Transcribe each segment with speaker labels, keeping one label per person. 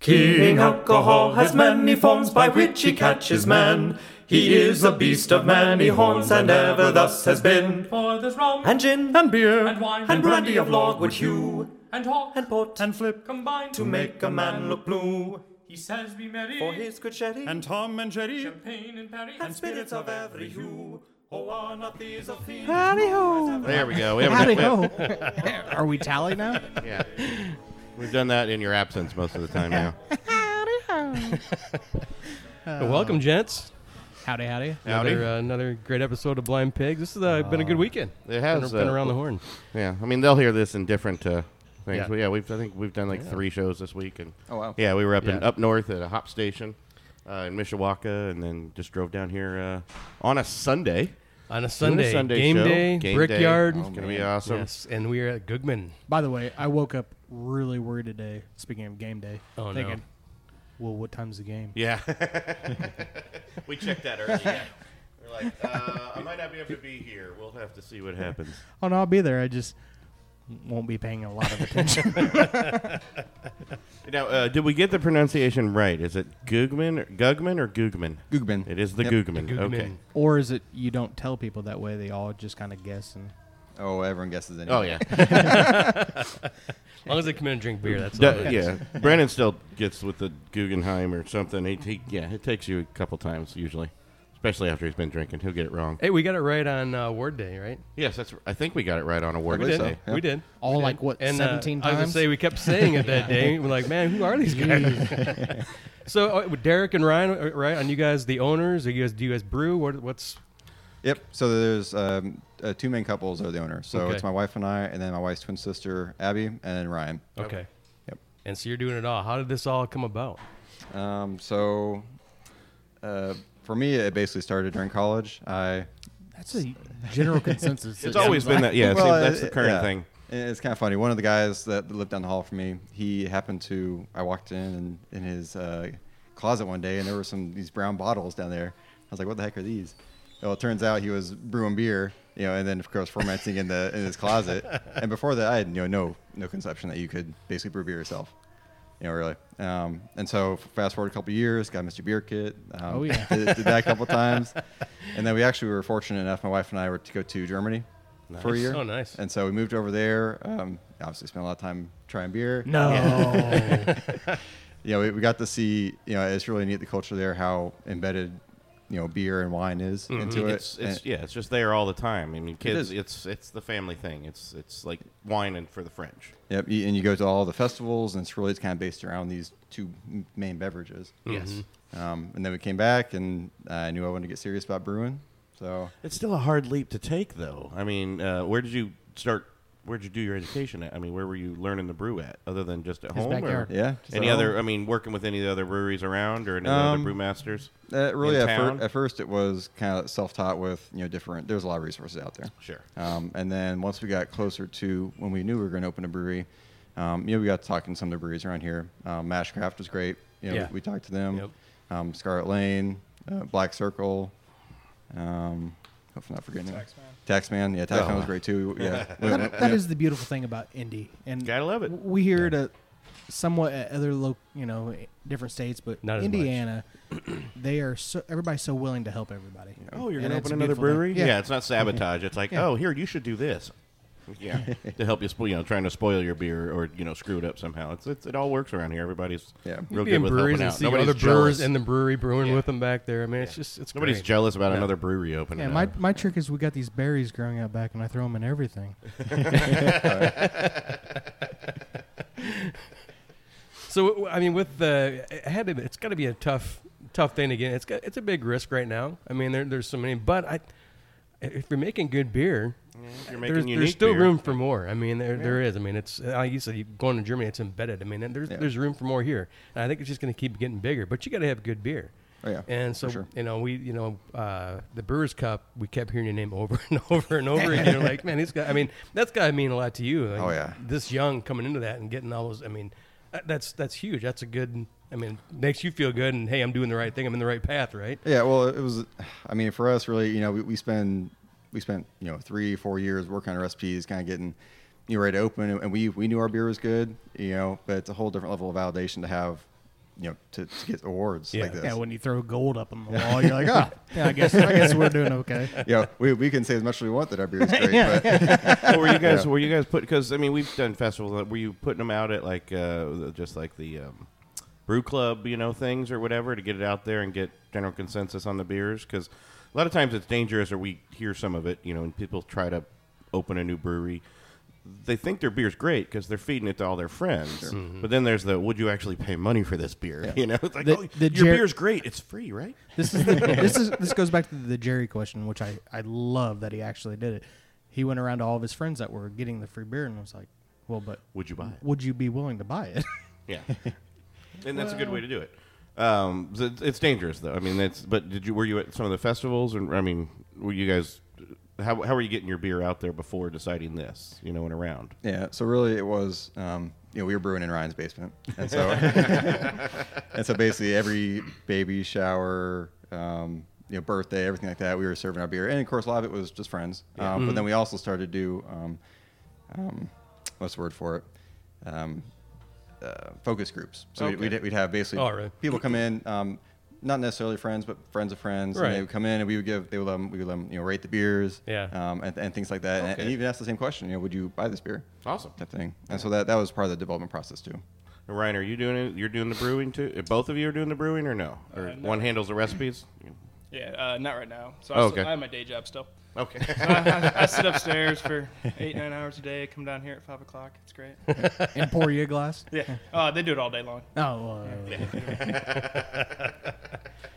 Speaker 1: King Alcohol has many forms by which he catches men. He is a beast of many horns and ever thus has been.
Speaker 2: For there's rum
Speaker 1: And gin and beer
Speaker 2: And wine
Speaker 1: and brandy of Logwood hue
Speaker 2: and hawk
Speaker 1: and port and flip
Speaker 2: combined
Speaker 1: to make a man look blue.
Speaker 2: He says be merry
Speaker 1: For his good sherry
Speaker 3: And Tom and Jerry.
Speaker 2: champagne and perry
Speaker 1: and spirits of every hue. Oh, are not these a fiend?
Speaker 4: There we go. We haven't
Speaker 5: Howdy ho. Are we tally now?
Speaker 4: Yeah. We've done that in your absence most of the time now.
Speaker 6: Welcome, gents.
Speaker 5: Howdy, howdy.
Speaker 4: Howdy.
Speaker 6: Another, uh, another great episode of Blind Pigs. This has uh, been a good weekend.
Speaker 4: It has,
Speaker 6: been, been
Speaker 4: uh,
Speaker 6: around the horn.
Speaker 4: Yeah. I mean, they'll hear this in different uh, things.
Speaker 6: Yeah.
Speaker 4: But yeah, we've I think we've done like three shows this week. And
Speaker 7: Oh, wow.
Speaker 4: Yeah, we were up in
Speaker 6: Yeah.
Speaker 4: up north at a hop station uh, in Mishawaka, and then just drove down here uh, on a Sunday.
Speaker 6: On a
Speaker 4: Doing
Speaker 6: Sunday,
Speaker 4: a Sunday
Speaker 6: game
Speaker 4: show.
Speaker 6: day,
Speaker 4: Game
Speaker 6: brickyard. Oh,
Speaker 4: Day. Oh, It's gonna be awesome.
Speaker 6: Yes, and we are at Googman.
Speaker 5: By the way, I woke up really worried today. Speaking of game day,
Speaker 6: Oh, no.
Speaker 5: thinking, well, what time's the game?
Speaker 4: Yeah. we checked that early. Yeah. We're like, uh, I might not be able to be here. We'll have to see what happens.
Speaker 5: Oh no, I'll be there. I just won't be paying a lot of attention.
Speaker 4: Now, uh, did we get the pronunciation right? Is it Gugman, or- Gugman, or Gugman?
Speaker 7: Gugman.
Speaker 4: It is the
Speaker 7: Yep.
Speaker 4: Gugman.
Speaker 6: Googman.
Speaker 4: Okay.
Speaker 5: or is it you don't tell people that way? They all just kind of guess and
Speaker 7: Oh, everyone guesses anyway.
Speaker 4: Oh yeah.
Speaker 6: As long as they come in and drink beer, that's all.
Speaker 4: Duh,
Speaker 6: that matters.
Speaker 4: yeah. Brandon still gets with the Guggenheim or something. He, he, yeah, it takes you a couple times usually, especially after he's been drinking. He'll get it wrong.
Speaker 6: Hey, we got it right on uh, Word Day, right?
Speaker 4: Yes, that's. I think we got it right on a word.
Speaker 7: We
Speaker 4: day.
Speaker 7: did. so, yeah.
Speaker 6: We did.
Speaker 5: all
Speaker 6: We
Speaker 5: like
Speaker 6: did.
Speaker 5: what
Speaker 6: And, uh,
Speaker 5: seventeen
Speaker 6: I was gonna
Speaker 5: times.
Speaker 6: say we kept saying it that day. We're like, man, who are these guys? so uh, Derek and Ryan, uh, right? And you guys, the owners? Are you guys? Do you guys brew? What, what's
Speaker 7: Yep. So there's um, uh, two main couples are the owners. So
Speaker 6: Okay.
Speaker 7: it's my wife and I, and then my wife's twin sister Abby, and then Ryan.
Speaker 6: okay?
Speaker 7: Yep.
Speaker 6: And so you're doing it all. How did this all come about?
Speaker 7: Um, so uh, for me, it basically started during college. I
Speaker 5: that's a general consensus.
Speaker 4: It's always been that. Yeah, it
Speaker 7: Well,
Speaker 4: seems- that's
Speaker 7: it-
Speaker 4: the current
Speaker 7: yeah.
Speaker 4: thing.
Speaker 7: It- It's kind of funny. One of the guys that lived down the hall from me, he happened to. I walked in and in his uh, closet one day, and there were some these brown bottles down there. I was like, "What the heck are these?" Well, it turns out he was brewing beer, you know, and then of course fermenting in the in his closet. And before that, I had you know no no conception that you could basically brew beer yourself, you know, really. Um, and so fast forward a couple years, got Mr. Beer Kit. Um,
Speaker 5: Oh, yeah.
Speaker 7: did, did that a couple times, and then we actually were fortunate enough. My wife and I were to go to Germany. For a
Speaker 6: Nice.
Speaker 7: year.
Speaker 6: Oh, nice.
Speaker 7: And so we moved over there. Um, obviously, spent a lot of time trying beer.
Speaker 5: no.
Speaker 7: You know, we, we got to see. You know, it's really neat the culture there, how embedded, you know, beer and wine is into it.
Speaker 4: Mm-hmm. It's, it's
Speaker 7: And-
Speaker 4: yeah, it's just there all the time. I mean, kids,
Speaker 7: is.
Speaker 4: it's it's the family thing. It's it's like wine and for the French.
Speaker 7: Yep. you- And you go to all the festivals, and it's really it's kind of based around these two m- main beverages.
Speaker 4: Yes,
Speaker 7: Um, and then we came back, and I knew I wanted to get serious about brewing. So
Speaker 4: it's still a hard leap to take, though. I mean, uh, where did you start? Where did you do your education at? I mean, where were you learning to brew at, other than just at home? or-
Speaker 5: backyard.
Speaker 7: yeah.
Speaker 4: Any
Speaker 7: So-
Speaker 4: other? I mean, working with any of the other breweries around or any
Speaker 7: Um,
Speaker 4: other brewmasters?
Speaker 7: Uh, really,
Speaker 4: in
Speaker 7: at, fir-
Speaker 4: town?
Speaker 7: at first, it was kind of self-taught with you know different. There's a lot of resources out there.
Speaker 4: Sure.
Speaker 7: Um, and then once we got closer to when we knew we were going to open a brewery, um, you know, we got to talking to some of the breweries around here. Um, Mashcraft was great. You know,
Speaker 6: Yeah.
Speaker 7: we, we talked to them.
Speaker 6: Yep.
Speaker 7: Um, Scarlet Lane, uh, Black Circle. Um, hopefully, not forgetting Taxman. Taxman, yeah, Taxman
Speaker 4: Oh.
Speaker 7: was great too. Yeah, We-
Speaker 5: that, that is the beautiful thing about indie, and
Speaker 4: Gotta love it.
Speaker 5: w- We hear it a, somewhat at other lo- you know different states, but
Speaker 6: Not as much.
Speaker 5: Indiana, they are so everybody's so willing to help everybody.
Speaker 4: Oh, you're
Speaker 5: And
Speaker 4: gonna
Speaker 5: it's
Speaker 4: open
Speaker 5: a
Speaker 4: another
Speaker 5: beautiful thing.
Speaker 4: brewery?
Speaker 5: Yeah.
Speaker 4: it's not sabotage. It's like, oh, here you should do this. Yeah, to help you, spo- you know, trying to spoil your beer or you know, screw it up somehow. It's, it's it all works around here. Everybody's
Speaker 7: Yeah.
Speaker 4: real
Speaker 6: Be
Speaker 4: good
Speaker 6: in
Speaker 4: with helping
Speaker 6: breweries and
Speaker 4: out.
Speaker 6: see
Speaker 4: Nobody's
Speaker 6: other brewers
Speaker 4: jealous.
Speaker 6: in the brewery brewing with them back there. I mean, it's just it's
Speaker 4: nobody's
Speaker 6: great.
Speaker 4: jealous about another brewery opening.
Speaker 5: Yeah,
Speaker 4: up.
Speaker 5: my, my trick is we got these berries growing out back, and I throw them in everything.
Speaker 6: So w- I mean, with the it had to, be- it's got to be a tough tough thing again. It's got, it's a big risk right now. I mean, there, there's so many, but I if you're making good beer,
Speaker 4: If Mm, you're making
Speaker 6: there's,
Speaker 4: unique
Speaker 6: there's still
Speaker 4: beer,
Speaker 6: room for more. I mean, there there is. I mean, it's like you said, you going to Germany, it's embedded. I mean, and there's
Speaker 7: Yeah.
Speaker 6: there's room for more here, and I think it's just going to keep getting bigger. But you got to have good beer.
Speaker 7: Oh, yeah,
Speaker 6: and
Speaker 7: for
Speaker 6: so
Speaker 7: sure.
Speaker 6: you know we you know uh, the Brewers Cup we kept hearing your name over and over and over and you're like man he's got I mean that's got to mean a lot to you Like,
Speaker 7: Oh, yeah.
Speaker 6: this young coming into that and getting all those I mean that- that's that's huge that's a good I mean makes you feel good and hey I'm doing the right thing I'm in the right path right
Speaker 7: Yeah, well, it was. I mean, for us, really, you know, we, we spend we spent you know three four years working on recipes, kind of getting you know, ready to open, and we we knew our beer was good, you know, but it's a whole different level of validation to have you know, to, to get awards like
Speaker 6: Yeah.
Speaker 7: this.
Speaker 5: Yeah, when you throw gold up on the wall, you're like, ah, yeah, I guess I guess we're doing okay.
Speaker 7: yeah, we, we can say as much as we want that our beer is great, but
Speaker 4: Well, were you guys
Speaker 7: Yeah.
Speaker 4: were you guys put because I mean we've done festivals uh, were you putting them out at like uh, just like the um, brew club you know things or whatever to get it out there and get general consensus on the beers because a lot of times it's dangerous or we hear some of it you know and people try to open a new brewery they think their beer's great because they're feeding it to all their friends but then there's the would you actually pay money for this beer you know it's like
Speaker 5: Mm-hmm. The-
Speaker 4: oh,
Speaker 5: the
Speaker 4: your
Speaker 5: Jer-
Speaker 4: beer's great it's free right
Speaker 5: This is the, this is this goes back to the Jerry question, which I I love that he actually did it. He went around to all of his friends that were getting the free beer and was like, well, but
Speaker 4: would you buy it
Speaker 5: would you be willing to buy it?
Speaker 4: Yeah, and that's a good way to do it. Um, so it's, it's dangerous though. I mean, that's. But did you were you at some of the festivals? And I mean, were you guys? How how were you getting your beer out there before deciding this? You know, and around.
Speaker 7: Yeah, so really it was, um, you know, we were brewing in Ryan's basement, and so and so basically every baby shower, um, you know, birthday, everything like that, we were serving our beer, and of course a lot of it was just friends. Um, But
Speaker 6: Mm-hmm.
Speaker 7: then we also started to do, um, um, what's the word for it? Um, uh, focus groups. So we'd,
Speaker 4: Okay.
Speaker 7: we'd, we'd have basically
Speaker 6: Oh, really?
Speaker 7: people come in. Um, not necessarily friends, but friends of friends, and they
Speaker 6: Right.
Speaker 7: would come in, and we would give, they would let 'em- we would let 'em, you know, rate the beers,
Speaker 6: Yeah.
Speaker 7: um, and, and things like that, and, and
Speaker 4: Okay.
Speaker 7: even ask the same question, you know, would you buy this beer?
Speaker 4: Awesome.
Speaker 7: type thing. And so that, that was part of the development process too.
Speaker 4: And Ryan, are you doing it? You're doing the brewing too? Uh, Both of you are doing the brewing, or Uh, no? Or
Speaker 3: no.
Speaker 4: one handles the recipes?
Speaker 3: Yeah, uh, not right now. So I,
Speaker 4: Oh,
Speaker 3: still-
Speaker 4: okay.
Speaker 3: I have my day job still.
Speaker 4: Okay.
Speaker 3: I, I, I sit upstairs for eight, nine hours a day. Come down here at five o'clock. It's great.
Speaker 5: and pour you a glass?
Speaker 3: Yeah. Uh, they do it all day long.
Speaker 5: Oh, well,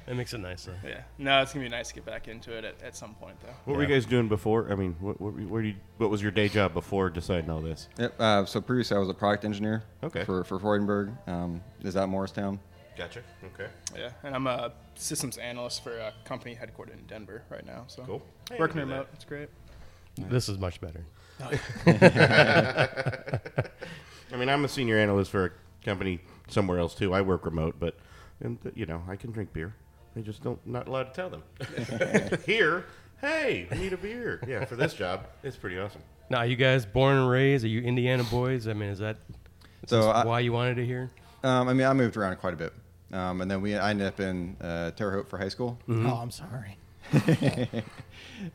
Speaker 6: That makes it nice. Though.
Speaker 3: Yeah. No, it's gonna be nice to get back into it at, at some point though.
Speaker 4: what were you guys doing before? I mean, what what, were you- where you, what was your day job before deciding all this?
Speaker 7: Yep. Uh, so previously I was a product engineer
Speaker 4: Okay.
Speaker 7: for, for Freudenberg. Um, is that Morristown?
Speaker 4: Gotcha. Okay.
Speaker 3: Yeah. And I'm a systems analyst for a company headquartered in Denver right now. So
Speaker 4: Cool. Hey,
Speaker 3: Working
Speaker 4: I knew that.
Speaker 3: remote. It's great.
Speaker 6: This is much better.
Speaker 4: I mean, I'm a senior analyst for a company somewhere else too. I work remote, but and you know, I can drink beer. They just don't not allowed to tell them here. Hey, we need a beer. Yeah, for this job, it's pretty awesome.
Speaker 6: Now, are you guys born and raised? Are you Indiana boys? I mean, is that
Speaker 7: So I,
Speaker 6: why you wanted to hear?
Speaker 7: um, I mean I moved around quite a bit, um, and then we I ended up in uh, Terre Haute for high school.
Speaker 5: oh, I'm sorry.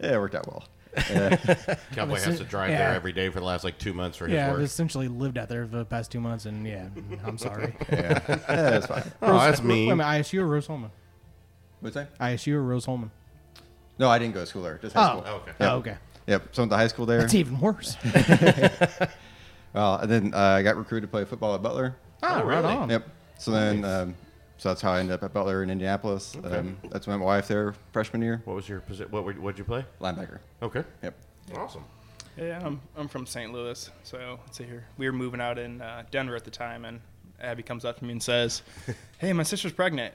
Speaker 7: Yeah, it worked out well.
Speaker 4: Cowboy
Speaker 5: That's
Speaker 4: has to
Speaker 5: it.
Speaker 4: drive
Speaker 5: Yeah.
Speaker 4: there every day for the last like two months for his
Speaker 5: Yeah, I've
Speaker 4: work.
Speaker 5: essentially lived out there for the past two months, and yeah, I'm sorry.
Speaker 7: Yeah, yeah it's fine.
Speaker 4: Oh, that's
Speaker 5: Wait
Speaker 4: mean.
Speaker 5: a minute, ISU or Rose Holman?
Speaker 7: What's that?
Speaker 5: ISU or Rose Holman?
Speaker 7: No, I didn't go to school there. Just high
Speaker 5: Oh.
Speaker 7: school.
Speaker 4: Oh, okay.
Speaker 5: Oh, okay.
Speaker 7: Yep. So I went to high school there.
Speaker 5: That's even worse.
Speaker 7: Well, and then uh, I got recruited to play football at Butler.
Speaker 5: oh, right
Speaker 4: really?
Speaker 5: on.
Speaker 7: Yep. So then, um, so that's how I ended up at Butler in Indianapolis. Um, that's when my wife there freshman year,
Speaker 4: What was your position? What were, what'd you play?
Speaker 7: linebacker.
Speaker 4: Okay.
Speaker 7: Yep.
Speaker 4: Awesome.
Speaker 3: Yeah, I'm, I'm from St. Louis, so let's see here. We were moving out in uh, Denver at the time, and Abby comes up to me and says, "Hey, my sister's pregnant."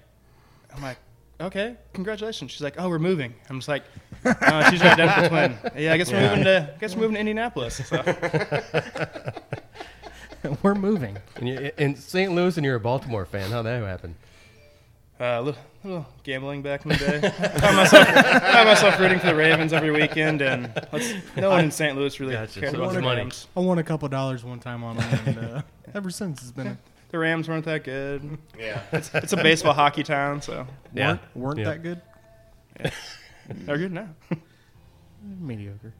Speaker 3: I'm like, "Okay, congratulations." She's like, "Oh, we're moving." I'm just like, "No, she's not Denver twin." Yeah, I guess we're moving to, I guess we're moving to Indianapolis. So, uh,
Speaker 5: We're moving.
Speaker 6: And you, in St. Louis, and you're a Baltimore fan. How that happened?
Speaker 3: uh, little, little gambling back in the day. Found myself, found myself rooting for the Ravens every weekend, and let's, no one in St. Louis really
Speaker 6: Gotcha.
Speaker 3: cared
Speaker 6: So
Speaker 3: about
Speaker 6: it's
Speaker 3: the
Speaker 6: money.
Speaker 3: Rams.
Speaker 5: I won a couple dollars one time online, and uh, ever since it's been
Speaker 3: The Rams weren't that good.
Speaker 4: Yeah.
Speaker 3: It's, it's a baseball hockey town, so
Speaker 6: Yeah,
Speaker 5: weren't, weren't
Speaker 6: Yeah.
Speaker 5: that good.
Speaker 3: they're good now.
Speaker 5: Mediocre.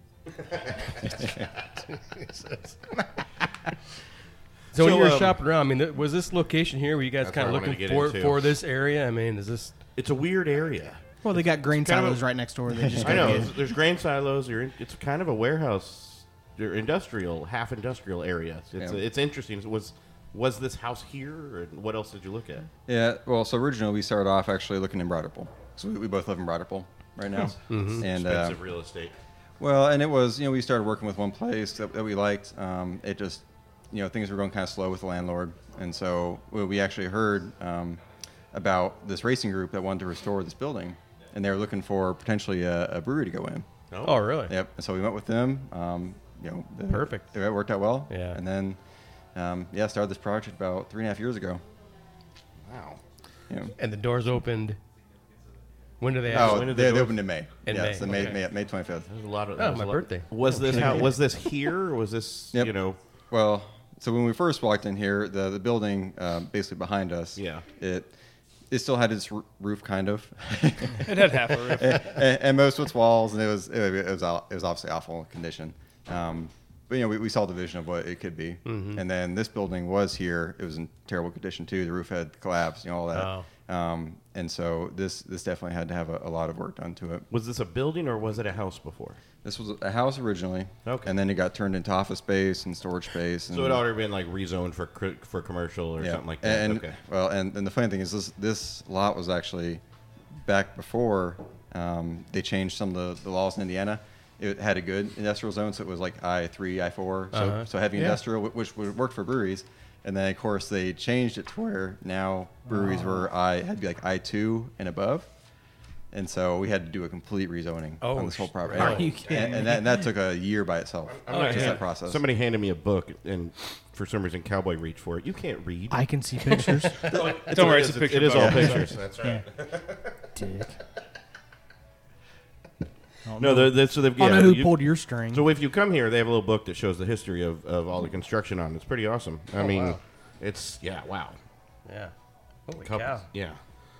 Speaker 6: So, when
Speaker 4: So,
Speaker 6: you were
Speaker 4: um,
Speaker 6: shopping around, I mean, th- was this location here? Were you guys
Speaker 4: That's
Speaker 6: kind of
Speaker 4: what I wanted
Speaker 6: looking
Speaker 4: to get
Speaker 6: for
Speaker 4: into.
Speaker 6: for this area? I mean, is this
Speaker 4: It's a weird area.
Speaker 5: Well, they got grain
Speaker 4: kind of a-
Speaker 5: silos right next door. They just
Speaker 4: I
Speaker 5: gotta
Speaker 4: know.
Speaker 5: get-
Speaker 4: There's, there's grain silos. You're in, it's kind of a warehouse, or industrial, half industrial area. It's,
Speaker 7: Yeah.
Speaker 4: it's interesting. So Was was this house here, and what else did you look at?
Speaker 7: Yeah, well, so originally we started off actually looking in Broderpool. So we, we both live in Broderpool right now.
Speaker 6: Mm-hmm.
Speaker 7: And uh,
Speaker 4: Expensive real estate.
Speaker 7: well, and it was you know we started working with one place that, that we liked. Um, it just you know things were going kind of slow with the landlord, and so we, we actually heard um, about this racing group that wanted to restore this building, and they were looking for potentially a, a brewery to go in.
Speaker 6: oh really?
Speaker 7: Yep. And so we met with them. Um, you know, the-
Speaker 6: Perfect.
Speaker 7: It worked out well.
Speaker 6: Yeah.
Speaker 7: And then, um, yeah, started this project about three and a half years ago.
Speaker 4: Wow.
Speaker 7: You know.
Speaker 6: And the doors opened. When do they?
Speaker 7: Oh,
Speaker 6: actually-
Speaker 7: they,
Speaker 4: did the
Speaker 7: they
Speaker 4: doors-
Speaker 7: opened in May.
Speaker 6: In
Speaker 7: yes,
Speaker 6: May,
Speaker 7: in May,
Speaker 6: okay.
Speaker 7: May, May 25th.
Speaker 4: There's a lot of.
Speaker 6: Oh,
Speaker 4: there's
Speaker 6: my
Speaker 4: a lot-
Speaker 6: birthday.
Speaker 4: Was this how? Was this here? Or was this
Speaker 7: Yep.
Speaker 4: you know?
Speaker 7: Well, so when we first walked in here, the the building uh, basically behind us,
Speaker 4: Yeah.
Speaker 7: it it still had its r- roof kind of,
Speaker 3: It had half a roof.
Speaker 7: and, and most of its walls, and it was it, was- it was aw- it was obviously awful condition. Um, but you know, we, we saw the vision of what it could be,
Speaker 6: Mm-hmm.
Speaker 7: and then this building was here. It was in terrible condition too. The roof had collapsed, you know, all that. Um, and so this this definitely had to have a, a lot of work done to it.
Speaker 4: Was this a building or was it a house before?
Speaker 7: This was a house originally,
Speaker 4: Okay.
Speaker 7: and then it got turned into office space and storage space. And
Speaker 4: So it already been like rezoned for cri- for commercial or
Speaker 7: yeah.
Speaker 4: something like that.
Speaker 7: And,
Speaker 4: okay.
Speaker 7: Well, and, and the funny thing is, this this lot was actually back before um, they changed some of the, the laws in Indiana. It had a good industrial zone, so it was like I three, I four, so
Speaker 4: Uh-huh.
Speaker 7: so heavy industrial, wh- which would work for breweries. And then of course they changed it to where now breweries were
Speaker 4: Uh-huh.
Speaker 7: I had to be like I two and above. And so we had to do a complete rezoning
Speaker 6: Oh,
Speaker 7: on this whole
Speaker 6: sh-
Speaker 7: property,
Speaker 6: are you Oh,
Speaker 7: and, and that, and that took a year by itself. just that process.
Speaker 4: Somebody handed me a book, and for some reason, Cowboy reached for it. You can't read.
Speaker 5: I can see pictures.
Speaker 3: Don't worry,
Speaker 4: It
Speaker 3: it's a
Speaker 4: is-
Speaker 3: picture.
Speaker 4: It is
Speaker 3: book.
Speaker 4: all pictures. That's right.
Speaker 5: Dick.
Speaker 4: No, they're, they're- so they've.
Speaker 5: I don't
Speaker 4: yeah,
Speaker 5: know who
Speaker 4: you-
Speaker 5: pulled your string.
Speaker 4: So if you come here, they have a little book that shows the history of, of all the construction on. it. It's pretty awesome. I mean, it's yeah, wow.
Speaker 6: Oh, Yeah. Holy
Speaker 4: Couple-
Speaker 6: cow.
Speaker 4: Yeah.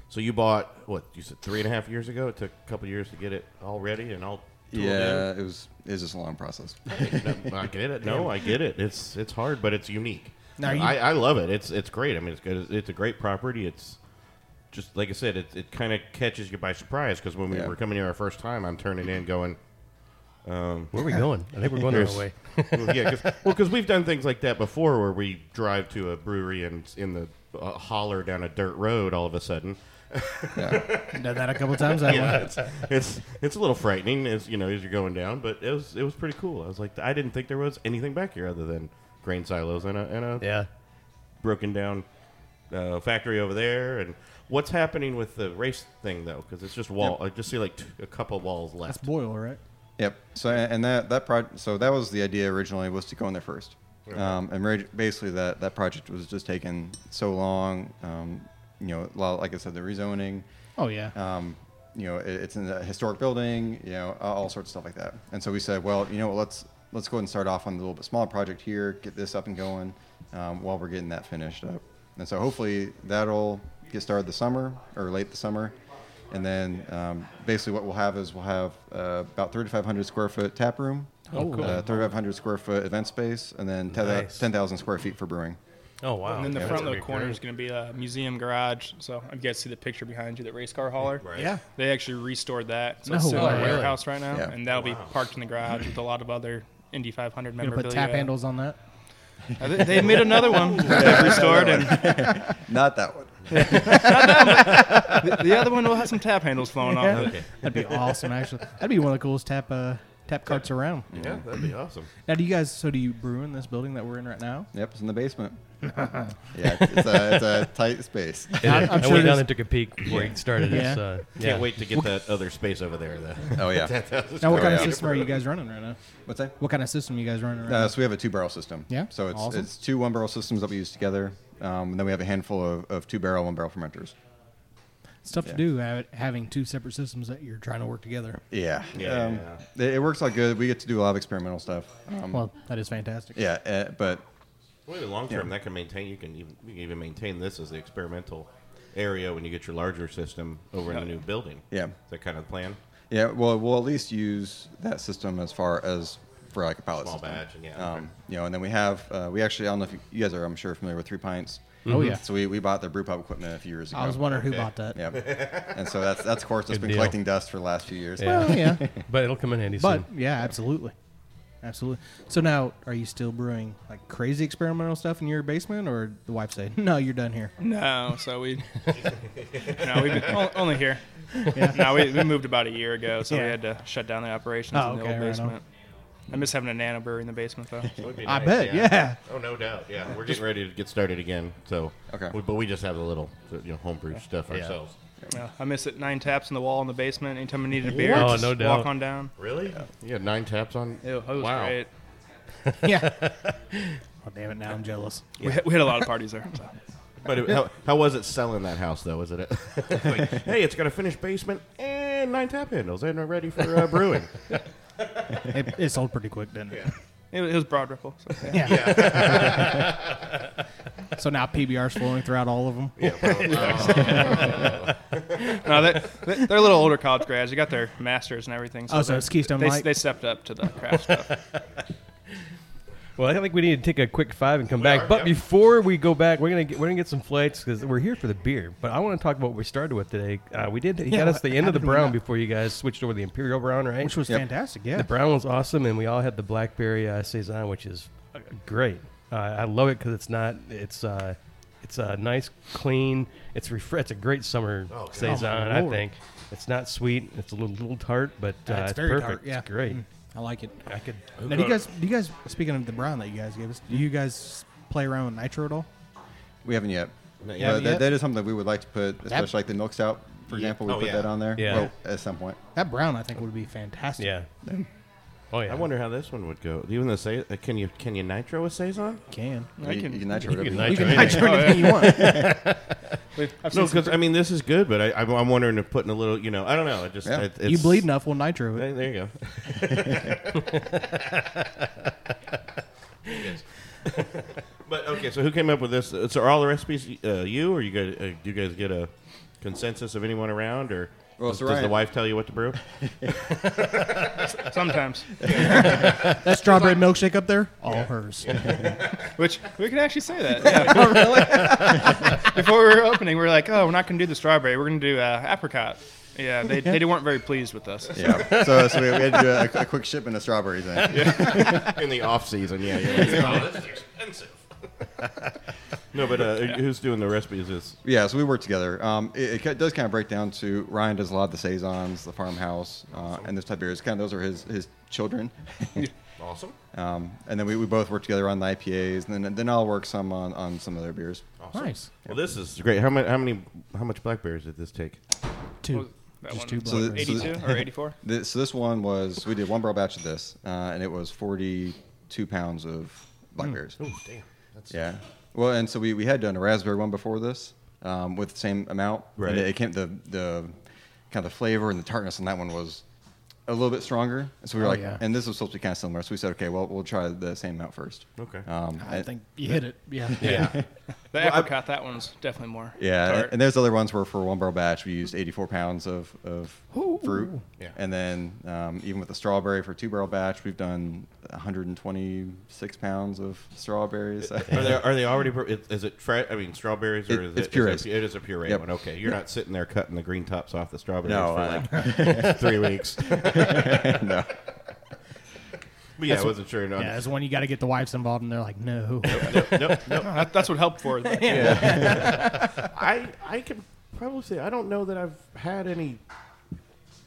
Speaker 4: So you bought what you said three and a half years ago. It took a couple years to get it all ready and all. tooled
Speaker 7: yeah, it was it was just a long process.
Speaker 4: in. I get it. No, I get it. It's it's hard, but it's unique.
Speaker 5: Now you-
Speaker 4: I, I love it. It's it's great. I mean, it's good. It's a great property. It's just like I said. It it kind of catches you by surprise because when we
Speaker 7: Yeah.
Speaker 4: were coming here our first time, I'm turning in going.
Speaker 6: Where are we going? I think we're going the
Speaker 4: There's-
Speaker 6: wrong way.
Speaker 4: well, yeah, cause, well, 'cause we've done things like that before, where we drive to a brewery and s- in the uh, holler down a dirt road, all of a sudden,
Speaker 5: Done that a couple times. That
Speaker 4: yeah,
Speaker 5: yeah.
Speaker 4: it's, it's it's a little frightening as you know as you're going down, but it was it was pretty cool. I was like, I didn't think there was anything back here other than grain silos and a and a
Speaker 6: Yeah.
Speaker 4: broken down uh, factory over there. And what's happening with the race thing though? Because it's just wall. I just see like t- a couple walls
Speaker 5: That's
Speaker 4: left.
Speaker 5: Boyle, right?
Speaker 7: Yep. So and that that project. So that was the idea originally was to go in there first. Um, and reg- basically that that project was just taking so long. Um, you know, a lot- like I said, the rezoning.
Speaker 5: Oh yeah.
Speaker 7: Um, you know, it, it's in a historic building. You know, all, all sorts of stuff like that. And so we said, well, you know, what, let's let's go ahead and start off on a little bit smaller project here, get this up and going, um, while we're getting that finished up. And so hopefully that'll get started this summer or late this summer. And then um, basically what we'll have is we'll have uh, about 3,500 square foot tap room, oh, cool. uh, 3,500 square foot event space, and then 10
Speaker 6: Nice.
Speaker 7: 10,000 square feet for brewing.
Speaker 6: Oh wow.
Speaker 3: And then the
Speaker 6: Yeah,
Speaker 3: front
Speaker 6: that's
Speaker 3: little
Speaker 6: gonna be
Speaker 3: corner
Speaker 6: great.
Speaker 3: is going to be a museum garage. So if you guys see the picture behind you, the race car hauler.
Speaker 5: Yeah.
Speaker 3: They actually restored that. So
Speaker 5: No
Speaker 3: it's still in
Speaker 5: way.
Speaker 3: a warehouse right now,
Speaker 7: Yeah.
Speaker 3: and that'll be parked in the garage with a lot of other Indy 500
Speaker 5: You're gonna
Speaker 3: memorabilia.
Speaker 5: put tap handles on that.
Speaker 3: Uh, they- They made another one. They restored, and
Speaker 7: Not that one.
Speaker 3: the- the other one will have some tap handles flowing off it.
Speaker 5: That'd be awesome. Actually, that'd be one of the coolest tap uh, tap carts around.
Speaker 4: Yeah, that'd be awesome.
Speaker 5: Now, do you guys? So, do you brew in this building that we're in right now?
Speaker 7: Yep, it's in the basement. yeah, it's a, it's a tight space.
Speaker 5: I'm, I'm
Speaker 6: I
Speaker 5: sure
Speaker 6: went
Speaker 5: it
Speaker 6: down
Speaker 5: is.
Speaker 6: there, took a peek before it started.
Speaker 5: Yeah.
Speaker 6: It's, uh, yeah.
Speaker 4: Can't wait to get that other space over there though.
Speaker 7: Oh yeah.
Speaker 5: Now, what
Speaker 7: Oh,
Speaker 5: kind of
Speaker 7: yeah.
Speaker 5: system are you guys running right now?
Speaker 7: What's that?
Speaker 5: What kind of system you guys running right
Speaker 7: Uh,
Speaker 5: now?
Speaker 7: so we have a two barrel system.
Speaker 5: Yeah,
Speaker 7: So it's
Speaker 5: awesome.
Speaker 7: it's two one barrel systems that we use together, um, and then we have a handful of, of two barrel one barrel fermenters.
Speaker 5: It's tough
Speaker 7: yeah.
Speaker 5: to do ha- having two separate systems that you're trying to work together.
Speaker 7: Yeah.
Speaker 4: Yeah,
Speaker 7: Um,
Speaker 4: yeah,
Speaker 7: It, it works out good. We get to do a lot of experimental stuff. Um,
Speaker 5: Well, that is fantastic.
Speaker 7: yeah, uh, but
Speaker 4: Well, in the long term, that can maintain. You can even you can even maintain this as the experimental area when you get your larger system over in the new building.
Speaker 7: Yeah.
Speaker 4: is that kind of the plan.
Speaker 7: yeah, well, we'll at least use that system as far as for like a pilot
Speaker 4: Small
Speaker 7: system.
Speaker 4: batch, and yeah, okay.
Speaker 7: Um, you know, and then we have uh, we actually I don't know if you, you guys are I'm sure familiar with Three Pints.
Speaker 5: Oh, yeah.
Speaker 7: So we, we bought their brew pub equipment a few years ago.
Speaker 5: I was wondering who bought that.
Speaker 7: Yeah. and so that's that's of course that's
Speaker 6: Good
Speaker 7: been
Speaker 6: deal.
Speaker 7: collecting dust for the last few years.
Speaker 6: Yeah.
Speaker 5: Oh yeah,
Speaker 6: But it'll come in handy
Speaker 5: but
Speaker 6: soon.
Speaker 5: yeah, absolutely, absolutely. So now, are you still brewing like crazy experimental stuff in your basement, or the wife say, "No, you're done here."
Speaker 3: No, so we no we've been on- only here. No, we, we moved about a year ago, so
Speaker 5: Yeah.
Speaker 3: we had to shut down the operations
Speaker 5: Oh,
Speaker 3: in the
Speaker 5: okay,
Speaker 3: old
Speaker 5: right on.
Speaker 3: basement. I miss having a nano brewery in the basement though.
Speaker 4: It would be
Speaker 5: I
Speaker 4: nice,
Speaker 5: bet, yeah.
Speaker 4: Oh, no doubt. Yeah, we're getting ready to get started again. So
Speaker 7: Okay.
Speaker 4: we, but we just have a little you know homebrew stuff ourselves.
Speaker 3: Yeah, I miss it. Nine taps in the wall in the basement. Anytime I needed a beer,
Speaker 6: Oh,
Speaker 3: just
Speaker 6: no
Speaker 3: walk
Speaker 6: doubt.
Speaker 3: on down.
Speaker 4: Really? Yeah. nine taps on.
Speaker 3: Ew, it was
Speaker 4: wow.
Speaker 3: great.
Speaker 5: yeah. Oh damn it! Now I'm jealous.
Speaker 3: We, had, we had a lot of parties there. so.
Speaker 4: But it, how, how was it selling that house though? Was it? like, hey, it's got a finished basement and nine tap handles, and we're ready for uh, brewing.
Speaker 5: It, it sold pretty quick, didn't it?
Speaker 3: It, was- it was Broad Ripple. So, yeah.
Speaker 5: So now PBR's flowing throughout all of them.
Speaker 3: no, they, they- they're a little older college grads. They got their masters and everything.
Speaker 5: Oh, so
Speaker 3: they-
Speaker 5: it's Keystone
Speaker 3: they,
Speaker 5: Light.
Speaker 3: they stepped up to the craft stuff.
Speaker 6: Well, I think we need to take a quick five and come back.
Speaker 4: are,
Speaker 6: but
Speaker 4: yeah.
Speaker 6: before we go back, we're gonna get, we're gonna get some flights because we're here for the beer. But I want to talk about what we started with today. Uh, we did. He
Speaker 5: Yeah,
Speaker 6: got us the
Speaker 5: how
Speaker 6: end of the
Speaker 5: did we
Speaker 6: brown
Speaker 5: not-
Speaker 6: before you guys switched over to the imperial brown, right?
Speaker 5: Which was
Speaker 7: Yep.
Speaker 5: fantastic, yeah.
Speaker 6: The brown was awesome, and we all had the blackberry uh, saison, which is uh, great. Uh, I love it because it's not. It's uh, it's uh, nice, clean. It's refre- It's a great summer
Speaker 4: Oh,
Speaker 6: saison.
Speaker 5: God.
Speaker 6: I
Speaker 5: Lord.
Speaker 6: think it's not sweet. It's a little little tart, but uh,
Speaker 5: it's
Speaker 6: it's,
Speaker 5: very
Speaker 6: perfect.
Speaker 5: tart, yeah.
Speaker 6: It's great.
Speaker 5: Mm. I like it.
Speaker 6: I could.
Speaker 5: Now, do you guys, do you guys, speaking of the brown that you guys gave us, do you guys play around with nitro at all?
Speaker 7: We haven't yet.
Speaker 4: Not
Speaker 7: But
Speaker 4: yet.
Speaker 7: that, that is something that we would like to put, especially like the milk stout, for example. We
Speaker 4: Oh,
Speaker 7: put
Speaker 4: yeah.
Speaker 7: that on there.
Speaker 6: Yeah.
Speaker 7: Well, at some point.
Speaker 5: That brown, I think, would be fantastic.
Speaker 6: Yeah.
Speaker 5: Mm.
Speaker 6: Oh yeah.
Speaker 4: I wonder how this one would go. Even though say, uh, can you can you nitro a saison?
Speaker 5: Can.
Speaker 3: I
Speaker 7: you,
Speaker 3: can-
Speaker 7: you can nitro whatever
Speaker 6: can nitro
Speaker 7: you want.
Speaker 5: You
Speaker 6: anything.
Speaker 5: can nitro anything you want.
Speaker 3: We've- I've
Speaker 4: No,
Speaker 3: seen some
Speaker 4: because I mean this is good, but I, I'm, I'm wondering if putting a little, you know, I don't know. It just
Speaker 7: Yeah.
Speaker 4: it, it's,
Speaker 5: you bleed enough, we'll nitro it.
Speaker 4: Hey, There you go. but okay, so who came up with this? So are all the recipes uh, you, or you guys? Uh, do you guys get a consensus of anyone around, or
Speaker 7: Well,
Speaker 4: does,
Speaker 7: so
Speaker 4: does the
Speaker 7: Ryan-
Speaker 4: wife tell you what to brew?
Speaker 3: sometimes,
Speaker 5: That strawberry milkshake up there, all hers.
Speaker 3: which we can actually say that. Yeah. Before we were opening, we were like, "Oh, we're not going to do the strawberry. We're going to do uh, apricot." Yeah, they, they weren't very pleased with us.
Speaker 7: Yeah. So, so we, we had to do a, a quick shipment of strawberries then.
Speaker 4: In the off season, yeah. yeah. oh, this is expensive. no, but uh, who's doing the recipes? Is
Speaker 7: Yeah, so we work together. Um, it, it ca- does kind of break down to Ryan does a lot of the saisons, the farmhouse, uh, and this type of beers. Kind of those are his his children.
Speaker 4: awesome.
Speaker 7: um, and then we, we both work together on the IPAs, and then then I'll work some on, on some of their beers.
Speaker 5: nice.
Speaker 4: Well, this is great. How many? How many? How much blackberries did this take?
Speaker 5: Two.
Speaker 3: That
Speaker 5: Just
Speaker 3: one.
Speaker 5: two
Speaker 7: So the-
Speaker 5: blackberries.
Speaker 7: so the-
Speaker 3: 82 or 84?
Speaker 7: This, so this one was we did one barrel batch of this, uh, and it was forty two pounds of blackberries.
Speaker 4: Hmm. Damn. That's
Speaker 7: Yeah. Well, and so we, we had done a raspberry one before this um, with the same amount.
Speaker 4: Right.
Speaker 7: And it, it came the the kind of the flavor and the tartness on that one was a little bit stronger. And so we were
Speaker 5: Oh,
Speaker 7: like,
Speaker 5: yeah.
Speaker 7: and this was supposed to be kind of similar. So we said, okay, well, we'll try the same amount first.
Speaker 4: okay.
Speaker 7: Um,
Speaker 5: I
Speaker 7: and-
Speaker 5: think you hit it. Yeah.
Speaker 4: yeah.
Speaker 3: The apricot, that one's definitely more.
Speaker 7: Yeah, and-
Speaker 3: tart.
Speaker 7: and there's other ones where for one barrel batch we used 84 pounds of, of fruit,
Speaker 4: Yeah.
Speaker 7: and then um, even with the strawberry for two barrel batch we've done 126 pounds of strawberries.
Speaker 4: Are they, are they already? pre- Is, is it? Fre- I mean, strawberries or
Speaker 7: It-
Speaker 4: is
Speaker 7: it's
Speaker 4: it?
Speaker 7: puree.
Speaker 4: Is it, it is a puree
Speaker 7: Yep.
Speaker 4: one. Okay, you're not sitting there cutting the green tops off the strawberries
Speaker 7: No,
Speaker 4: for like three weeks. but
Speaker 7: no,
Speaker 4: yeah, I wasn't sure. No,
Speaker 5: Yeah, that's one you got to get the wives involved, and they're like, no. Uh,
Speaker 4: nope, nope.
Speaker 3: Oh, that- that's what helped for it.
Speaker 4: I I can probably say I don't know that I've had any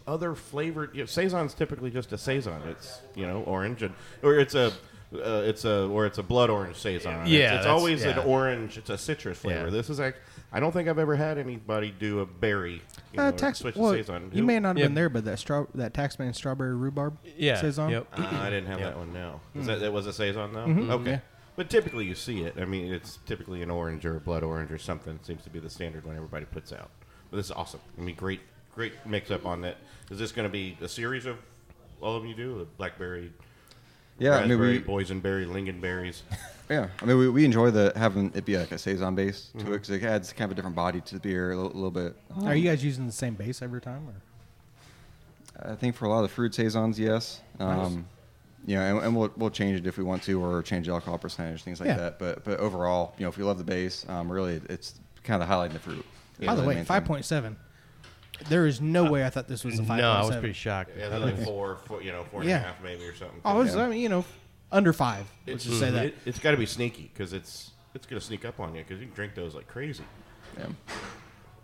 Speaker 4: other flavored. You know, saison's typically just a saison. It's you know orange and or it's a. Uh, it's a or it's a blood orange saison.
Speaker 6: Yeah,
Speaker 4: it's, it's
Speaker 6: that's-
Speaker 4: always an
Speaker 6: yeah.
Speaker 4: orange. It's a citrus flavor.
Speaker 6: Yeah.
Speaker 4: This is like I don't think I've ever had anybody do a berry. You know,
Speaker 5: Uh,
Speaker 4: or
Speaker 5: tax,
Speaker 4: switch
Speaker 5: well,
Speaker 4: the saison.
Speaker 5: you
Speaker 4: Who-
Speaker 5: may not have
Speaker 6: Yeah.
Speaker 5: been there, but that straw, that Taxman strawberry rhubarb
Speaker 6: Yeah.
Speaker 5: saison.
Speaker 6: Yep.
Speaker 4: Uh, I didn't have that one. No,
Speaker 5: Hmm.
Speaker 4: is that that was a saison though?
Speaker 5: Mm-hmm.
Speaker 4: Okay, but typically you see it. I mean, it's typically an orange or a blood orange or something. It seems to be the standard one everybody puts out. But this is awesome. I mean, great, great mix up on that. Is this going to be a series of all of them you do? The blackberry,
Speaker 7: yeah, I mean,
Speaker 4: raspberry,
Speaker 7: we,
Speaker 4: boysenberry, lingonberries.
Speaker 7: yeah, I mean, we, we enjoy the having it be like a saison base to it
Speaker 4: Mm-hmm.
Speaker 7: 'cause it adds kind of a different body to the beer a little, little bit. uh,
Speaker 5: Are you guys using the same base every time? Or?
Speaker 7: I think for a lot of the fruit saisons, yes. Um, You know, and, and we'll, we'll change it if we want to, or change the alcohol percentage, things like
Speaker 5: Yeah.
Speaker 7: that. But but overall, you know, if we love the base, um, really, it's kind of highlighting the fruit.
Speaker 5: By the way, five point seven. There is no way I thought this was a five.
Speaker 6: Uh, No, I was pretty shocked.
Speaker 4: Yeah, they're like four, four, you know, four and a
Speaker 5: Yeah.
Speaker 4: half maybe or something.
Speaker 5: I was,
Speaker 7: Yeah.
Speaker 5: I mean, you know, under five. Let's just say that.
Speaker 4: It, has got to be sneaky because it's it's going to sneak up on you because you can drink those like crazy.
Speaker 7: Yeah.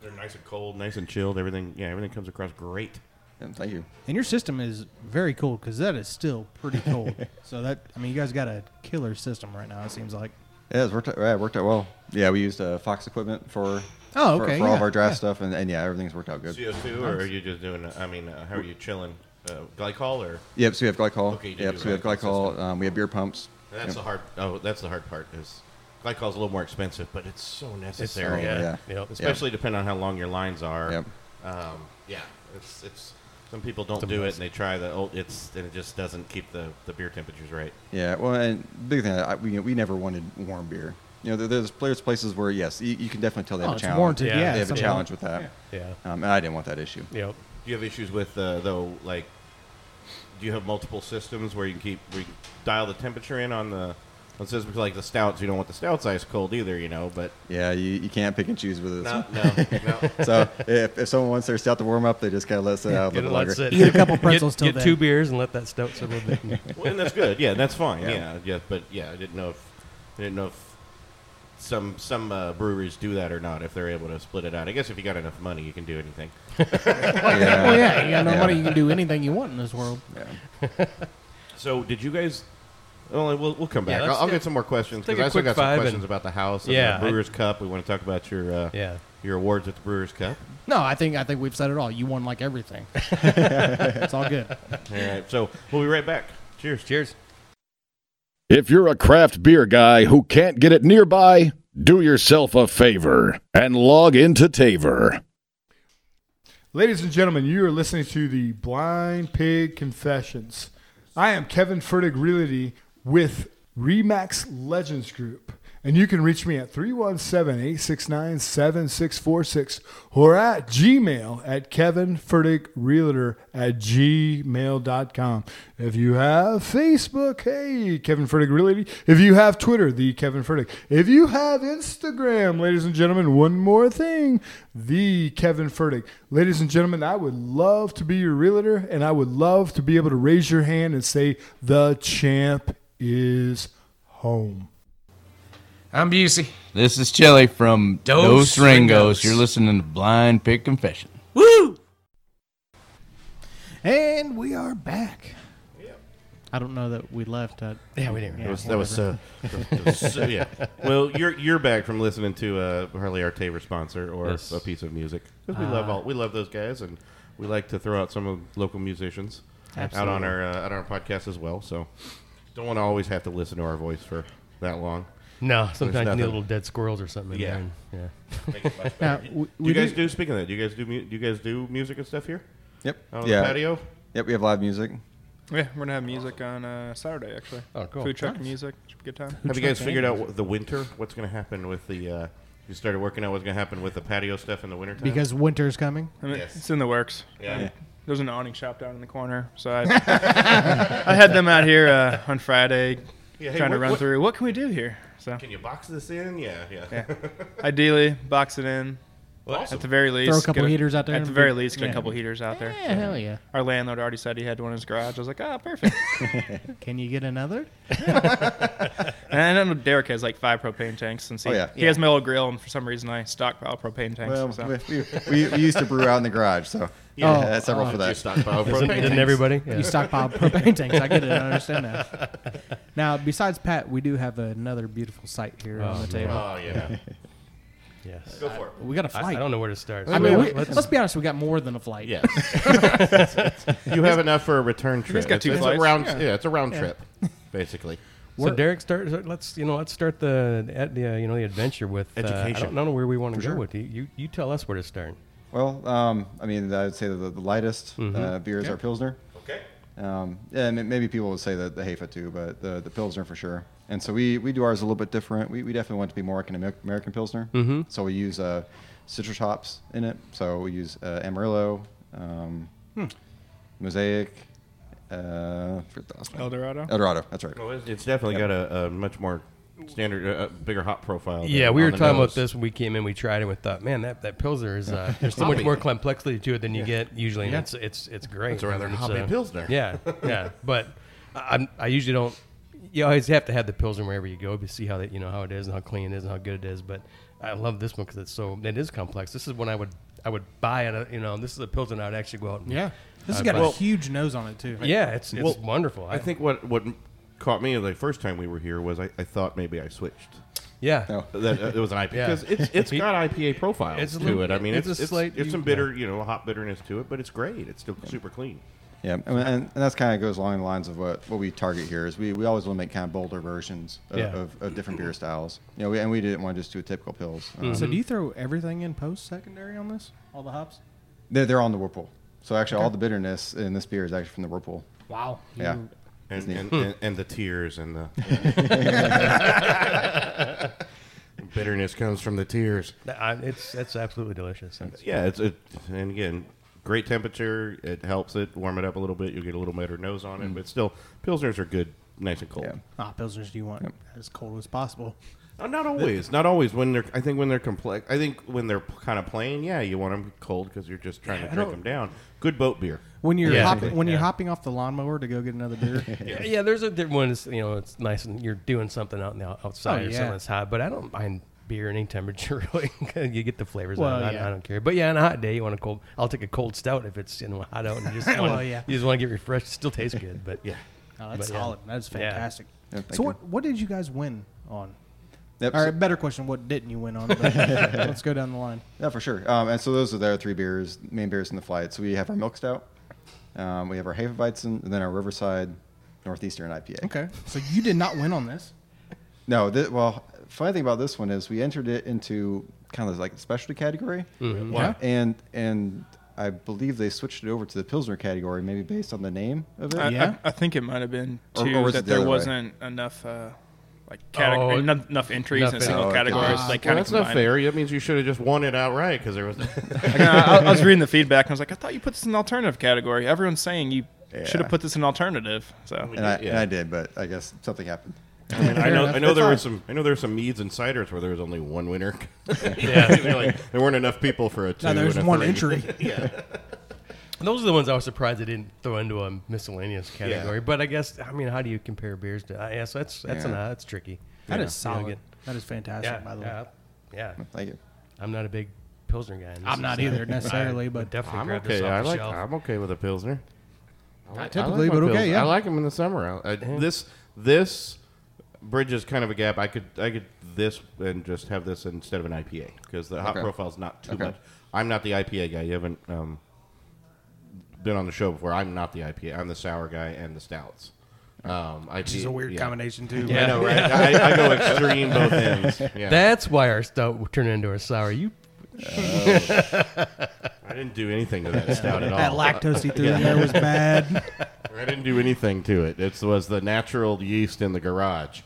Speaker 4: They're nice and cold, nice and chilled. Everything, yeah, everything comes across great.
Speaker 7: Yeah, thank you.
Speaker 5: and your system is very cool because that is still pretty cold. so that, I mean, you guys got a killer system right now. It seems like.
Speaker 7: Yeah, it's worked out, yeah, it worked out well. Yeah, we used uh, Fox equipment for
Speaker 5: Oh,
Speaker 7: for-
Speaker 5: okay,
Speaker 7: for, all of
Speaker 5: yeah,
Speaker 7: our draft stuff, and, and yeah, everything's worked out good.
Speaker 4: CO2, or are you just doing? I mean, uh, how are you chilling? Uh, glycol, or
Speaker 7: Yep, so we have glycol.
Speaker 4: Okay, you did
Speaker 7: yep,
Speaker 4: do
Speaker 7: so we have
Speaker 4: glycol
Speaker 7: glycol. Um, we have beer pumps.
Speaker 4: that's
Speaker 7: Yep.
Speaker 4: the hard. Oh, that's the hard part. Is glycol's a little more expensive, but it's so necessary,
Speaker 7: Oh, yeah.
Speaker 6: Yep.
Speaker 4: especially depending on how long your lines are.
Speaker 7: Yep.
Speaker 4: Um, yeah, it's it's. so Some people don't do it, and they try the old. It's and it just doesn't keep the, the beer temperatures right.
Speaker 7: Yeah, well, and the big thing, I, we, we never wanted warm beer. You know, there, there's there's places where yes, you, you can definitely tell they have
Speaker 5: Oh,
Speaker 7: a
Speaker 5: it's
Speaker 7: challenge.
Speaker 5: warranted, yeah,
Speaker 7: they have a
Speaker 5: something.
Speaker 7: challenge with that.
Speaker 6: Yeah.
Speaker 7: Um, and I didn't want that issue.
Speaker 6: Yep.
Speaker 4: Do you have issues with uh, though? Like, do you have multiple systems where you can keep where you can dial the temperature in on the on systems like the stouts? You don't want the stouts ice cold either, you know. But
Speaker 7: Yeah, you, you can't pick and choose with this.
Speaker 4: no, no, no.
Speaker 7: So if, if someone wants their stout to warm up, they just gotta let it out a
Speaker 6: Get it,
Speaker 7: little bit longer.
Speaker 6: let sit.
Speaker 5: Eat a couple pretzels
Speaker 6: get,
Speaker 5: till
Speaker 6: get
Speaker 5: then.
Speaker 6: two beers and let that stout sit a little bit.
Speaker 4: Well, and that's good. Yeah, that's fine.
Speaker 7: Yeah.
Speaker 4: Yeah. yeah, But yeah, I didn't know if I didn't know if some some uh, breweries do that or not. If they're able to split it out, I guess if you got enough money, you can do anything.
Speaker 7: Yeah.
Speaker 5: Well, Oh, yeah, you got no
Speaker 7: Yeah.
Speaker 5: money, you can do anything you want in this world.
Speaker 7: Yeah.
Speaker 4: So, did you guys? Well, we'll, we'll come
Speaker 6: Yeah,
Speaker 4: back.
Speaker 6: let's
Speaker 4: I'll, I'll
Speaker 6: get-
Speaker 4: get some more questions
Speaker 6: take
Speaker 4: because
Speaker 6: a
Speaker 4: I still got
Speaker 6: quick
Speaker 4: some
Speaker 6: five
Speaker 4: questions
Speaker 6: and-
Speaker 4: about the house and
Speaker 6: Yeah,
Speaker 4: the
Speaker 6: I-
Speaker 4: Brewers Cup. We want to talk about your uh,
Speaker 6: yeah.
Speaker 4: your awards at the Brewers Cup.
Speaker 5: No, I think I think we've said it all. You won like everything. it's all good.
Speaker 4: All right, so we'll be right back. Cheers.
Speaker 6: Cheers.
Speaker 8: If you're a craft beer guy who can't get it nearby, do yourself a favor and log into Taver.
Speaker 9: Ladies and gentlemen, you are listening to the Blind Pig Confessions. I am Kevin Furtig Realty with Remax Legends Group, and you can reach me at 317-869-7646 or at Gmail at Kevin Furtick Realtor at gmail.com. If you have Facebook, hey, Kevin Furtick Realty. If you have Twitter, the Kevin Furtick. If you have Instagram, ladies and gentlemen, one more thing, the Kevin Furtick. Ladies and gentlemen, I would love to be your realtor, and I would love to be able to raise your hand and say, the champ is home.
Speaker 10: I'm Busey.
Speaker 11: This is Chili from
Speaker 10: Dos
Speaker 11: Dos
Speaker 10: Ringos.
Speaker 11: Ringos. You're listening to Blind Pig Confession.
Speaker 10: Woo!
Speaker 5: And we are back. I don't know that we left. uh, At, yeah, we didn't.
Speaker 4: That was, that was so, so- yeah. Well, you're you're back from listening to uh, Harley Artaver sponsor or
Speaker 6: Yes.
Speaker 4: a piece of music because
Speaker 5: Ah.
Speaker 4: we love all we love those guys and we like to throw out some of the local musicians out on
Speaker 5: Absolutely.
Speaker 4: our uh, out on our podcast as well. So don't want to always have to listen to our voice for that long.
Speaker 6: No, sometimes you
Speaker 4: nothing.
Speaker 6: need little dead squirrels or something. in
Speaker 4: Yeah.
Speaker 6: there and- Yeah.
Speaker 5: Now, we,
Speaker 4: Do
Speaker 5: we
Speaker 4: you guys do speaking of that? Do you guys do mu- do you guys do music and stuff here
Speaker 7: Yep.
Speaker 4: out on
Speaker 7: Yeah.
Speaker 4: the patio?
Speaker 7: Yep. We have live music.
Speaker 3: Yeah, we're gonna have music on uh, Saturday actually.
Speaker 6: Oh, cool.
Speaker 3: Food truck
Speaker 6: Nice.
Speaker 3: music. Should be a good time.
Speaker 4: Have you guys figured out what, the winter? What's going to happen with the? Uh, you started working out what's going to happen with the patio stuff in the wintertime?
Speaker 5: because winter's coming.
Speaker 3: I mean,
Speaker 4: Yes.
Speaker 3: It's in the works.
Speaker 4: yeah.
Speaker 3: There's an awning shop down in the corner, so I, I had them out here uh, on Friday,
Speaker 4: Yeah, hey,
Speaker 3: trying to
Speaker 4: what-
Speaker 3: run
Speaker 4: what-
Speaker 3: through what can we do here. So
Speaker 4: Can you box this in? Yeah, yeah.
Speaker 3: ideally, box it in
Speaker 4: Awesome.
Speaker 3: at the very least.
Speaker 5: Throw a couple
Speaker 3: get
Speaker 5: heaters out there
Speaker 3: At
Speaker 5: and
Speaker 3: the
Speaker 5: be-
Speaker 3: very least, get
Speaker 5: yeah.
Speaker 3: a couple heaters out there.
Speaker 5: Yeah, hell yeah.
Speaker 3: Our landlord already said he had one in his garage. I was like, ah, perfect.
Speaker 5: Can you get another?
Speaker 3: and I know Derek has like five propane tanks since he,
Speaker 7: Oh, yeah.
Speaker 3: he has my old grill, and for some reason I stockpile propane tanks.
Speaker 7: Well,
Speaker 3: so.
Speaker 7: we, we, we used to brew out in the garage, so yeah,
Speaker 5: Oh,
Speaker 7: had several
Speaker 5: oh.
Speaker 7: for
Speaker 4: You
Speaker 7: that.
Speaker 4: stockpile
Speaker 6: Isn't,
Speaker 4: propane.
Speaker 6: isn't everybody? Yeah.
Speaker 5: You stockpile propane tanks. I get it. I understand that. Now, besides Pat, we do have another beautiful sight here on the table.
Speaker 4: Oh yeah.
Speaker 6: Yes.
Speaker 4: Go for it.
Speaker 5: We got a
Speaker 6: I,
Speaker 5: flight.
Speaker 6: I don't know where to start.
Speaker 5: I mean,
Speaker 6: So
Speaker 5: we, let's, be honest. We got more than a flight.
Speaker 4: Yes. you have enough for a return trip.
Speaker 3: got
Speaker 4: It's-
Speaker 3: two
Speaker 4: it's, a
Speaker 3: flights.
Speaker 4: round.
Speaker 3: Yeah.
Speaker 4: Yeah. it's a round trip, basically.
Speaker 6: So Derek, start. so Let's you know. Let's start the the, the uh, you know the adventure with uh, I
Speaker 4: Education.
Speaker 6: don't know where we want to go with you. you. You tell us where to start.
Speaker 7: Well, um, I mean, I would say that the, the lightest uh, beer is our pilsner.
Speaker 4: Okay.
Speaker 7: Um, and m- maybe people would say that the Haifa too, but the, the Pilsner for sure. And so we, we do ours a little bit different. We, we definitely want it to be more like an Amer- American Pilsner. Mm-hmm. So we use uh, citrus hops in it. So we use uh, Amarillo, um, Mosaic, uh, forget the last one.
Speaker 3: Eldorado.
Speaker 7: Eldorado. That's right.
Speaker 4: Well, it's, it's definitely got a, a much more standard, uh, uh, bigger hop profile. than
Speaker 6: Yeah, we were
Speaker 4: on the
Speaker 6: talking
Speaker 4: nose.
Speaker 6: about this when we came in. We tried and we thought, man, that, that pilsner is uh, there's so much more complexity to it than you get usually. And it's it's it's great.
Speaker 4: It's a rather
Speaker 6: I mean,
Speaker 4: hoppy pilsner.
Speaker 6: Yeah, yeah. but I, I'm- I usually don't. You always have to have the pilsner wherever you go to see how that you know how it is and how clean it is and how good it is. But I love this one because it's so it is complex. This is one I would I would buy it. uh, You know, this is a pilsner I would actually go out and
Speaker 5: Yeah. This has
Speaker 6: I'd
Speaker 5: got
Speaker 6: buy.
Speaker 5: a huge nose on it too.
Speaker 6: Yeah, it's it's
Speaker 4: Well,
Speaker 6: wonderful.
Speaker 4: I think what what caught me the first time we were here was I, I thought maybe I switched.
Speaker 6: yeah.
Speaker 4: That uh, it was an IPA
Speaker 6: Yeah.
Speaker 4: because it's it's got IPA profile
Speaker 6: It's a
Speaker 4: to
Speaker 6: little-
Speaker 4: it. I mean,
Speaker 6: it's
Speaker 4: it's
Speaker 6: a
Speaker 4: it's,
Speaker 6: slight-
Speaker 4: it's some
Speaker 6: yeah.
Speaker 4: bitter, you know, hop bitterness to it, but it's great. It's still super clean.
Speaker 7: Yeah, and, and, and that's kind of goes along the lines of what, what we target here is we, we always want to make kind of bolder versions of,
Speaker 6: Yeah.
Speaker 7: of, of different beer styles. You know, we, and we didn't want to just do a typical pills. Um,
Speaker 6: Mm-hmm.
Speaker 5: So do you throw everything in post secondary on this? All the hops?
Speaker 7: they're, they're on the Whirlpool. So actually, all
Speaker 5: Okay.
Speaker 7: the bitterness in this beer is actually from the whirlpool.
Speaker 5: Wow.
Speaker 7: Yeah.
Speaker 5: You-
Speaker 4: And,
Speaker 7: Neat.
Speaker 4: and, and, and the tears and the bitterness comes from the tears.
Speaker 6: I, it's that's absolutely delicious.
Speaker 4: Yeah, it's it, and again, great temperature. It helps it warm it up a little bit. You'll get a little better nose on it, but still, pilsners are good, nice and cold.
Speaker 5: Ah, pilsners, do you want as cold as possible?
Speaker 4: Oh, not Always, not always. When they're, I think when they're complex, I think when they're kind of plain, yeah, you want them cold because you're just trying
Speaker 5: I
Speaker 4: to drink
Speaker 5: don't-
Speaker 4: them down. Good boat beer.
Speaker 5: When you're
Speaker 6: Yeah.
Speaker 5: hopping, when you're
Speaker 6: Yeah.
Speaker 5: hopping off the lawnmower to go get another beer.
Speaker 6: Yeah, yeah, there's a different one. That's, you know, it's nice and you're doing something out now outside
Speaker 5: Oh,
Speaker 6: or
Speaker 5: yeah.
Speaker 6: something that's hot. But I don't mind beer any temperature really. 'cause you get the flavors.
Speaker 5: Well,
Speaker 6: out. of it.
Speaker 5: yeah.
Speaker 6: I, I don't care. But yeah, on a hot day, you want a cold. I'll take a cold stout if it's you know hot out and you just want,
Speaker 5: Well, yeah.
Speaker 6: you just want to get refreshed. It still tastes good, but yeah.
Speaker 5: Oh, that's
Speaker 6: But, yeah.
Speaker 5: solid. That's
Speaker 6: Yeah.
Speaker 5: fantastic.
Speaker 7: Yeah, thank
Speaker 5: so
Speaker 7: you.
Speaker 5: what what did you guys win on?
Speaker 7: Yep,
Speaker 5: All
Speaker 7: so-
Speaker 5: right, better question. What didn't you win on? But let's go down the line.
Speaker 7: Yeah, for sure. Um, and so those are the three beers, main beers in the flight. So we have our milk stout, um, we have our Hefeweizen, and then our Riverside Northeastern IPA.
Speaker 5: Okay, so you did not win on this.
Speaker 7: No, th- well, funny thing about this one is we entered it into kind of like the specialty category,
Speaker 6: Mhm. Wow.
Speaker 7: and and I believe they switched it over to the pilsner category, maybe based on the name of it.
Speaker 3: Uh, I, I, I think it might have been
Speaker 7: Or-
Speaker 3: too
Speaker 7: or was
Speaker 3: that
Speaker 7: it the
Speaker 3: there
Speaker 7: other way?
Speaker 3: wasn't enough uh, like category,
Speaker 6: Oh,
Speaker 3: enough, enough entries in a
Speaker 6: enough
Speaker 3: single
Speaker 7: Oh,
Speaker 6: entries.
Speaker 3: category.
Speaker 6: Ah,
Speaker 3: so they
Speaker 6: well,
Speaker 3: kind of
Speaker 4: that's not fair. That means you should have just won it outright because there was.
Speaker 3: Like, uh, I, I was reading the feedback and I was like, I thought you put this in the alternative category. Everyone's saying you should
Speaker 7: Yeah.
Speaker 3: have put this in alternative. So
Speaker 7: And I, and I did, but I guess something happened.
Speaker 4: I mean, I
Speaker 3: Fair
Speaker 4: know,
Speaker 3: enough.
Speaker 4: I know
Speaker 3: That's
Speaker 4: there
Speaker 3: all
Speaker 4: were
Speaker 3: right.
Speaker 4: some. I know there were some meads and ciders where there was only one winner.
Speaker 6: Yeah.
Speaker 4: They're like, there weren't enough people for a two.
Speaker 5: Now there's
Speaker 4: and a
Speaker 5: one
Speaker 4: three.
Speaker 5: entry.
Speaker 4: yeah.
Speaker 6: Those are the ones I was surprised they didn't throw into a miscellaneous category. But I guess I mean, how do you compare beers to? I guess that's that's
Speaker 7: Yeah.
Speaker 6: an, uh, that's tricky.
Speaker 5: That is
Speaker 6: That is
Speaker 5: solid. That is fantastic.
Speaker 6: Yeah,
Speaker 5: by the way,
Speaker 6: yeah, yeah.
Speaker 7: Thank you.
Speaker 6: I'm not a big pilsner guy. and this
Speaker 5: I'm not
Speaker 6: is, uh,
Speaker 5: either necessarily,
Speaker 6: I
Speaker 5: but-
Speaker 6: would definitely
Speaker 4: I'm
Speaker 6: grab
Speaker 4: okay.
Speaker 6: this off
Speaker 4: I
Speaker 6: the
Speaker 4: like.
Speaker 6: shelf.
Speaker 4: I'm okay with a pilsner. I like- I like
Speaker 5: typically,
Speaker 4: my
Speaker 5: but okay,
Speaker 4: Pils-
Speaker 5: yeah.
Speaker 4: I like them in the summer. I, I, This this bridges kind of a gap. I could I could this and just have this instead of an IPA because the hot
Speaker 7: Okay.
Speaker 4: profile's not too
Speaker 7: Okay.
Speaker 4: much. I'm not the IPA guy. You haven't um, been on the show before. I'm not the IPA. I'm the sour guy and the stouts. Um, Which
Speaker 5: is a weird combination, too.
Speaker 4: I know, right? I, I go extreme both ends. Yeah.
Speaker 6: That's why our stout turned into a sour. You.
Speaker 4: I didn't do anything to that stout at all.
Speaker 5: That lactose he threw in there was bad.
Speaker 4: I didn't do anything to it. It was the natural yeast in the garage.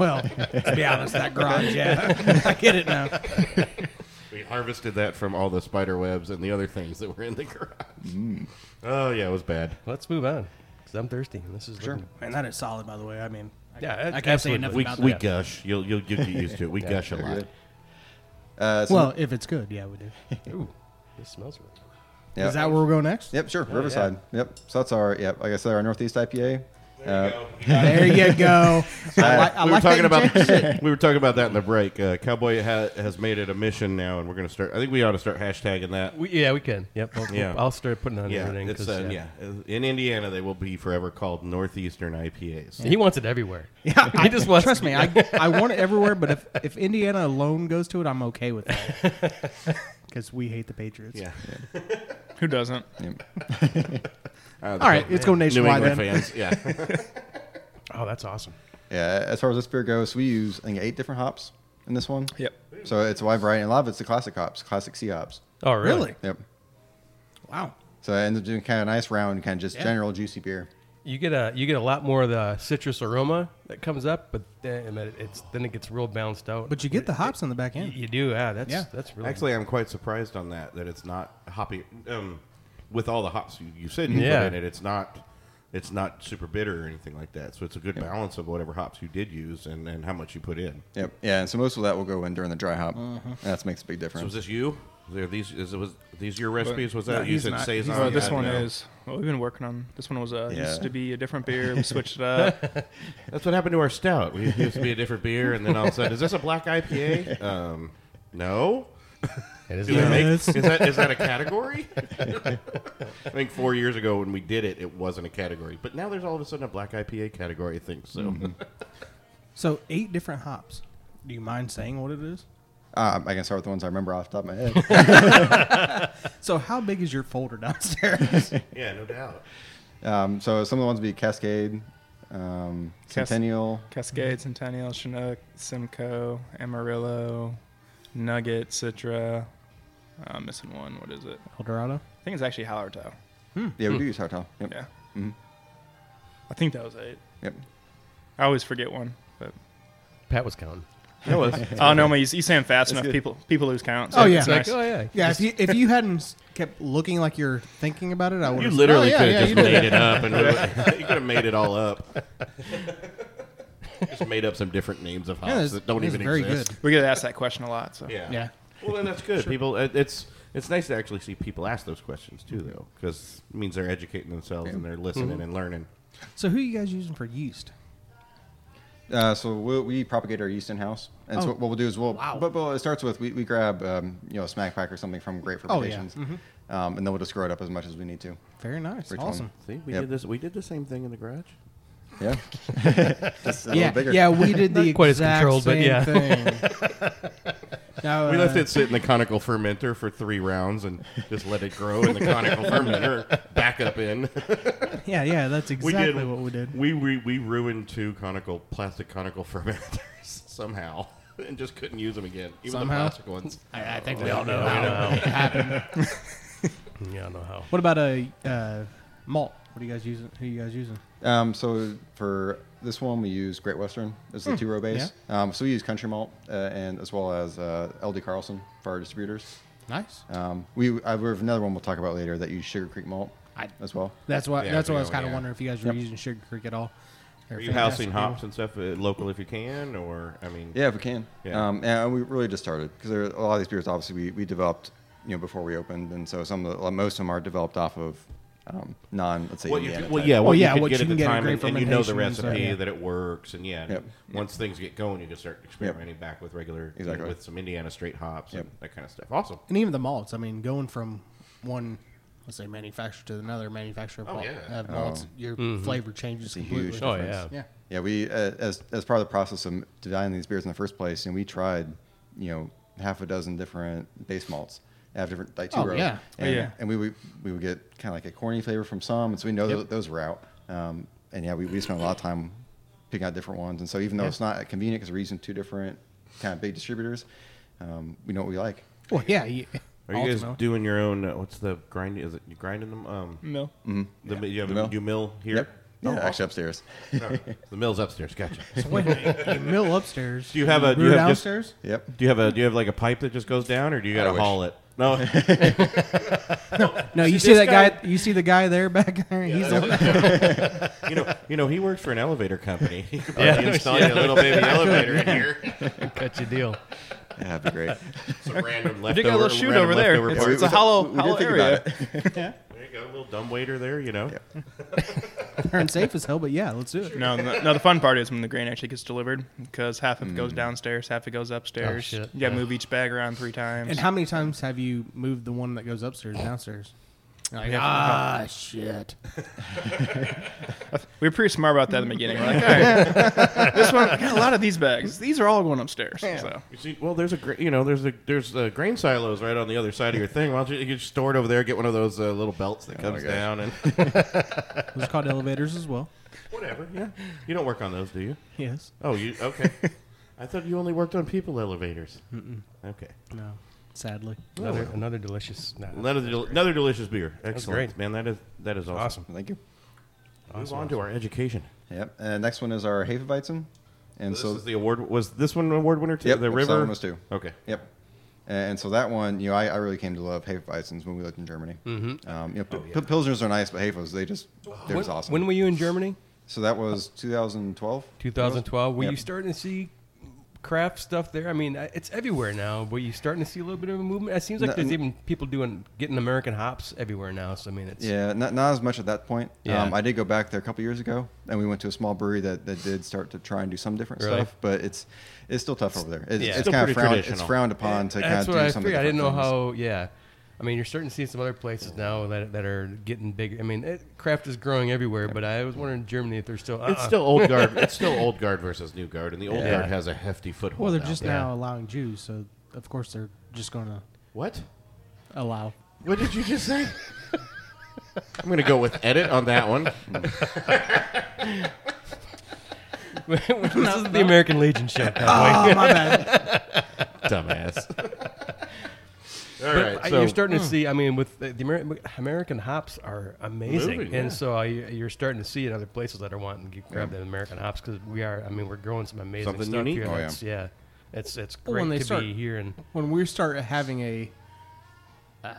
Speaker 5: Well, to be honest, that garage, yeah, I get it now.
Speaker 4: We harvested that from all the spider webs and the other things that were in the garage. Oh yeah, it was bad.
Speaker 6: Let's move on because I'm thirsty. and This is
Speaker 5: Sure,
Speaker 6: looking-
Speaker 5: man, that is solid. By the way, I mean, I-
Speaker 6: Yeah,
Speaker 5: I,
Speaker 6: that-
Speaker 5: can't
Speaker 6: absolutely.
Speaker 5: say enough
Speaker 4: We,
Speaker 5: about
Speaker 4: we
Speaker 5: that.
Speaker 4: gush. You'll you'll get used to it. We gush a lot.
Speaker 7: Uh, so-
Speaker 5: Well, if it's good, yeah, we do.
Speaker 6: Ooh, this smells really. good.
Speaker 7: yeah.
Speaker 5: Is that Oh, where we're going next?
Speaker 7: Yep, sure. Riverside. Yep. So that's our yep. Like I said, our Northeast IPA. Uh,
Speaker 5: There you go. I, like I
Speaker 4: we were
Speaker 5: like
Speaker 4: talking
Speaker 5: that you changed it.
Speaker 4: about we were talking about that in the break. Uh, Cowboy ha- has made it a mission now, and we're going to start. I think we ought to start hashtagging that.
Speaker 6: We, yeah, we can. Yep. I'll,
Speaker 4: Yeah.
Speaker 6: I'll start putting on
Speaker 4: Yeah,
Speaker 6: everything.
Speaker 4: it's,
Speaker 6: 'cause,
Speaker 4: uh, yeah. In Indiana, they will be forever called Northeastern IPAs.
Speaker 6: He wants it everywhere.
Speaker 5: Yeah, I,
Speaker 6: He just wants-
Speaker 5: trust me. I, I want it everywhere, but if, if Indiana alone goes to it, I'm okay with that because we hate the Patriots.
Speaker 4: Yeah.
Speaker 3: Who doesn't?
Speaker 4: Uh, the
Speaker 5: All right,
Speaker 4: New
Speaker 5: let's go nationwide
Speaker 4: England
Speaker 5: then.
Speaker 4: fans, yeah.
Speaker 6: Oh, that's awesome.
Speaker 7: yeah. As far as this beer goes, we use I think eight different hops in this one.
Speaker 3: Yep.
Speaker 7: So it's a wide variety. A lot of it's the classic hops, classic sea hops.
Speaker 6: Oh, really?
Speaker 7: Yep.
Speaker 5: Wow.
Speaker 7: So I ended up doing kind of a nice round, kind of just general juicy beer.
Speaker 6: You get a you get a lot more of the citrus aroma that comes up, but then it- it's then it gets real balanced out.
Speaker 5: But you get the hops on the back
Speaker 6: you,
Speaker 5: end.
Speaker 6: you do, yeah. That's
Speaker 5: Yeah.
Speaker 6: that's really
Speaker 4: Actually, I'm quite surprised on that that it's not hoppy. Um, with all the hops you, you said you
Speaker 6: Yeah.
Speaker 4: put in it, it's not it's not super bitter or anything like that. So it's a good balance of whatever hops you did use and, and how much you put in.
Speaker 7: Yep. Yeah. And so most of that will go in during the dry hop.
Speaker 5: Uh-huh.
Speaker 7: And that makes a big
Speaker 4: So
Speaker 7: difference.
Speaker 4: was this you? Are these is it, was these your recipes? Was that you
Speaker 5: he's
Speaker 4: said
Speaker 5: not- he's
Speaker 4: saison?
Speaker 3: Well, Uh,
Speaker 4: you
Speaker 3: this
Speaker 4: had?
Speaker 3: one
Speaker 4: No.
Speaker 3: is. Well, we've been working on this one. Was uh,
Speaker 7: Yeah.
Speaker 3: used to be a different beer. We switched it up.
Speaker 4: That's what happened to our stout. We it used to be a different beer, and then all of a sudden, is this a black IPA? Um, no.
Speaker 6: it is
Speaker 4: Do they
Speaker 6: nice.
Speaker 4: make,
Speaker 5: Yes.
Speaker 4: is that is that a category? I think four years ago when we did it, it wasn't a category, but now there's all of a sudden a black IPA category. I think so.
Speaker 5: So eight different hops. Do you mind saying what it is?
Speaker 7: Um, I can start with the ones I remember off the top of my head.
Speaker 5: So how big is your folder downstairs?
Speaker 4: yeah, no doubt.
Speaker 7: um, so some of the ones would be Cascade, um,
Speaker 3: Cas-
Speaker 7: Centennial.
Speaker 3: Cascade, Centennial, Chinook, Simcoe, Amarillo, Nugget, Citra, Uh, I'm missing one. What is it?
Speaker 5: Eldorado.
Speaker 3: I think it's actually Hallertau.
Speaker 7: Yeah, we do use Hartel.
Speaker 5: Hmm.
Speaker 7: Yep.
Speaker 3: Yeah.
Speaker 7: Mhm.
Speaker 3: I think that was it.
Speaker 7: Yep.
Speaker 3: I always forget one, but
Speaker 6: Pat was counting.
Speaker 3: I was. oh no, man, you, you say them fast enough, people people lose count. so
Speaker 5: oh yeah,
Speaker 3: it's nice.
Speaker 5: yeah. If you if you hadn't s- kept looking like you're thinking about it, I would.
Speaker 4: You literally
Speaker 5: Oh, yeah,
Speaker 4: could have
Speaker 5: yeah,
Speaker 4: just
Speaker 5: you did
Speaker 4: made
Speaker 5: it.
Speaker 4: it up, and you could have made it all up. just made up some different names of
Speaker 5: Yeah,
Speaker 4: houses that
Speaker 5: that's-
Speaker 4: don't
Speaker 5: that's
Speaker 4: even
Speaker 5: very
Speaker 4: exist.
Speaker 3: we get asked that question a lot. So
Speaker 4: Yeah.
Speaker 5: Yeah.
Speaker 4: Well, then that's good. People, it, it's it's nice to actually see people ask those questions too, though, because it means they're educating themselves and they're listening
Speaker 5: Mhm.
Speaker 4: and learning.
Speaker 5: So who you guys using for yeast?
Speaker 7: Uh, so we, we propagate our yeast in house, and so
Speaker 5: Oh.
Speaker 7: what we'll do is we'll.
Speaker 5: Wow.
Speaker 7: But, but it starts with we, we grab um, you know a smack pack or something from great
Speaker 5: Oh, yeah.
Speaker 7: fermentations,
Speaker 5: Mhm.
Speaker 7: um, and then we'll just grow it up as much as we need to.
Speaker 5: Very nice.
Speaker 7: For each one.
Speaker 5: awesome.
Speaker 4: See, we
Speaker 7: Yep.
Speaker 4: did this. We did the same thing in the garage.
Speaker 7: Yeah. Just a little
Speaker 5: yeah,
Speaker 7: bigger.
Speaker 5: yeah, we did the
Speaker 6: Not quite as
Speaker 5: exact
Speaker 6: controlled, but
Speaker 5: same
Speaker 6: yeah.
Speaker 5: thing. now,
Speaker 4: we left
Speaker 5: uh,
Speaker 4: it sit in the conical fermenter for three rounds and just let it grow in the conical fermenter. Back up in.
Speaker 5: Yeah, yeah, that's exactly what we did.
Speaker 4: We, we we ruined two conical plastic conical fermenters somehow, and just couldn't use them again. Even the
Speaker 5: Somehow?
Speaker 4: plastic ones.
Speaker 10: I, I think
Speaker 6: We all know how it happened. yeah, I know how.
Speaker 5: What about a uh, malt? What are you guys using? Who you guys using?
Speaker 7: Um, so for this one, we use Great Western as
Speaker 4: Hmm.
Speaker 7: the two row base. Um, so we use Country Malt uh, and as well as uh, LD Carlson for our distributors.
Speaker 5: Nice.
Speaker 7: Um, we I, we have another one we'll talk about later that uses Sugar Creek Malt as well.
Speaker 5: That's why.
Speaker 4: Yeah,
Speaker 5: that's why I
Speaker 4: yeah,
Speaker 5: was kind of
Speaker 4: yeah.
Speaker 5: wondering if you guys were
Speaker 7: Yep.
Speaker 5: using Sugar Creek at all. They're
Speaker 4: Are you
Speaker 5: fantastic
Speaker 4: housing
Speaker 5: people.
Speaker 4: hops and stuff uh, local if you can, or I mean,
Speaker 7: Yeah, if we can.
Speaker 4: Yeah.
Speaker 7: Um, and we really just started because there are a lot of these beers. Obviously, we, we developed you know before we opened, and so some of the, most of them are developed off of um, non let's say
Speaker 4: Well, you,
Speaker 7: Indiana.
Speaker 4: well,
Speaker 7: type.
Speaker 4: yeah,
Speaker 5: Well,
Speaker 4: what you
Speaker 5: yeah,
Speaker 4: can
Speaker 5: what
Speaker 4: get
Speaker 5: you
Speaker 4: at
Speaker 5: can
Speaker 4: the
Speaker 5: get at
Speaker 4: time,
Speaker 5: great
Speaker 4: and, and you know the
Speaker 5: fermentations, uh,
Speaker 4: recipe
Speaker 5: yeah.
Speaker 4: that it works, and yeah, and
Speaker 7: Yep.
Speaker 4: once things get going, you just start experimenting back with regular,
Speaker 7: Exactly.
Speaker 4: with some Indiana straight hops and
Speaker 7: Yep.
Speaker 4: that kind of stuff. Awesome.
Speaker 5: and even the malts. I mean, going from one, let's say, manufacturer to another manufacturer of
Speaker 4: Oh,
Speaker 5: malt-
Speaker 4: yeah.
Speaker 5: of malts, your flavor changes
Speaker 7: It's Mm-hmm. a
Speaker 5: completely.
Speaker 7: huge
Speaker 6: Oh,
Speaker 7: difference.
Speaker 6: yeah.
Speaker 7: Yeah, we uh, as as part of the process of designing these beers in the first place, and we tried, you know, half a dozen different base malts. Have different like two
Speaker 5: Oh,
Speaker 7: rows.
Speaker 5: yeah. Oh,
Speaker 7: And,
Speaker 3: yeah.
Speaker 7: and we would we would get kind of like a corny flavor from some, and so we know tho- those were out. Um, and yeah, we, we spent a lot of time picking out different ones, and so even though it's not convenient because we're using two different kind of big distributors, um, we know what we like.
Speaker 5: Well, yeah. yeah.
Speaker 4: Are you guys
Speaker 5: Ultimately.
Speaker 4: doing your own? Uh, what's the grind? Is it you grinding them? Um,
Speaker 3: No.
Speaker 4: the, mi- you, have a-
Speaker 7: Mm-hmm. The mill.
Speaker 4: you mill here.
Speaker 7: Yep. Yeah,
Speaker 4: Oh,
Speaker 7: actually upstairs.
Speaker 4: awesome. Oh, the mill's upstairs. Gotcha.
Speaker 5: Wait a minute, you mill upstairs.
Speaker 4: Do you have a- do you
Speaker 5: brew
Speaker 4: have just-
Speaker 5: downstairs?
Speaker 7: Yep.
Speaker 4: do you have a do you have like a pipe that just goes down, or do you got to
Speaker 7: wish.
Speaker 4: haul it? No,
Speaker 5: no, you see
Speaker 4: this
Speaker 5: that guy, You see the guy there back there. He's the one-
Speaker 4: you know, you know, he works for an elevator company. He could probably install you a little baby elevator in here.
Speaker 6: Cut your deal.
Speaker 7: Yeah, that'd be great.
Speaker 4: Some random
Speaker 3: I
Speaker 4: leftover.
Speaker 3: did get a little shoot
Speaker 4: random
Speaker 3: over there.
Speaker 4: leftover
Speaker 3: It's, it's
Speaker 4: parts.
Speaker 3: a hollow,
Speaker 7: We did
Speaker 3: hollow
Speaker 7: think about
Speaker 3: area.
Speaker 7: it.
Speaker 4: There you go, a little dumb waiter there, you know.
Speaker 5: they're unsafe as hell, but yeah, let's do it.
Speaker 3: No, no, no, the fun part is when the grain actually gets delivered because half of it goes downstairs, half it goes upstairs.
Speaker 6: shit.
Speaker 3: You got to
Speaker 6: Yeah.
Speaker 3: move each bag around three times.
Speaker 5: And how many times have you moved the one that goes upstairs downstairs?
Speaker 4: Oh,
Speaker 5: Like,
Speaker 3: Yeah.
Speaker 5: ah, shit.
Speaker 3: we were pretty smart about that in the beginning. We're like, all right, this one, I got a lot of these bags. These are all going upstairs. So
Speaker 4: You see, well, there's a gra- you know there's a there's uh grain silos right on the other side of your thing. Why don't you, you just store it over there? Get one of those uh, little belts that comes
Speaker 7: Oh gosh.
Speaker 4: down and
Speaker 5: It was called elevators as well.
Speaker 4: whatever. Yeah, you don't work on those, do you?
Speaker 5: Yes.
Speaker 4: Oh, you okay? I thought you only worked on people elevators. Mm-mm. Okay,
Speaker 5: No. Sadly.
Speaker 6: Another, another delicious. Nah,
Speaker 4: another del- another delicious beer. Excellent,
Speaker 6: great.
Speaker 4: man. That is that is awesome.
Speaker 6: awesome.
Speaker 7: Thank you.
Speaker 4: Move on to our education.
Speaker 7: Yep. And next one is our Hefeweizen, and
Speaker 4: This
Speaker 7: so
Speaker 4: is the award. Was this one an award winner too?
Speaker 7: Yep,
Speaker 4: the
Speaker 7: yep,
Speaker 4: river
Speaker 7: Solomon was too.
Speaker 4: Okay.
Speaker 7: Yep. And so that one, you know, I, I really came to love Hefeweizens when we lived in Germany. Mm-hmm. Um, you know, P- P- Pilsners are nice, but Hefes, they just, they're
Speaker 6: When,
Speaker 7: just awesome.
Speaker 6: when were you in Germany?
Speaker 7: so that was 2012.
Speaker 6: 2012. Were
Speaker 7: Yep.
Speaker 6: you starting to see craft stuff there? I mean, I- it's everywhere now. Were you starting to see a little bit of a movement? It seems like
Speaker 7: No,
Speaker 6: there's
Speaker 7: n-
Speaker 6: even people doing getting American hops everywhere now. So I mean, it's
Speaker 7: Yeah, not, not as much at that point.
Speaker 6: Yeah.
Speaker 7: Um, I did go back there a couple years ago, and we went to a small brewery that, that did start to try and do some different
Speaker 6: Really?
Speaker 7: stuff, but it's it's still tough over there. It's,
Speaker 4: Yeah.
Speaker 7: it's
Speaker 4: Still
Speaker 7: kind
Speaker 4: pretty
Speaker 7: of frowned, it's
Speaker 4: traditional.
Speaker 7: frowned upon to kind
Speaker 6: that's
Speaker 7: of do
Speaker 6: what I
Speaker 7: some of
Speaker 6: figured.
Speaker 7: the
Speaker 6: I didn't know
Speaker 7: different things.
Speaker 6: how. Yeah, I mean, you're starting to see some other places now that that are getting bigger. I mean, it, craft is growing everywhere. But I was wondering in Germany if they're still. Uh,
Speaker 4: It's still old guard. It's still old guard versus new guard, and the old
Speaker 6: Yeah.
Speaker 4: guard has a hefty foothold.
Speaker 5: Well, they're
Speaker 4: now.
Speaker 5: just
Speaker 4: Yeah.
Speaker 5: now allowing Jews, so of course they're just going to
Speaker 4: what?
Speaker 5: allow.
Speaker 4: What did you just say? I'm gonna go with edit on that one.
Speaker 6: this is the
Speaker 7: Oh,
Speaker 6: American Legion show. Cowboy.
Speaker 5: Oh, my bad.
Speaker 4: Dumbass. All
Speaker 6: But
Speaker 4: right,
Speaker 6: I-
Speaker 4: so-
Speaker 6: you're starting to
Speaker 5: Hmm.
Speaker 6: see. I mean, with the, the Ameri- American hops are amazing,
Speaker 4: Moving, yeah.
Speaker 6: and so I, you're starting to see in other places that are wanting to grab
Speaker 4: Yeah.
Speaker 6: the American hops because we are. I mean, we're growing some amazing
Speaker 4: Something
Speaker 6: stuff
Speaker 4: unique.
Speaker 6: here. and
Speaker 4: Oh, yeah.
Speaker 6: it's, yeah. It's it's
Speaker 5: Well,
Speaker 6: great to be here and
Speaker 5: when we start having a uh,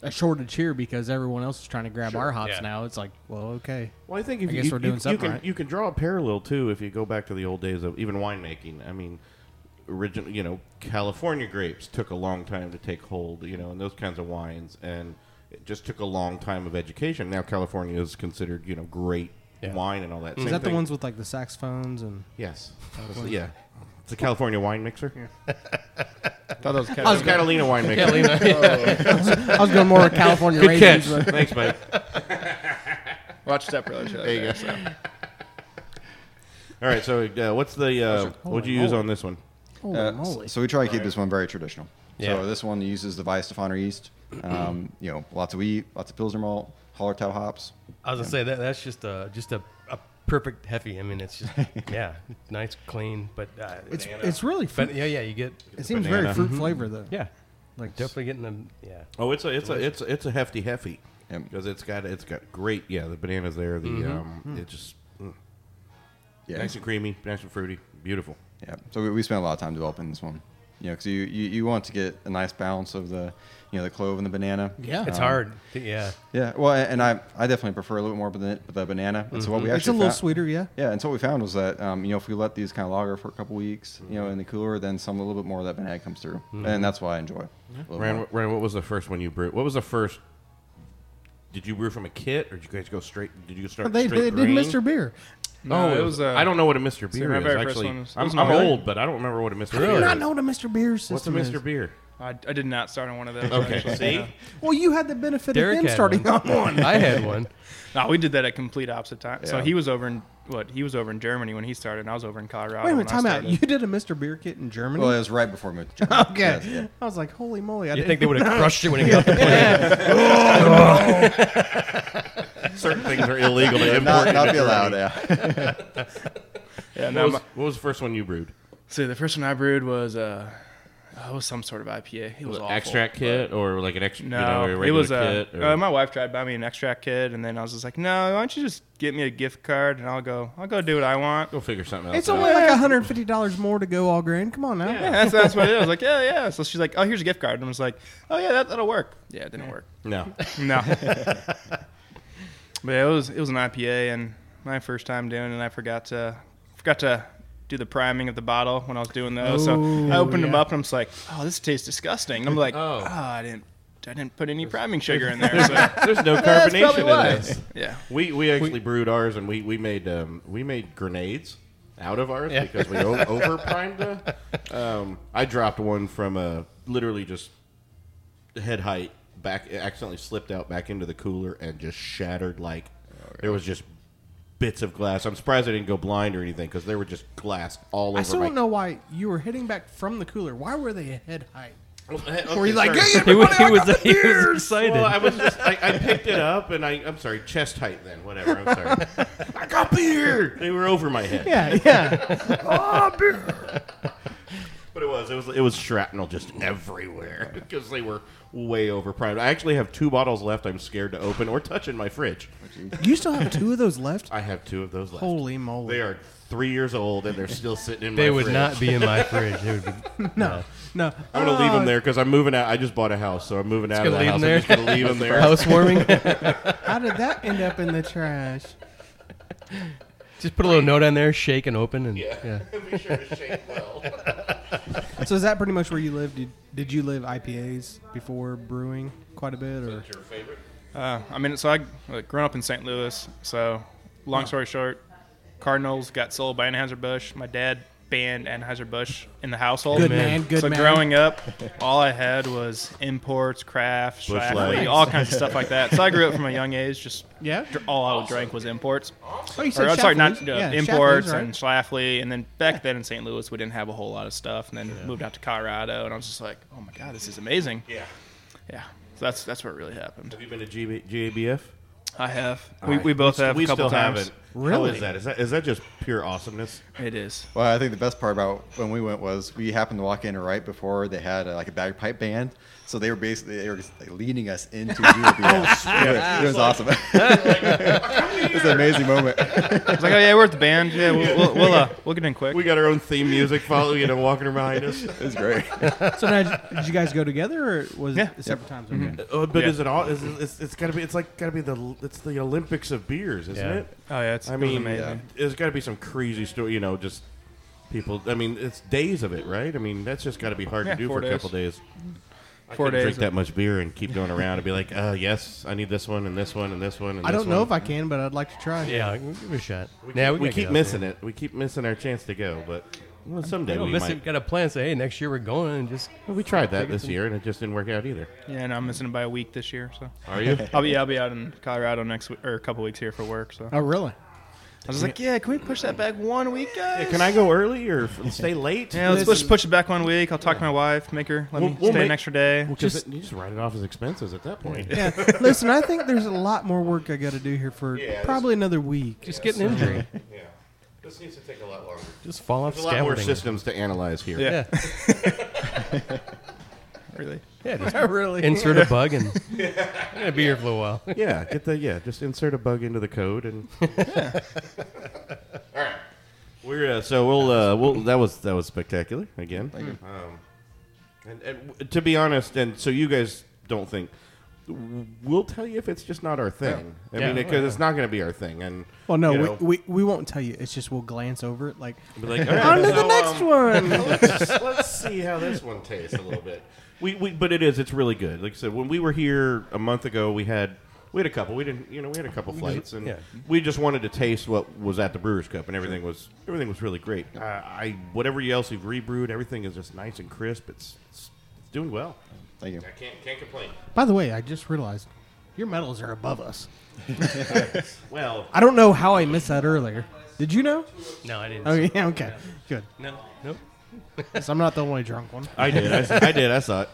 Speaker 5: a shortage here because everyone else is trying to grab
Speaker 4: Sure,
Speaker 5: our hops
Speaker 4: yeah.
Speaker 5: now, it's like, well, okay.
Speaker 4: Well, I think if
Speaker 5: guess
Speaker 4: you,
Speaker 5: we're
Speaker 4: you-
Speaker 5: doing
Speaker 4: you
Speaker 5: something
Speaker 4: can,
Speaker 5: right.
Speaker 4: you can draw a parallel too if you go back to the old days of even winemaking. I mean, original, you know, California grapes took a long time to take hold, you know, and those kinds of wines, and it just took a long time of education. Now California is considered, you know, great wine and all that.
Speaker 5: Is
Speaker 4: Same
Speaker 5: that
Speaker 4: thing.
Speaker 5: the ones with like the saxophones and?
Speaker 4: Yes. yeah. It's a California wine mixer.
Speaker 5: Thought that was
Speaker 4: It's
Speaker 5: Catalina.
Speaker 4: Catalina wine mixer.
Speaker 5: Catalina, yeah. I was going more with California
Speaker 4: Good
Speaker 5: raisins,
Speaker 4: catch.
Speaker 5: but-
Speaker 4: Thanks, Mike.
Speaker 3: Watch Step Brothers. show.
Speaker 4: There you go. All right. So, uh, what's the uh, what'd you
Speaker 7: Holy
Speaker 4: use
Speaker 7: moly.
Speaker 4: on this one?
Speaker 5: Holy
Speaker 7: Uh,
Speaker 5: moly.
Speaker 7: So we try to keep this one very traditional.
Speaker 4: Yeah.
Speaker 7: So this one uses the Weissstefano yeast. Um, you know, lots of wheat, lots of Pilsner malt, Hallertau hops.
Speaker 6: I was gonna say that that's just a just a, a perfect heavy. I mean, it's just yeah, nice, clean, but uh,
Speaker 5: It's- it's really
Speaker 6: But
Speaker 5: fruit-
Speaker 6: yeah, yeah, you get.
Speaker 5: It seems very
Speaker 4: Banana.
Speaker 5: fruit
Speaker 4: Mhm.
Speaker 5: flavor though.
Speaker 6: Yeah,
Speaker 5: like
Speaker 6: like definitely getting them. Yeah.
Speaker 4: Oh, it's a it's a
Speaker 6: Delicious.
Speaker 4: it's it's a hefty hefty because it's got it's got great yeah the bananas there the
Speaker 3: Mm-hmm.
Speaker 6: Mhm.
Speaker 4: um it just mm.
Speaker 7: Yeah.
Speaker 4: nice and creamy nice and fruity beautiful
Speaker 7: Yeah. So we, we spent a lot of time developing this one. You know, because you, you, you want to get a nice balance of the, you know, the clove and the banana.
Speaker 6: Yeah. It's
Speaker 7: Um,
Speaker 6: hard. Yeah.
Speaker 7: Yeah. Well, and I, I definitely prefer a little bit more ban- the banana. And so what
Speaker 6: Mhm.
Speaker 7: we
Speaker 6: It's
Speaker 7: actually
Speaker 5: a little
Speaker 7: found-
Speaker 5: sweeter, yeah.
Speaker 7: Yeah. And so what we found was that, um, you know, if we let these kind of lager for a couple weeks, you know, in the cooler, then some a little bit more of that banana comes through, and that's why I enjoy. it a little
Speaker 4: Ryan,
Speaker 7: more.
Speaker 4: what, Ryan what was the first one you brewed what was the first did you brew from a kit or did you guys go straight did you start
Speaker 5: They-
Speaker 4: straight
Speaker 5: they did
Speaker 4: grain?
Speaker 5: Mr. Beer.
Speaker 4: oh
Speaker 3: No, it was, uh,
Speaker 4: I don't know what a Mr
Speaker 3: see,
Speaker 4: Beer
Speaker 3: my
Speaker 4: is
Speaker 3: very first
Speaker 4: actually
Speaker 3: one was- it
Speaker 4: I'm,
Speaker 3: was
Speaker 4: I'm
Speaker 3: Miller.
Speaker 4: old but I don't remember what a Mr
Speaker 5: I
Speaker 4: Beer
Speaker 5: do not
Speaker 4: is.
Speaker 5: know what a Mr. Beer
Speaker 4: what's a
Speaker 5: system
Speaker 4: Mr
Speaker 5: is.
Speaker 4: Beer
Speaker 3: I, I did not start on one of those.
Speaker 4: Okay.
Speaker 3: actually.
Speaker 4: See?
Speaker 3: Yeah.
Speaker 5: Well, you had the benefit
Speaker 6: Derek
Speaker 5: of him
Speaker 6: had
Speaker 5: starting
Speaker 6: one.
Speaker 5: on one.
Speaker 6: I had one.
Speaker 3: No, we did that at complete opposite time. So
Speaker 6: Yeah.
Speaker 3: he was over in what? He was over in Germany when he started, and I was over in Colorado.
Speaker 5: Wait
Speaker 3: when
Speaker 5: a minute,
Speaker 3: I
Speaker 5: time out.
Speaker 3: started.
Speaker 5: You did a Mr. Beer kit in Germany?
Speaker 7: Well, it was right before we moved to Germany.
Speaker 5: okay.
Speaker 7: Yes, yeah.
Speaker 5: I was like, holy moly. I
Speaker 6: You
Speaker 5: didn't-
Speaker 6: think they would've crushed it when it got off the plane?
Speaker 5: Oh.
Speaker 4: certain things are illegal to
Speaker 7: Yeah,
Speaker 4: import
Speaker 7: not-
Speaker 4: into
Speaker 7: not be
Speaker 4: Germany.
Speaker 7: allowed, yeah.
Speaker 3: Yeah,
Speaker 4: what,
Speaker 3: no,
Speaker 4: was,
Speaker 3: my-
Speaker 4: what was the first one you brewed
Speaker 3: So the first one I brewed was uh, oh, it was some sort of IPA. It was,
Speaker 4: Was it
Speaker 3: awful,
Speaker 4: extract kit
Speaker 3: but-
Speaker 4: or like an ex- you
Speaker 3: No,
Speaker 4: know, a
Speaker 3: it
Speaker 4: regular
Speaker 3: was a.
Speaker 4: kit or-
Speaker 3: uh, my wife tried to buy me an extract kit, and then I was just like, no, why don't you just get me a gift card and I'll go, I'll go do what I want.
Speaker 4: Go figure something
Speaker 5: It's only like $150 more to go all grain. Come on now.
Speaker 3: Yeah, that's, that's what it is. I was like, yeah, yeah. So she's like, oh, here's a gift card. And I was like, oh, yeah, that, that'll work. Yeah, it didn't work.
Speaker 4: No.
Speaker 3: No. but it was it was an IPA and my first time doing it and I forgot to forgot to do the priming of the bottle when I was doing those. so I
Speaker 6: Oh,
Speaker 3: opened them
Speaker 6: yeah.
Speaker 3: up and I'm just like, oh, this tastes disgusting. And I'm like, oh, I didn't I didn't put any priming sugar in there. So
Speaker 4: There's no
Speaker 3: That's probably
Speaker 4: carbonation in
Speaker 3: why.
Speaker 4: this.
Speaker 3: Yeah.
Speaker 4: we we actually brewed ours, and we we made um, we made grenades out of ours
Speaker 3: Yeah.
Speaker 4: because we o- over primed. The, um, I dropped one from a literally just head height back, it accidentally slipped out back into the cooler and just shattered. Like there was just bits of glass. I'm surprised I didn't go blind or anything because there were just glass all
Speaker 5: I
Speaker 4: over
Speaker 5: still
Speaker 4: my
Speaker 5: don't know why you were hitting back from the cooler. Why were they head height?
Speaker 4: Okay,
Speaker 5: were you like,
Speaker 4: sorry.
Speaker 5: hey, everybody, I got the beers!"
Speaker 4: Well, I was just, I, I picked it up and I, I'm sorry, chest height then, whatever. I'm sorry. I got beer. They were over my head.
Speaker 5: Yeah, yeah. Oh, beer.
Speaker 4: But it was, it was, it was shrapnel just everywhere because they were way over primed. I actually have two bottles left. I'm scared to open or touch in my fridge.
Speaker 5: You still have two of those left?
Speaker 4: I have two of those left.
Speaker 5: Holy moly.
Speaker 4: They are three years old and they're still sitting in.
Speaker 6: They
Speaker 4: my
Speaker 6: would
Speaker 4: fridge.
Speaker 6: not be in my fridge. They would be-
Speaker 5: No, no.
Speaker 4: I'm gonna leave
Speaker 5: Oh.
Speaker 4: them there because I'm moving out. I just bought a house, so I'm moving
Speaker 6: Just
Speaker 4: out of the
Speaker 6: gonna
Speaker 4: house. I'm
Speaker 6: leave
Speaker 4: just
Speaker 6: them
Speaker 4: gonna
Speaker 6: there?
Speaker 4: leave them there.
Speaker 6: Housewarming?
Speaker 5: How did that end up in the trash?
Speaker 6: Just put a little note on there, shake and open, and yeah.
Speaker 4: Be sure to shake well.
Speaker 5: So is that pretty much where you lived? Did, did you live IPAs before brewing quite a bit? Or
Speaker 4: your favorite?
Speaker 3: Uh, I mean, so I like, grew up in St. Louis. So, long story short, Cardinals got sold by Anheuser-Busch. My dad banned Anheuser-Busch in the household.
Speaker 5: Good Amen. man, good
Speaker 3: so
Speaker 5: man.
Speaker 3: growing up, all I had was imports, crafts,
Speaker 4: Busch
Speaker 3: Schlafly,
Speaker 4: Lights.
Speaker 3: all kinds of stuff like that. So I grew up from a young age, just
Speaker 5: Yeah.
Speaker 3: dr- all I would drink was imports.
Speaker 5: Oh, you said
Speaker 3: Or, I'm sorry, not
Speaker 5: Schlafly's.
Speaker 3: uh,
Speaker 5: Yeah, Schlafly's,
Speaker 3: imports
Speaker 5: right?
Speaker 3: and Schlafly. And then back then in St. Louis, we didn't have a whole lot of stuff. And then moved out to Colorado, and I was just like, oh my god, this is amazing.
Speaker 4: Yeah.
Speaker 3: yeah. So that's that's where it really happened.
Speaker 4: Have you been to GB, GABF?
Speaker 3: I have.
Speaker 4: All
Speaker 3: We,
Speaker 4: right.
Speaker 3: we both
Speaker 4: st-
Speaker 3: have a couple
Speaker 4: still
Speaker 3: times.
Speaker 4: haven't. How is that? Is that is that just pure awesomeness?
Speaker 3: It is.
Speaker 7: Well, I think the best part about when we went was we happened to walk in right before they had uh like a bagpipe band, so they were basically they were just, like, leading us into Julia.
Speaker 3: Oh, sweet.
Speaker 7: It was- It was awesome. it was an amazing moment.
Speaker 3: It's like, oh yeah, we're at the band. Yeah, we'll we'll, we'll, uh, we'll get in quick.
Speaker 4: We got our own theme music following it and walking behind us.
Speaker 7: It's great.
Speaker 5: so now, did you guys go together, or was it separate times? Okay.
Speaker 4: Uh, but is it all? Is it, it's, it's gotta be. It's like gotta be the. It's the Olympics of beers, isn't
Speaker 3: Yeah.
Speaker 4: it?
Speaker 3: Oh, yeah, it's-
Speaker 4: I
Speaker 3: it was
Speaker 4: mean,
Speaker 3: amazing.
Speaker 4: there's gotta be some crazy story. You know, just people. I mean, it's days of it, right? I mean, that's just gotta be hard
Speaker 3: Yeah,
Speaker 4: to do
Speaker 3: four
Speaker 4: for
Speaker 3: days.
Speaker 4: a couple days. I
Speaker 3: Four
Speaker 4: couldn't
Speaker 3: days
Speaker 4: Drink that
Speaker 3: of-
Speaker 4: much beer and keep going around and be like, uh, yes, I need this one and this one and this one. And
Speaker 5: I
Speaker 4: this
Speaker 5: don't know
Speaker 4: one.
Speaker 5: if I can, but I'd like to try.
Speaker 6: Yeah, we'll give it a shot.
Speaker 4: We,
Speaker 6: Nah,
Speaker 4: keep, we
Speaker 6: gotta get
Speaker 4: keep
Speaker 6: out
Speaker 4: missing
Speaker 6: there.
Speaker 4: it. We keep missing our chance to go, but well,
Speaker 6: We
Speaker 4: someday
Speaker 6: don't
Speaker 4: we
Speaker 6: miss
Speaker 4: might.
Speaker 6: it. Got a plan. Say, hey, next year we're going. And just
Speaker 4: we tried that this year and it just didn't work out either.
Speaker 3: Yeah, and I'm missing it by a week this year. So
Speaker 4: Are you?
Speaker 3: I'll be I'll be out in Colorado next week or a couple weeks here for work. So
Speaker 5: Oh, really?
Speaker 3: I was like, yeah, can we push that back one week, guys?
Speaker 4: Can I go early or f- stay late?
Speaker 3: Yeah, let's push, push it back one week. I'll talk to my wife, make her let
Speaker 4: We'll-
Speaker 3: me
Speaker 4: we'll
Speaker 3: stay
Speaker 4: make-
Speaker 3: an extra day.
Speaker 4: Well, 'cause it- you just write it off as expenses at that point.
Speaker 5: Yeah. Listen, I think there's a lot more work I got to do here for
Speaker 4: Yeah, that's-
Speaker 5: probably another week.
Speaker 6: Just get an injury.
Speaker 4: yeah. This needs to take a lot longer.
Speaker 6: Just fall off
Speaker 4: There's a lot more
Speaker 6: scaffolding.
Speaker 4: systems to analyze here.
Speaker 6: Yeah.
Speaker 3: really?
Speaker 6: Yeah, just
Speaker 5: Really?
Speaker 6: insert a bug and yeah, be here for a little while.
Speaker 4: yeah, get the yeah. Just insert a bug into the code and. All right, we're uh, so we'll uh, we'll that was that was spectacular again.
Speaker 7: Thank you.
Speaker 4: Um, and, and w- to be honest, and so you guys don't think w- we'll tell you if it's just not our thing. I
Speaker 6: Yeah.
Speaker 4: mean, because it's not going to be our thing. And
Speaker 5: Well, no,
Speaker 4: you
Speaker 5: we,
Speaker 4: know,
Speaker 5: we, we won't tell you. It's just we'll glance over it like,
Speaker 4: Be like, "All right,
Speaker 5: on to the
Speaker 4: so,
Speaker 5: next
Speaker 4: um,
Speaker 5: one.
Speaker 4: let's, let's see how this one tastes a little bit. We, we but it is it's really good. Like I said, when we were here a month ago, we had we had a couple. We didn't you know we had a couple flights, and
Speaker 6: yeah.
Speaker 4: we just wanted to taste what was at the Brewers Cup, and everything was everything was really great. I, I whatever else you've rebrewed, everything is just nice and crisp. It's it's, it's doing well.
Speaker 7: Thank you.
Speaker 4: I can't can't complain.
Speaker 5: By the way, I just realized your medals are above us.
Speaker 4: Well,
Speaker 5: I don't know how I missed that earlier. Did you know?
Speaker 6: No, I didn't.
Speaker 5: Oh yeah, okay, good.
Speaker 6: No, nope.
Speaker 5: So I'm not the only drunk one.
Speaker 4: I did. I, I did. I saw it.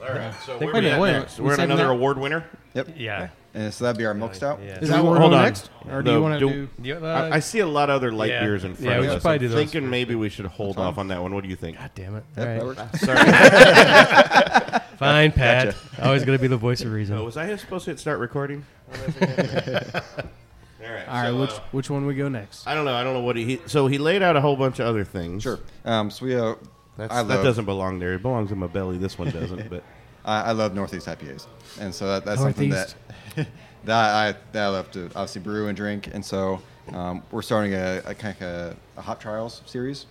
Speaker 4: All right. So
Speaker 5: Think
Speaker 4: where are we
Speaker 5: we
Speaker 4: at
Speaker 5: did. Wait,
Speaker 4: next?
Speaker 5: we
Speaker 4: We're at
Speaker 5: saving
Speaker 4: another
Speaker 5: that?
Speaker 4: award winner.
Speaker 7: Yep.
Speaker 6: Yeah.
Speaker 7: And so that'd be our milk stout.
Speaker 6: Yeah.
Speaker 5: Is that what we're
Speaker 4: Hold
Speaker 5: on
Speaker 4: on.
Speaker 5: next, or do
Speaker 4: No,
Speaker 5: you want to
Speaker 4: do-
Speaker 5: do?
Speaker 6: You, uh,
Speaker 4: I, I see a lot of other light
Speaker 6: Yeah.
Speaker 4: beers in front
Speaker 6: Yeah, we
Speaker 4: of
Speaker 6: should
Speaker 4: us.
Speaker 6: probably
Speaker 4: I'm
Speaker 6: do those
Speaker 4: thinking
Speaker 6: first.
Speaker 4: maybe we should hold off on that one. What do you think?
Speaker 6: God damn it.
Speaker 7: Yep, that
Speaker 6: All right.
Speaker 7: works.
Speaker 4: Sorry.
Speaker 6: Fine, Pat. Always going to be the voice of reason.
Speaker 4: Oh, was I supposed to hit start recording? All right.
Speaker 5: All right,
Speaker 4: so,
Speaker 5: which
Speaker 4: uh,
Speaker 5: which one we go next?
Speaker 4: I don't know. I don't know what he, he. So he laid out a whole bunch of other things.
Speaker 7: Sure. Um, so we uh,
Speaker 4: That's,
Speaker 7: I
Speaker 4: that
Speaker 7: love-
Speaker 4: doesn't belong there. It belongs in my belly. This one doesn't. But
Speaker 7: I, I love Northeast IPAs, and so that, that's something that that I that I love to obviously brew and drink. And so um, we're starting a, a kind of a, a hop trials series.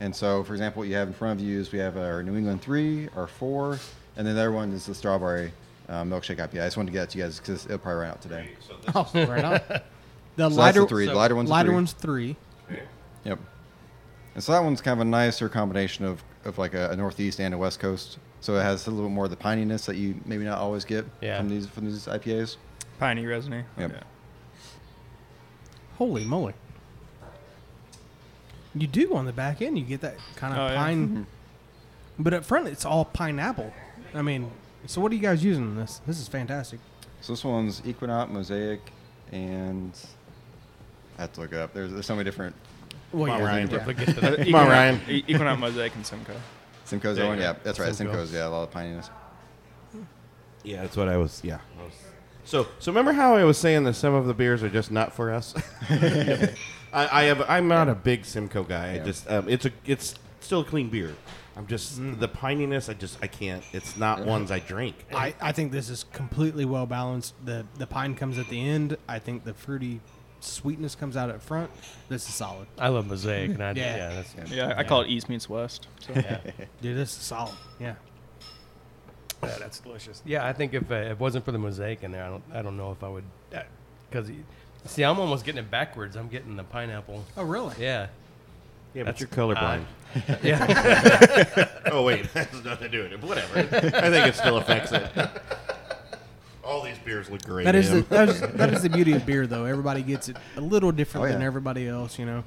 Speaker 7: And so, for example, what you have in front of you is we have our New England three, our four, and then the other one is the strawberry uh, milkshake IPA. I just wanted to get that to you guys because it'll probably run out today.
Speaker 5: Oh, right on. The
Speaker 7: the
Speaker 5: lighter
Speaker 7: three. The lighter one's a
Speaker 5: lighter
Speaker 7: three.
Speaker 5: one's three.
Speaker 7: Yep. And so that one's kind of a nicer combination of, of like a, a northeast and a west coast. So it has a little bit more of the pininess that you maybe not always get
Speaker 6: Yeah.
Speaker 7: from these from these IPAs.
Speaker 3: Piney resume.
Speaker 7: Yep.
Speaker 5: Holy moly! You do on the back end. You get that kind of
Speaker 3: Oh, yeah.
Speaker 5: pine,
Speaker 7: Mm-hmm.
Speaker 5: but up front it's all pineapple. I mean, so what are you guys using in this? This is fantastic.
Speaker 7: So this one's Equinox, Mosaic, and I have to look it up. There's, there's so many different
Speaker 5: Well,
Speaker 4: on,
Speaker 5: yeah,
Speaker 4: Ryan.
Speaker 5: yeah.
Speaker 3: Uh,
Speaker 4: Come on, Ryan.
Speaker 3: E- Equinox Mosaic and Simcoe.
Speaker 7: Simcoe's
Speaker 4: There
Speaker 7: that
Speaker 4: you
Speaker 7: one.
Speaker 4: go.
Speaker 7: Yeah, that's right.
Speaker 6: Simcoe.
Speaker 7: Simcoe's yeah, a lot of pininess.
Speaker 4: yeah, that's what I was. Yeah. So so remember how I was saying that some of the beers are just not for us. I, I have. I'm not a big Simcoe guy. I
Speaker 7: Yeah.
Speaker 4: just. Um, it's a. It's still a clean beer. I'm just
Speaker 6: Mm.
Speaker 4: the pininess. I just. I can't. It's not ones I drink.
Speaker 5: I, I think this is completely well balanced. The the pine comes at the end. I think the fruity sweetness comes out at front. This is solid.
Speaker 6: I love Mosaic. And I,
Speaker 5: Yeah.
Speaker 6: yeah. that's,
Speaker 3: Yeah, I call it East meets West. So.
Speaker 5: Dude, this is solid. Yeah.
Speaker 6: yeah, that's delicious. Yeah, I think if uh, it wasn't for the Mosaic in there, I don't, I don't know if I would. Because, see, I'm almost getting it backwards. I'm getting the pineapple.
Speaker 5: Oh really?
Speaker 6: Yeah.
Speaker 4: Yeah, but
Speaker 6: That's
Speaker 4: you're colorblind.
Speaker 6: Yeah.
Speaker 4: oh wait, that has nothing to do with it. But whatever. I think it still affects it. All these beers look great.
Speaker 5: That is, the,
Speaker 4: Em.
Speaker 5: that, is, that is the beauty of beer, though. Everybody gets it a little different
Speaker 7: Oh, yeah.
Speaker 5: than everybody else, you know.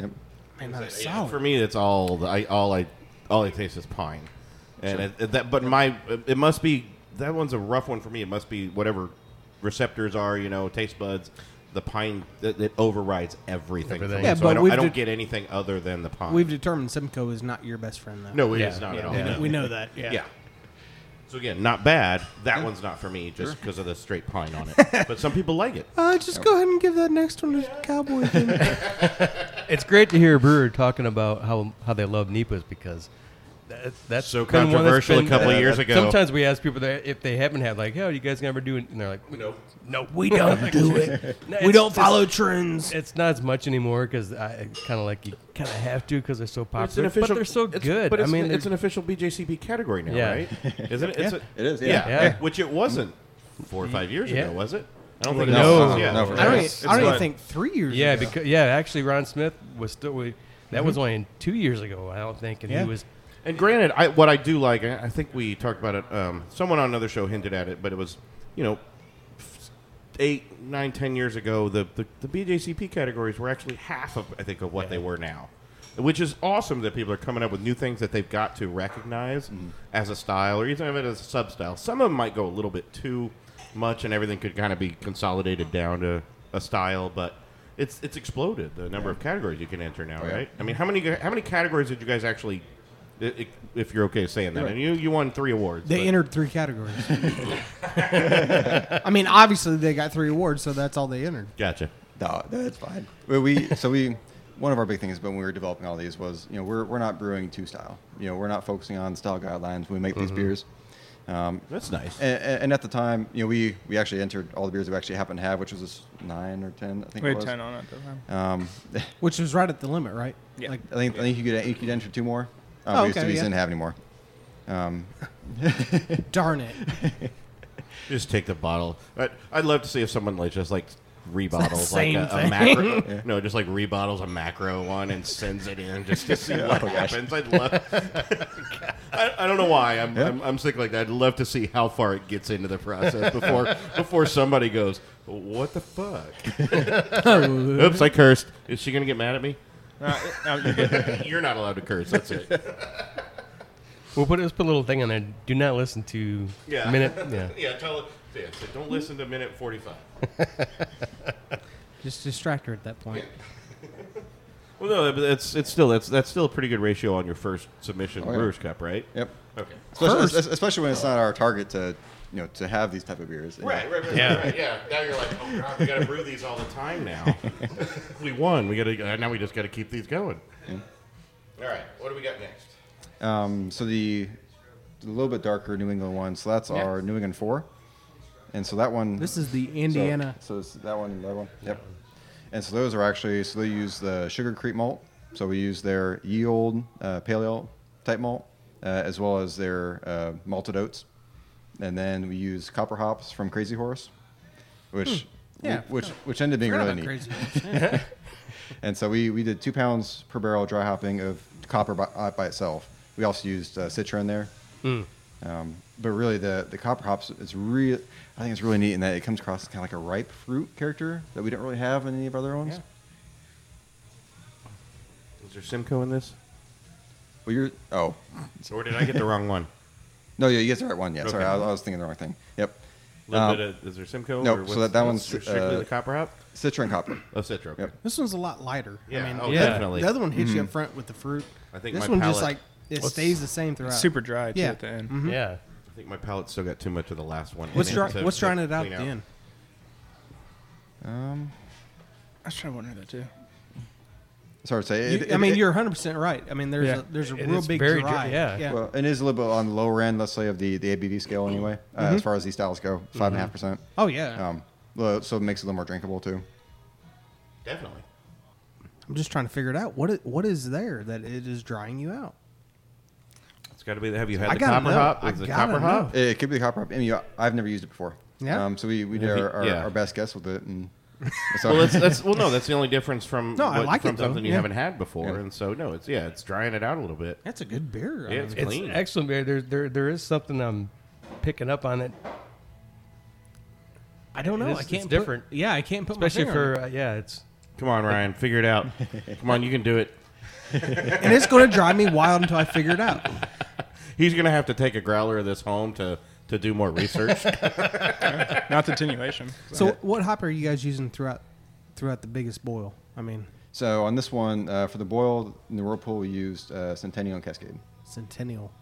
Speaker 7: Yep.
Speaker 5: Man, that is
Speaker 4: Yeah,
Speaker 5: solid.
Speaker 4: for me, it's all the, I all I all I taste is pine, and it- it- that. But my it must be that one's a rough one for me. It must be whatever receptors are, you know, taste buds. the pine that, that overrides everything. for
Speaker 5: Everything.
Speaker 4: me.
Speaker 5: Yeah,
Speaker 4: so
Speaker 5: but
Speaker 4: I don't,
Speaker 5: we've
Speaker 4: I don't
Speaker 5: de-
Speaker 4: get anything other than the pine.
Speaker 5: We've determined Simcoe is not your best friend, though.
Speaker 4: No, it is
Speaker 5: Yeah.
Speaker 4: not
Speaker 5: Yeah,
Speaker 4: at all.
Speaker 5: we
Speaker 4: no.
Speaker 5: know- We know that. Yeah.
Speaker 4: Yeah. So again, not bad. That one's not for me just because of the straight pine on it. but some people like it.
Speaker 5: Uh, just go ahead and give that next one to Cowboy.
Speaker 6: it's great to hear a brewer talking about how how they love Nipas because that's that's
Speaker 4: So
Speaker 6: kinda one that's uh,
Speaker 4: controversial a couple of years ago.
Speaker 6: Sometimes we ask people that if they haven't had like, "Oh, you guys never do it," and they're like, "No, no, we don't do it.
Speaker 5: We
Speaker 6: it's
Speaker 5: don't follow trends."
Speaker 6: It's not as much anymore because I kind of like you kind of have to because they're so popular.
Speaker 4: It's an official,
Speaker 6: but they're so
Speaker 4: it's-
Speaker 6: good.
Speaker 4: But
Speaker 6: I
Speaker 4: it's,
Speaker 6: mean,
Speaker 4: an,
Speaker 6: they're-
Speaker 4: it's an official BJCP category now,
Speaker 6: Yeah.
Speaker 4: right? Isn't it? It's
Speaker 6: Yeah.
Speaker 4: a-
Speaker 6: It is, yeah. Yeah.
Speaker 4: Which it wasn't four or five years
Speaker 6: Yeah.
Speaker 4: ago, was it? I don't think it
Speaker 6: no,
Speaker 4: was. Yeah.
Speaker 5: I don't It's- even- I don't even think three years
Speaker 6: Yeah,
Speaker 5: ago.
Speaker 6: because yeah, actually, Ron Smith was still. We, that was
Speaker 4: Mhm.
Speaker 5: Mm-hmm.
Speaker 6: only in two years ago. I don't think, and
Speaker 4: Yeah.
Speaker 6: he was.
Speaker 4: And granted, I, what I do like, I I think we talked about it. Um, someone on another show hinted at it, but it was, you know, f- eight, nine, ten years ago, the, the, the BJCP categories were actually half of, I think, of what they were now, which is awesome that people are coming up with new things that they've got to recognize as a style or even of it as a sub style. Some of them might go a little bit too much, and everything could kind of be consolidated down to a style, but. It's, it's exploded the number of categories you can enter now,
Speaker 7: Oh, yeah.
Speaker 4: right? I mean, how many how many categories did you guys actually I- I- if you're okay saying that.
Speaker 5: Right.
Speaker 4: And you, you won three awards.
Speaker 5: They
Speaker 4: but-
Speaker 5: entered three categories. I mean, obviously they got three awards, so that's all they entered.
Speaker 4: Gotcha.
Speaker 7: No, that's fine. Well, we so we one of our big things when we were developing all these was you know we're we're not brewing two style. You know we're not focusing on style guidelines when we make these
Speaker 4: Mhm.
Speaker 7: beers. Um,
Speaker 4: That's nice.
Speaker 7: And, and at the time, you know, we, we actually entered all the beers we actually happened to have, which was just nine or ten, I think.
Speaker 3: We
Speaker 7: it
Speaker 3: had
Speaker 7: was.
Speaker 3: 10 on it at
Speaker 4: Oh.
Speaker 3: the
Speaker 7: Um,
Speaker 5: Which was right at the limit, right? Yeah. Like,
Speaker 7: I think I think you could you could enter two more. Um,
Speaker 5: Oh,
Speaker 7: we used to
Speaker 5: okay,
Speaker 7: we
Speaker 5: yeah.
Speaker 7: didn't have any more. Um,
Speaker 5: darn it.
Speaker 4: Just take the bottle. I, I'd love to see if someone like just like rebottles like
Speaker 5: same
Speaker 4: a, a
Speaker 5: thing.
Speaker 4: macro.
Speaker 5: Yeah.
Speaker 4: No, just like rebottles a macro one and sends it in just to see
Speaker 7: Yeah.
Speaker 4: what
Speaker 7: Oh, gosh.
Speaker 4: happens. I'd love. I, I don't know why I'm, I'm I'm sick like that. I'd love to see how far it gets into the process before before somebody goes, what the fuck? Oops, I cursed. Is she gonna get mad at me?
Speaker 3: No, no, you're good.
Speaker 4: You're not allowed to curse. That's it.
Speaker 6: We'll put let's put a little thing on there. Do not listen to
Speaker 4: Yeah.
Speaker 6: minute. Yeah.
Speaker 4: yeah. Tell. Yeah. So don't listen to minute forty-five.
Speaker 5: Just distract her at that point.
Speaker 4: Well, no, but it's it's still that's that's still a pretty good ratio on your first submission
Speaker 7: Oh, yeah.
Speaker 4: Brewers Cup, right?
Speaker 7: Yep.
Speaker 4: Okay.
Speaker 7: Especially, es- especially when it's not our target to you know to have these type of beers. you know.
Speaker 4: Right, right, right, yeah. right, yeah. Now you're like, oh god, we gotta brew these all the time now. we won. We gotta uh, now we just gotta keep these going. All right, what do we got next?
Speaker 7: Um, so the, the little bit darker New England one. So that's
Speaker 5: Yeah.
Speaker 7: our New England four, and so that one. oh,
Speaker 5: This is the Indiana-
Speaker 7: So, so it's that one, and that one. Yep. And so those are actually so they use the Sugar Creek malt. So we use their ye old uh, pale ale type malt, uh, as well as their uh, malted oats, and then we use copper hops from Crazy Horse, which
Speaker 5: Hmm. Yeah.
Speaker 7: which which ended up being
Speaker 5: Forgot
Speaker 7: really
Speaker 5: about
Speaker 7: neat.
Speaker 5: Crazy Horse, yeah.
Speaker 7: And so we, we did two pounds per barrel dry hopping of copper by, uh, by itself. We also used uh, citra in there.
Speaker 6: Mm.
Speaker 7: Um, but really, the, the copper hops, it's real. I think it's really neat in that it comes across kind of like a ripe fruit character that we don't really have in any of our other ones.
Speaker 4: Is there Simcoe in this?
Speaker 7: Well, you're oh.
Speaker 4: Or did I get the wrong one?
Speaker 7: No, yeah, you get the right one. Yeah, sorry,
Speaker 4: Okay.
Speaker 7: I, I was thinking the wrong thing. Yep.
Speaker 4: Little bit of- is there Simcoe,
Speaker 7: No,
Speaker 4: or
Speaker 7: so
Speaker 4: what's-
Speaker 7: that, that
Speaker 4: what's
Speaker 7: one's
Speaker 4: strictly the copper hop.
Speaker 7: Citra and copper.
Speaker 4: uh, Oh, Citra. Okay.
Speaker 7: Yep.
Speaker 5: This one's a lot lighter.
Speaker 4: Yeah,
Speaker 5: I mean,
Speaker 4: oh,
Speaker 5: the-
Speaker 4: definitely.
Speaker 5: The other one hits you
Speaker 4: Mhm.
Speaker 5: up front with the fruit.
Speaker 4: I think
Speaker 5: this
Speaker 4: my
Speaker 5: one just like
Speaker 4: palate-
Speaker 5: it
Speaker 4: Well,
Speaker 5: stays the same throughout.
Speaker 3: super dry, too,
Speaker 5: yeah.
Speaker 3: at the end.
Speaker 4: Mm-hmm.
Speaker 5: Mhm.
Speaker 6: Yeah.
Speaker 4: I think my palate's still got too much of the last one. in
Speaker 5: What's
Speaker 4: it
Speaker 5: dry,
Speaker 4: to-
Speaker 5: what's
Speaker 4: to
Speaker 5: drying it out at
Speaker 4: clean
Speaker 5: the end?
Speaker 7: Um,
Speaker 3: I was trying to wonder that too.
Speaker 7: Sorry to say.
Speaker 5: You- I mean, you're 100 percent right. I mean, there's
Speaker 3: Yeah.
Speaker 5: a, there's a
Speaker 3: It
Speaker 5: real
Speaker 3: is
Speaker 5: big
Speaker 3: very
Speaker 5: dry.
Speaker 3: dry, yeah.
Speaker 7: Well, it is a little bit on the lower end, let's say, of the, the ABV scale anyway, uh, as
Speaker 5: Mhm.
Speaker 7: far as these styles go, five and a half percent.
Speaker 5: Oh, yeah.
Speaker 7: Um, lo- so it makes it a little more drinkable too.
Speaker 4: Definitely.
Speaker 5: I'm just trying to figure it out. What it, what is there that it is drying you out?
Speaker 4: It's got to be. Have you had
Speaker 5: I
Speaker 4: the
Speaker 5: gotta
Speaker 4: copper
Speaker 5: know.
Speaker 4: hop?
Speaker 5: I
Speaker 4: Is it
Speaker 5: gotta
Speaker 4: copper hop?
Speaker 7: It, it could be the copper hop. I mean, I- I've never used it before.
Speaker 5: Yeah.
Speaker 7: Um, so we, we did
Speaker 4: Have you-
Speaker 7: our, our,
Speaker 4: yeah.
Speaker 7: our best guess with it. And so-
Speaker 4: Well, that's, that's well, no, that's the only difference from
Speaker 5: No, I like
Speaker 4: from
Speaker 5: it, though.
Speaker 4: something you
Speaker 5: Yeah.
Speaker 4: haven't had before,
Speaker 5: Yeah.
Speaker 4: and so no, it's yeah, it's drying it out a little bit.
Speaker 5: That's a good beer. I
Speaker 4: Yeah, it's
Speaker 5: mean,
Speaker 4: clean.
Speaker 6: It's excellent beer. There, there, there is something I'm picking up on it.
Speaker 5: Oh, I don't know.
Speaker 6: It's-
Speaker 5: I can't.
Speaker 6: it's
Speaker 5: put-
Speaker 6: different.
Speaker 5: yeah, I can't put
Speaker 6: Especially
Speaker 5: my
Speaker 6: for
Speaker 5: finger
Speaker 6: uh, yeah, it's
Speaker 4: Come on, Ryan, figure it out. Come on, you can do it.
Speaker 5: and it's going to drive me wild until I figure it out.
Speaker 4: He's gonna have to take a growler of this home to to do more research.
Speaker 3: Not the attenuation.
Speaker 5: So, what hop are you guys using throughout threw out the biggest boil. I mean,
Speaker 7: So on this one, uh, for the boil in the whirlpool, we used uh, Centennial and Cascade.
Speaker 5: Centennial.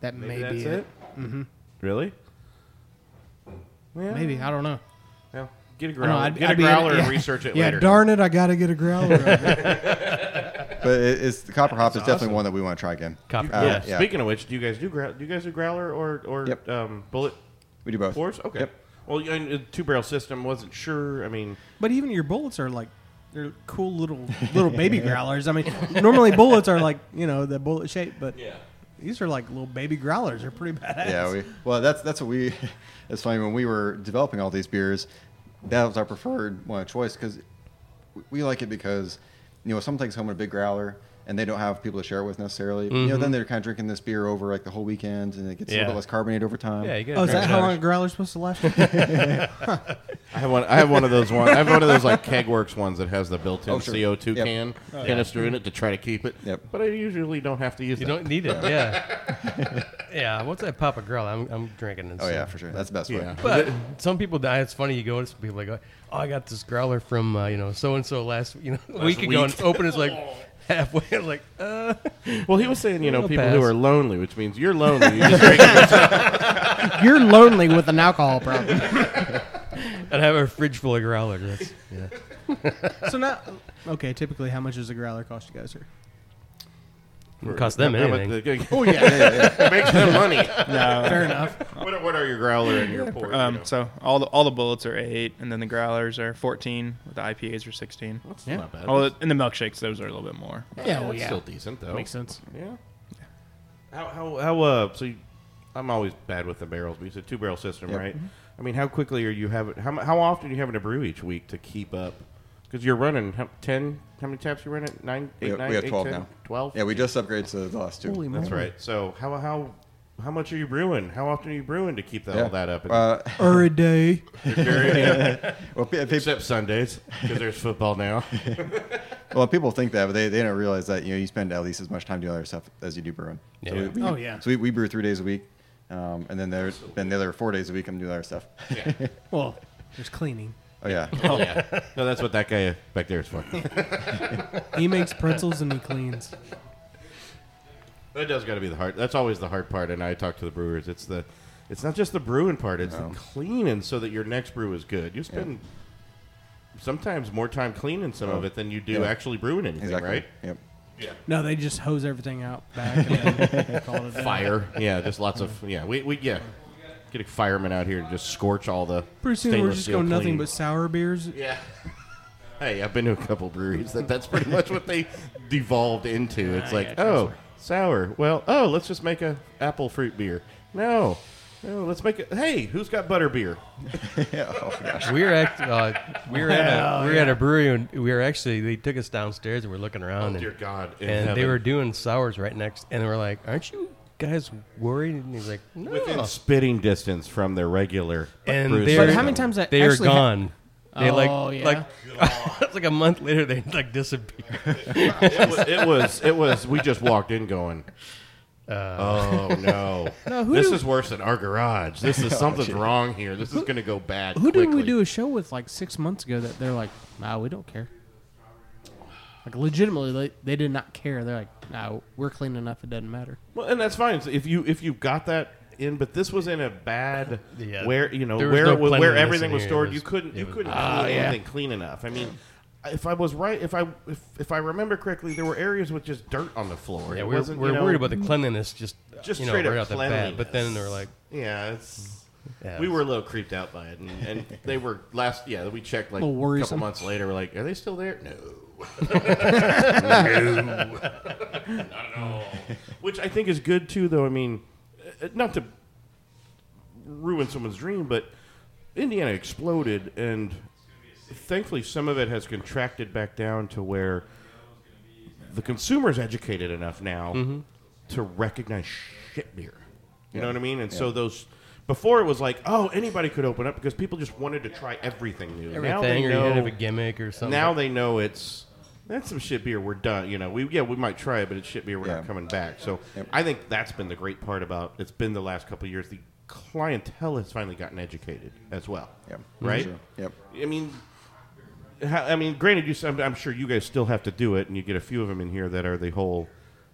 Speaker 5: That
Speaker 4: Maybe
Speaker 5: may
Speaker 4: that's
Speaker 5: be it.
Speaker 4: it?
Speaker 5: hmm
Speaker 4: Really?
Speaker 5: Maybe I don't know.
Speaker 4: Yeah. Get a
Speaker 5: I don't know,
Speaker 4: growler.
Speaker 5: I'd-
Speaker 4: Get a
Speaker 5: I'd be in it.
Speaker 4: growler and
Speaker 5: Yeah.
Speaker 4: research it
Speaker 5: yeah,
Speaker 4: later.
Speaker 5: darn it, I got to get a growler.
Speaker 7: But it, it's the copper hop is definitely one that we want to try again.
Speaker 4: You-
Speaker 7: Uh,
Speaker 4: yeah. Speaking of which, do you guys do growl? Do you guys do growler or or um, bullet?
Speaker 7: We do both.
Speaker 4: Pours? Okay. Well, you- and the two barrel system wasn't sure. I mean,
Speaker 5: But even your bullets are like they're cool little little baby growlers. I mean, normally bullets are like you know the bullet shape, but these are like little baby growlers. They're pretty badass.
Speaker 7: yeah, we, well, that's that's what we. It's funny when we were developing all these beers, that was our preferred one of choice because we like it because you know someone takes home in a big growler and they don't have people to share it with necessarily. You know,
Speaker 5: Mhm.
Speaker 7: then they're kind of drinking this beer over like the whole weekend and it gets
Speaker 4: Mm-hmm.
Speaker 7: a
Speaker 4: Yeah.
Speaker 7: little bit less carbonate over time.
Speaker 4: Yeah, you get
Speaker 5: Oh, is that how long a growler's supposed to last? Huh.
Speaker 4: I have one. I have one of those one. I have one of those like KegWorks ones that has the built-in
Speaker 7: Oh, sure.
Speaker 4: CO2
Speaker 7: Yep.
Speaker 4: can
Speaker 7: Oh, yeah.
Speaker 4: canister in it to try to keep it.
Speaker 7: Yep.
Speaker 4: But I usually don't have to use.
Speaker 6: You
Speaker 4: that.
Speaker 6: don't need it. Yeah. yeah. Once I pop a girl, I'm, I'm drinking. And
Speaker 7: Oh,
Speaker 6: stuff.
Speaker 7: yeah, for sure. That's the best way.
Speaker 6: Yeah. But some people die. It's funny. You go to some people like, oh, I got this growler from uh, you know so and so last you know
Speaker 4: Last
Speaker 6: week ago, and
Speaker 4: week.
Speaker 6: open is like halfway. I'm like, uh.
Speaker 4: Well, he was saying, you know,
Speaker 6: I'll
Speaker 4: people
Speaker 6: pass.
Speaker 4: who are lonely, which means you're lonely. You just drink it.
Speaker 5: You're lonely with an alcohol problem.
Speaker 6: and I have a fridge full of growlers. That's, yeah.
Speaker 5: so now, okay. Typically, how much does a growler cost you guys here?
Speaker 6: Wouldn't cost them
Speaker 4: How about
Speaker 6: anything.
Speaker 4: the- oh, yeah. Yeah, yeah, yeah. Makes them money.
Speaker 3: No.
Speaker 4: Fair enough. What are- what are your growler and your
Speaker 3: Yeah,
Speaker 4: port,
Speaker 3: Um,
Speaker 4: you know?
Speaker 3: So all the all the bullets are eight, and then the growlers are fourteen. With the IPAs are sixteen. That's
Speaker 4: Yeah. not bad.
Speaker 3: All the, and the milkshakes, those are a little bit more.
Speaker 4: Yeah, Yeah, well, that's yeah. still decent, though. Makes sense. Yeah. How how how uh? So you, I'm always bad with the barrels, but it's a two barrel system,
Speaker 7: Yep. Mm-hmm.
Speaker 4: right? I mean, how quickly are you having? How mu- how often are you having to brew each week to keep up? Because you're running how, ten. How many taps you running? Nine,
Speaker 7: We,
Speaker 4: eight,
Speaker 7: have-
Speaker 4: nine,
Speaker 7: we have
Speaker 4: eight,
Speaker 7: twelve
Speaker 4: 10?
Speaker 7: now.
Speaker 4: Twelve.
Speaker 7: Yeah, we just upgraded to the last two.
Speaker 4: That's right. So how how how much are you brewing? How often are you brewing to keep that,
Speaker 7: Yeah.
Speaker 4: all that up?
Speaker 7: Uh,
Speaker 5: Or a day.
Speaker 7: Well, pe- pe-
Speaker 4: Except Sundays because there's football now.
Speaker 7: Well, people think that, but they, they don't realize that you know you spend at least as much time doing other stuff as you do brewing. So
Speaker 4: Yeah.
Speaker 7: we- we-
Speaker 5: Oh, yeah.
Speaker 7: So we, we brew three days a week, um, and then there then the other four days a week I'm doing other stuff.
Speaker 5: Well, there's cleaning.
Speaker 7: oh yeah.
Speaker 4: Oh, yeah. No, that's what that guy back there is for.
Speaker 5: he makes pretzels and he cleans.
Speaker 4: That does got to be the hard. That's always the hard part. And I talk to the brewers. It's the, it's not just the brewing part. It's the cleaning so that your next brew is good. You spend sometimes more time cleaning some of
Speaker 7: Oh.
Speaker 4: it than you do
Speaker 7: Yeah.
Speaker 4: actually brewing anything,
Speaker 7: Exactly.
Speaker 4: right?
Speaker 7: Yep.
Speaker 5: No, they just hose everything out back. And then call it a day.
Speaker 4: Fire. Yeah, just lots of yeah. We we yeah. Get a fireman out here and just scorch all the.
Speaker 5: Pretty soon we're
Speaker 4: stainless
Speaker 5: just
Speaker 4: steel
Speaker 5: going nothing
Speaker 4: clean.
Speaker 5: but sour beers.
Speaker 4: Yeah. Hey, I've been to a couple breweries that that's pretty much what they devolved into. It's
Speaker 6: Ah,
Speaker 4: like,
Speaker 6: yeah,
Speaker 4: oh, sour. Well, oh, let's just make a apple fruit beer. No, no, let's make it. Hey, who's got butter beer?
Speaker 7: oh gosh,
Speaker 6: We were at uh, we were at a,
Speaker 4: Hell
Speaker 6: we were at
Speaker 4: yeah.
Speaker 6: a brewery and we were actually they took us downstairs and we're looking around.
Speaker 4: Oh,
Speaker 6: and,
Speaker 4: dear God, in
Speaker 6: And they
Speaker 4: heaven.
Speaker 6: were doing sours right next, and they were like, "Aren't you guys worried?" And he's like, "No."
Speaker 4: Within spitting distance from their regular.
Speaker 6: and
Speaker 4: brew
Speaker 6: they're,
Speaker 4: system.
Speaker 6: they are gone. they like
Speaker 5: Oh, yeah.
Speaker 6: like it's like a month later they like disappear.
Speaker 4: it, was, it was. It was. We just walked in going. oh no!
Speaker 5: Uh. No, who
Speaker 4: this
Speaker 5: do-
Speaker 4: is worse than our garage. This is
Speaker 5: Oh,
Speaker 4: something's
Speaker 5: gee.
Speaker 4: wrong here. This is going to go bad.
Speaker 5: Who
Speaker 4: quickly.
Speaker 5: did we do a show with like six months ago that they're like, nah, we don't care. Like legitimately, they, they did not care. They're like, nah, we're clean enough. It doesn't matter.
Speaker 4: Well, and that's fine So if you if you got that in, but this was in a bad
Speaker 6: Yeah.
Speaker 4: where you know
Speaker 6: There was
Speaker 4: where
Speaker 6: no
Speaker 4: where
Speaker 6: cleanliness
Speaker 4: everything
Speaker 6: in
Speaker 4: was
Speaker 6: here. It
Speaker 4: stored. you
Speaker 6: was-
Speaker 4: couldn't
Speaker 6: it
Speaker 4: you
Speaker 6: was
Speaker 4: couldn't
Speaker 6: bad.
Speaker 4: do
Speaker 6: Ah, yeah.
Speaker 4: anything clean enough. I mean, if I was right, if I if, if I remember correctly, there were areas with just dirt on the floor.
Speaker 6: Yeah,
Speaker 4: it
Speaker 6: we we're,
Speaker 4: wasn't,
Speaker 6: we're
Speaker 4: you know,
Speaker 6: worried about the cleanliness, just
Speaker 4: just
Speaker 6: you know,
Speaker 4: straight
Speaker 6: right
Speaker 4: up
Speaker 6: out the bat. But then they're
Speaker 4: cleanliness.
Speaker 6: like,
Speaker 4: yeah, it's.
Speaker 6: Yeah,
Speaker 4: we were a little creeped out by it, and, and they were last. Yeah, we checked like
Speaker 5: A little
Speaker 4: a couple
Speaker 5: worrisome.
Speaker 4: months later. We're like, are they still there? No, no, not at all. Which I think is good too, though. I mean, uh, not to ruin someone's dream, but Indiana exploded, and thankfully, some of it has contracted back down to where the consumer's educated enough now
Speaker 6: Mhm.
Speaker 4: to recognize shit beer. You know
Speaker 6: Yeah.
Speaker 4: what I mean? And
Speaker 6: Yeah.
Speaker 4: so those before it was like, oh, anybody could open up because people just wanted to try everything new. now
Speaker 6: Everything,
Speaker 4: they
Speaker 6: or you
Speaker 4: know,
Speaker 6: had to have a gimmick or something.
Speaker 4: Now they know it's that's some shit beer. We're done. You know, we yeah, we might try it, but it's shit beer. We're not coming back. So I think that's been the great part about it's been the last couple of years. The clientele has finally gotten educated as well.
Speaker 7: Yep.
Speaker 4: Right.
Speaker 7: Sure. Yep.
Speaker 4: I mean, how, I mean, granted, you. I'm, I'm sure you guys still have to do it, and you get a few of them in here that are the whole.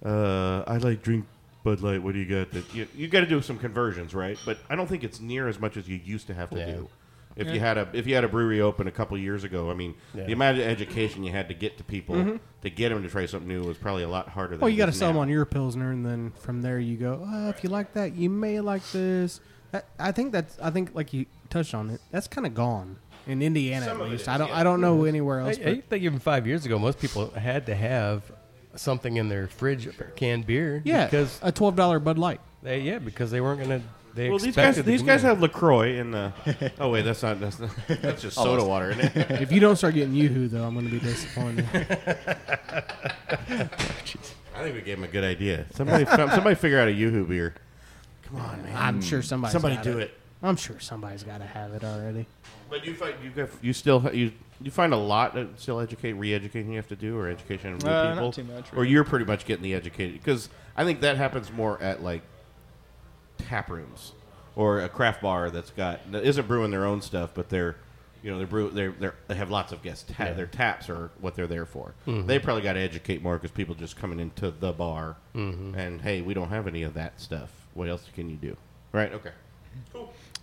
Speaker 4: Uh, I like drink Bud Light. What do you got? That you, you got to do some conversions, right? But I don't think it's near as much as you used to have to
Speaker 6: Yeah.
Speaker 4: do. If
Speaker 6: Yeah.
Speaker 4: you had a if you had a brewery open a couple years ago, I mean,
Speaker 6: Yeah.
Speaker 4: the amount of education you had to get to people
Speaker 5: Mhm.
Speaker 4: to get them to try something new was probably a lot harder. Than
Speaker 5: Well, you
Speaker 4: got
Speaker 5: got to sell them on your pilsner, and then from there you go. Uh, if you like that, you may like this. That, I think that's. I think like you touched on it. That's kind of gone in Indiana
Speaker 6: Some
Speaker 5: at
Speaker 6: of it
Speaker 5: least.
Speaker 6: is,
Speaker 5: I don't.
Speaker 6: yeah.
Speaker 5: I don't know anywhere else.
Speaker 6: I,
Speaker 5: but-
Speaker 6: I think even five years ago, most people had to have something in their fridge, of canned beer.
Speaker 5: yeah,
Speaker 6: because
Speaker 5: a twelve dollar Bud Light.
Speaker 6: they yeah because they weren't gonna. They
Speaker 4: Well, these guys
Speaker 6: expected
Speaker 4: these
Speaker 6: the-
Speaker 4: guys have Lacroix in the. Oh wait, that's not that's not, that's just soda
Speaker 6: Almost.
Speaker 4: water. Isn't it?
Speaker 5: if you don't start getting YooHoo though, I'm going to be disappointed.
Speaker 4: I think we gave him a good idea. Somebody, somebody figure out a YooHoo beer. Come on, man.
Speaker 5: I'm sure somebody.
Speaker 4: Somebody do it.
Speaker 5: I'm sure somebody's got to have it already.
Speaker 4: But you find you have, you still ha- you you find a lot that still educate re-educating you have to do or education of new
Speaker 3: Uh, not
Speaker 4: people
Speaker 3: too much,
Speaker 4: or you're pretty much getting the educated because I think that happens more at like tap rooms or a craft bar that's got that isn't brewing their own stuff but they're you know they're brew they're, they're they have lots of guests ta-
Speaker 6: Yeah.
Speaker 4: their taps are what they're there for
Speaker 6: Mhm.
Speaker 4: they probably got to educate more because people just coming into the bar
Speaker 6: Mhm.
Speaker 4: and hey we don't have any of that stuff what else can you do right okay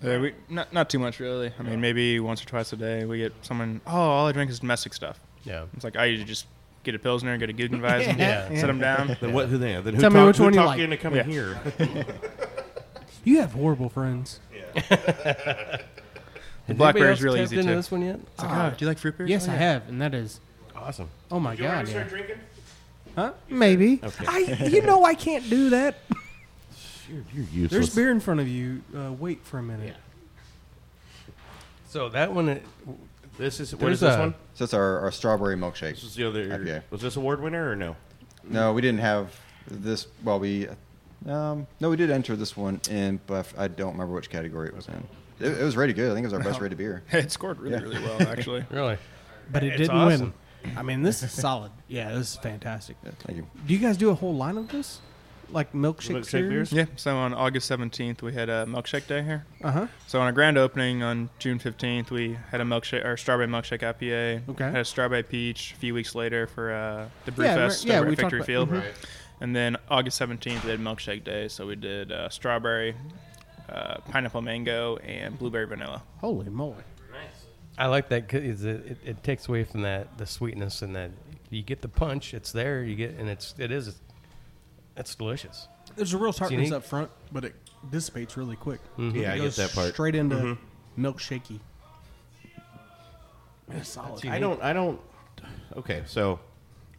Speaker 3: Uh, we, not, not too much, really. I mean, maybe once or twice a day we get someone, oh, all I drink is domestic stuff.
Speaker 6: Yeah.
Speaker 3: It's like I usually just get a Pilsner, get a Guggenweizen,
Speaker 6: Yeah.
Speaker 3: set them down.
Speaker 4: Then what- who they- then
Speaker 5: who Tell me talk- which who one you talked like. you
Speaker 4: into coming here?
Speaker 5: You have horrible friends.
Speaker 3: Yeah. the
Speaker 5: Has
Speaker 3: blackberry
Speaker 5: anybody
Speaker 3: is really
Speaker 5: else
Speaker 3: easy,
Speaker 5: tapped into
Speaker 3: too.
Speaker 5: this one yet?
Speaker 3: It's like,
Speaker 5: Ah.
Speaker 3: oh, do you like fruit beers?
Speaker 5: Yes,
Speaker 3: Oh,
Speaker 5: I
Speaker 3: yeah.
Speaker 5: have, and that is
Speaker 6: awesome.
Speaker 5: Oh my
Speaker 4: Did you
Speaker 5: god!
Speaker 4: already
Speaker 5: Yeah.
Speaker 4: start drinking?
Speaker 5: Huh? Maybe.
Speaker 4: Okay.
Speaker 5: I. You know I can't do that.
Speaker 4: You're
Speaker 5: There's
Speaker 4: useless.
Speaker 5: beer in front of you. Uh, wait for a minute.
Speaker 6: So that one.
Speaker 4: This is
Speaker 6: what is this one?
Speaker 7: So that's our, our strawberry milkshake. This
Speaker 4: is the other.
Speaker 7: IPA.
Speaker 4: Was this award winner or no?
Speaker 7: No, we didn't have this. Well, we um, no, we did enter this one in, but I don't remember which category it was in. It, it was rated good. I think it was our best
Speaker 3: Wow.
Speaker 7: rated beer.
Speaker 3: It scored really,
Speaker 7: Yeah.
Speaker 3: really well, actually.
Speaker 6: really.
Speaker 5: But it
Speaker 3: It's
Speaker 5: didn't
Speaker 3: awesome.
Speaker 5: win. I mean, this is solid. Yeah, this is fantastic.
Speaker 7: Thank you.
Speaker 5: Do you guys do a whole line of this, like milkshake, series?
Speaker 3: Yeah. So on August 17th, we had a milkshake day here.
Speaker 5: Uh-huh.
Speaker 3: So on our grand opening on June 15th, we had a milkshake, our strawberry milkshake IPA.
Speaker 5: Okay.
Speaker 3: Had a strawberry peach a few weeks later for uh, the Brewfest
Speaker 5: Yeah, right- yeah,
Speaker 3: over
Speaker 5: we
Speaker 3: at
Speaker 5: talked
Speaker 3: Victory
Speaker 5: about-
Speaker 3: Field.
Speaker 5: mhm. Right.
Speaker 3: And then August 17th, we had milkshake day. So we did uh, strawberry, uh, pineapple mango, and blueberry vanilla.
Speaker 5: Holy moly!
Speaker 6: I like that because it, it, it takes away from that the sweetness and that you get the punch. It's there. You get and it's it is. It's delicious.
Speaker 5: There's a real
Speaker 6: It's
Speaker 5: tartness
Speaker 6: unique.
Speaker 5: up front, but it dissipates really quick.
Speaker 4: Mm-hmm.
Speaker 6: Mhm. Yeah,
Speaker 5: It
Speaker 6: I get
Speaker 5: goes
Speaker 6: that part.
Speaker 5: Straight into
Speaker 6: Mhm.
Speaker 5: milkshakey. It's solid.
Speaker 4: I don't. I don't. Okay, so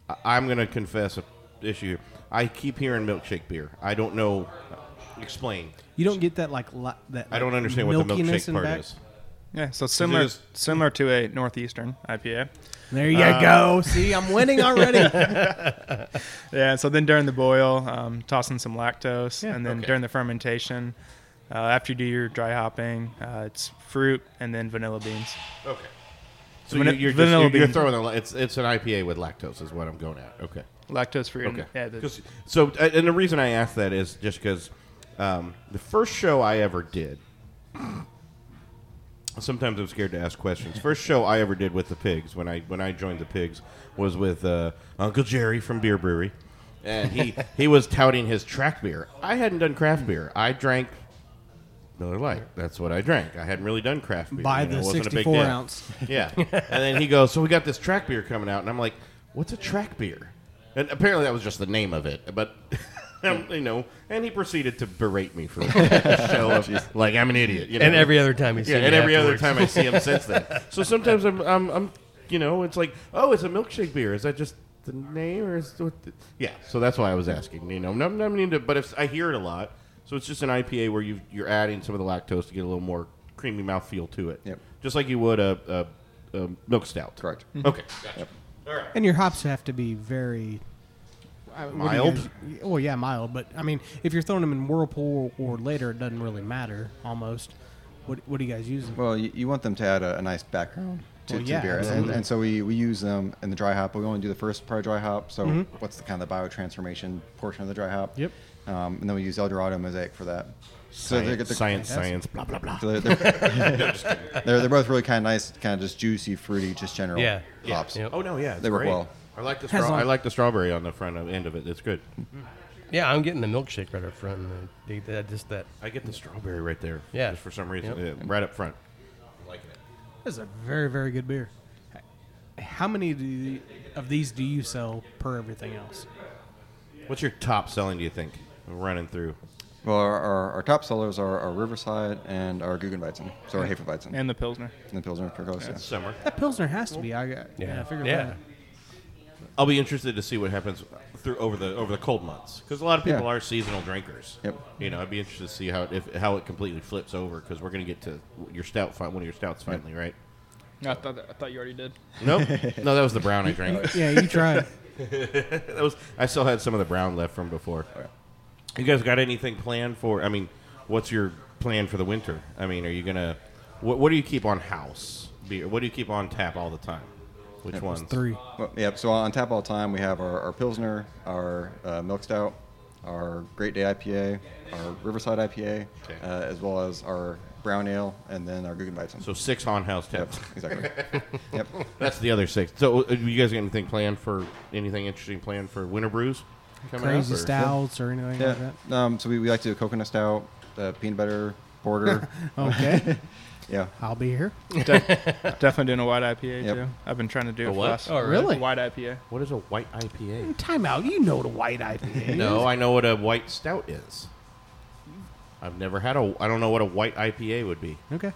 Speaker 4: I- I'm gonna confess a issue. I keep hearing milkshake beer. I don't know. Explain.
Speaker 5: You don't get that like la- that.
Speaker 4: I don't
Speaker 5: like,
Speaker 4: understand what the
Speaker 5: milkiness
Speaker 4: milkshake
Speaker 5: in
Speaker 4: part
Speaker 5: back.
Speaker 4: is.
Speaker 3: Yeah. So
Speaker 4: Is it
Speaker 3: similar,
Speaker 4: just-
Speaker 3: similar to a northeastern IPA.
Speaker 5: There you
Speaker 4: Uh,
Speaker 5: go. See, I'm winning already.
Speaker 3: yeah. So then during the boil, um, toss in some lactose,
Speaker 5: Yeah.
Speaker 3: and then
Speaker 5: Okay.
Speaker 3: during the fermentation, uh, after you do your dry hopping, uh, it's fruit and then vanilla beans.
Speaker 4: Okay. So
Speaker 3: Vani-
Speaker 4: you- you're, just,
Speaker 3: vanilla
Speaker 4: you're, you're
Speaker 3: bean.
Speaker 4: throwing a, li- it's it's an IPA with lactose is what I'm going at. Okay.
Speaker 3: Lactose free and-
Speaker 4: Okay.
Speaker 3: yeah, the-
Speaker 4: 'Cause- so uh, and the reason I asked that is just because um, the first show I ever did. Sometimes I'm scared to ask questions. First show I ever did with the pigs when I when I joined the pigs was with uh, Uncle Jerry from Beer Brewery, and he he was touting his track beer. I hadn't done craft beer. I drank Miller Lite. That's what I drank. I hadn't really done craft beer.
Speaker 5: Buy
Speaker 4: you know,
Speaker 5: the
Speaker 4: it wasn't a big
Speaker 5: 64
Speaker 4: deal.
Speaker 5: ounce.
Speaker 4: Yeah. and then he goes, "So we got this track beer coming out," and I'm like, "What's a track beer?" And apparently that was just the name of it, but. um, you know, and he proceeded to berate me for the show of, like I'm an idiot. You know?
Speaker 6: And every other time he's
Speaker 4: yeah,
Speaker 6: seen
Speaker 4: and
Speaker 6: me
Speaker 4: every other
Speaker 6: afterwards.
Speaker 4: time I see him since then. So sometimes I'm, I'm, I'm, you know, it's like, oh, it's a milkshake beer. Is that just the name or is what? The... Yeah. So that's why I was asking. You know, I'm not, I'm not into, but if I hear it a lot, so it's just an IPA where you you're adding some of the lactose to get a little more creamy mouthfeel to it. Yep. Just like you would a, a, a milk stout. Correct. Okay. Gotcha.
Speaker 5: And your hops have to be very what do you
Speaker 4: Mild?
Speaker 5: guys- Well, yeah, mild. But I mean, if you're throwing them in whirlpool or later, it doesn't really matter. Almost. What What are you guys using?
Speaker 7: Well, you, you want them to add a, a nice background to,
Speaker 5: Well,
Speaker 7: to
Speaker 5: yeah,
Speaker 7: the beer, and,
Speaker 5: absolutely.
Speaker 7: and so we, we use them in the dry hop. We only do the first part of dry hop. So
Speaker 5: Mhm.
Speaker 7: what's the kind of the biotransformation portion of the dry hop?
Speaker 5: Yep.
Speaker 7: Um, and then we use Eldorado Mosaic for that.
Speaker 4: Science, science, science, blah, blah, blah.
Speaker 7: So they're,
Speaker 4: No,
Speaker 7: they're,
Speaker 4: just kidding.
Speaker 7: they're, they're both really kind of nice, kind of just juicy, fruity, just general
Speaker 4: Yeah. Yeah.
Speaker 7: hops.
Speaker 4: Yep. Oh, no, yeah, it's
Speaker 7: they work
Speaker 4: great.
Speaker 7: well.
Speaker 4: I like the
Speaker 6: Has
Speaker 4: straw-
Speaker 6: long-
Speaker 4: I like the strawberry on the front of, end of it. It's good.
Speaker 6: Yeah, I'm getting the milkshake right up front. And I dig that, just that.
Speaker 4: I get the strawberry right there.
Speaker 6: Yeah.
Speaker 4: Just for some reason,
Speaker 6: Yep.
Speaker 4: yeah, right up front.
Speaker 5: This is a very, very good beer. How many do you, of these do you sell per everything else?
Speaker 4: What's your top selling? Do you think running through?
Speaker 7: Well, our, our, our top sellers are our Riverside and our Guggenweizen, so our Hefeweizen.
Speaker 3: And the Pilsner.
Speaker 7: And the Pilsner, for course, yeah.
Speaker 4: That's summer.
Speaker 5: That Pilsner has to be. I got. Yeah. I figured that.
Speaker 4: I'll be interested to see what happens through over the over the cold months because a lot of people
Speaker 7: Yeah.
Speaker 4: are seasonal drinkers.
Speaker 7: Yep.
Speaker 4: You know, I'd be interested to see how it, if how it completely flips over because we're going to get to your stout fi- one of your stouts finally, right?
Speaker 3: No, I thought that, I thought you already did.
Speaker 4: Nope. no, that was the brown I drank.
Speaker 5: Yeah, you tried.
Speaker 4: that was. I still had some of the brown left from before. You guys got anything planned for? I mean, what's your plan for the winter? I mean, are you gonna? What, what do you keep on house beer? What do you keep on tap all the time? Which
Speaker 7: Yep.
Speaker 4: ones?
Speaker 7: Well, yep. So on tap all the time, we have our, our Pilsner, our uh, Milk Stout, our Great Day IPA, our Riverside IPA,
Speaker 4: Okay.
Speaker 7: uh, as well as our Brown Ale, and then our Guggenweizen.
Speaker 4: So six on house taps.
Speaker 7: exactly. Yep.
Speaker 4: That's the other six. So, uh, you guys got anything planned for anything interesting planned for winter brews? coming up,
Speaker 5: Crazy
Speaker 4: or-
Speaker 5: stouts or anything like that.
Speaker 7: Um, so we, we like to do coconut stout, uh, peanut butter, porter.
Speaker 5: Okay.
Speaker 7: yeah.
Speaker 5: I'll be here.
Speaker 3: definitely doing a white IPA
Speaker 7: Yep.
Speaker 3: too. I've been trying to do
Speaker 4: A
Speaker 3: it for
Speaker 4: what?
Speaker 3: the last.
Speaker 4: Oh,
Speaker 5: really?
Speaker 3: A White IPA.
Speaker 4: What is a white IPA?
Speaker 5: Time out. You know what a white IPA. is.
Speaker 4: No, I know what a white stout is. I've never had a. I don't know what a white IPA would be.
Speaker 5: Okay.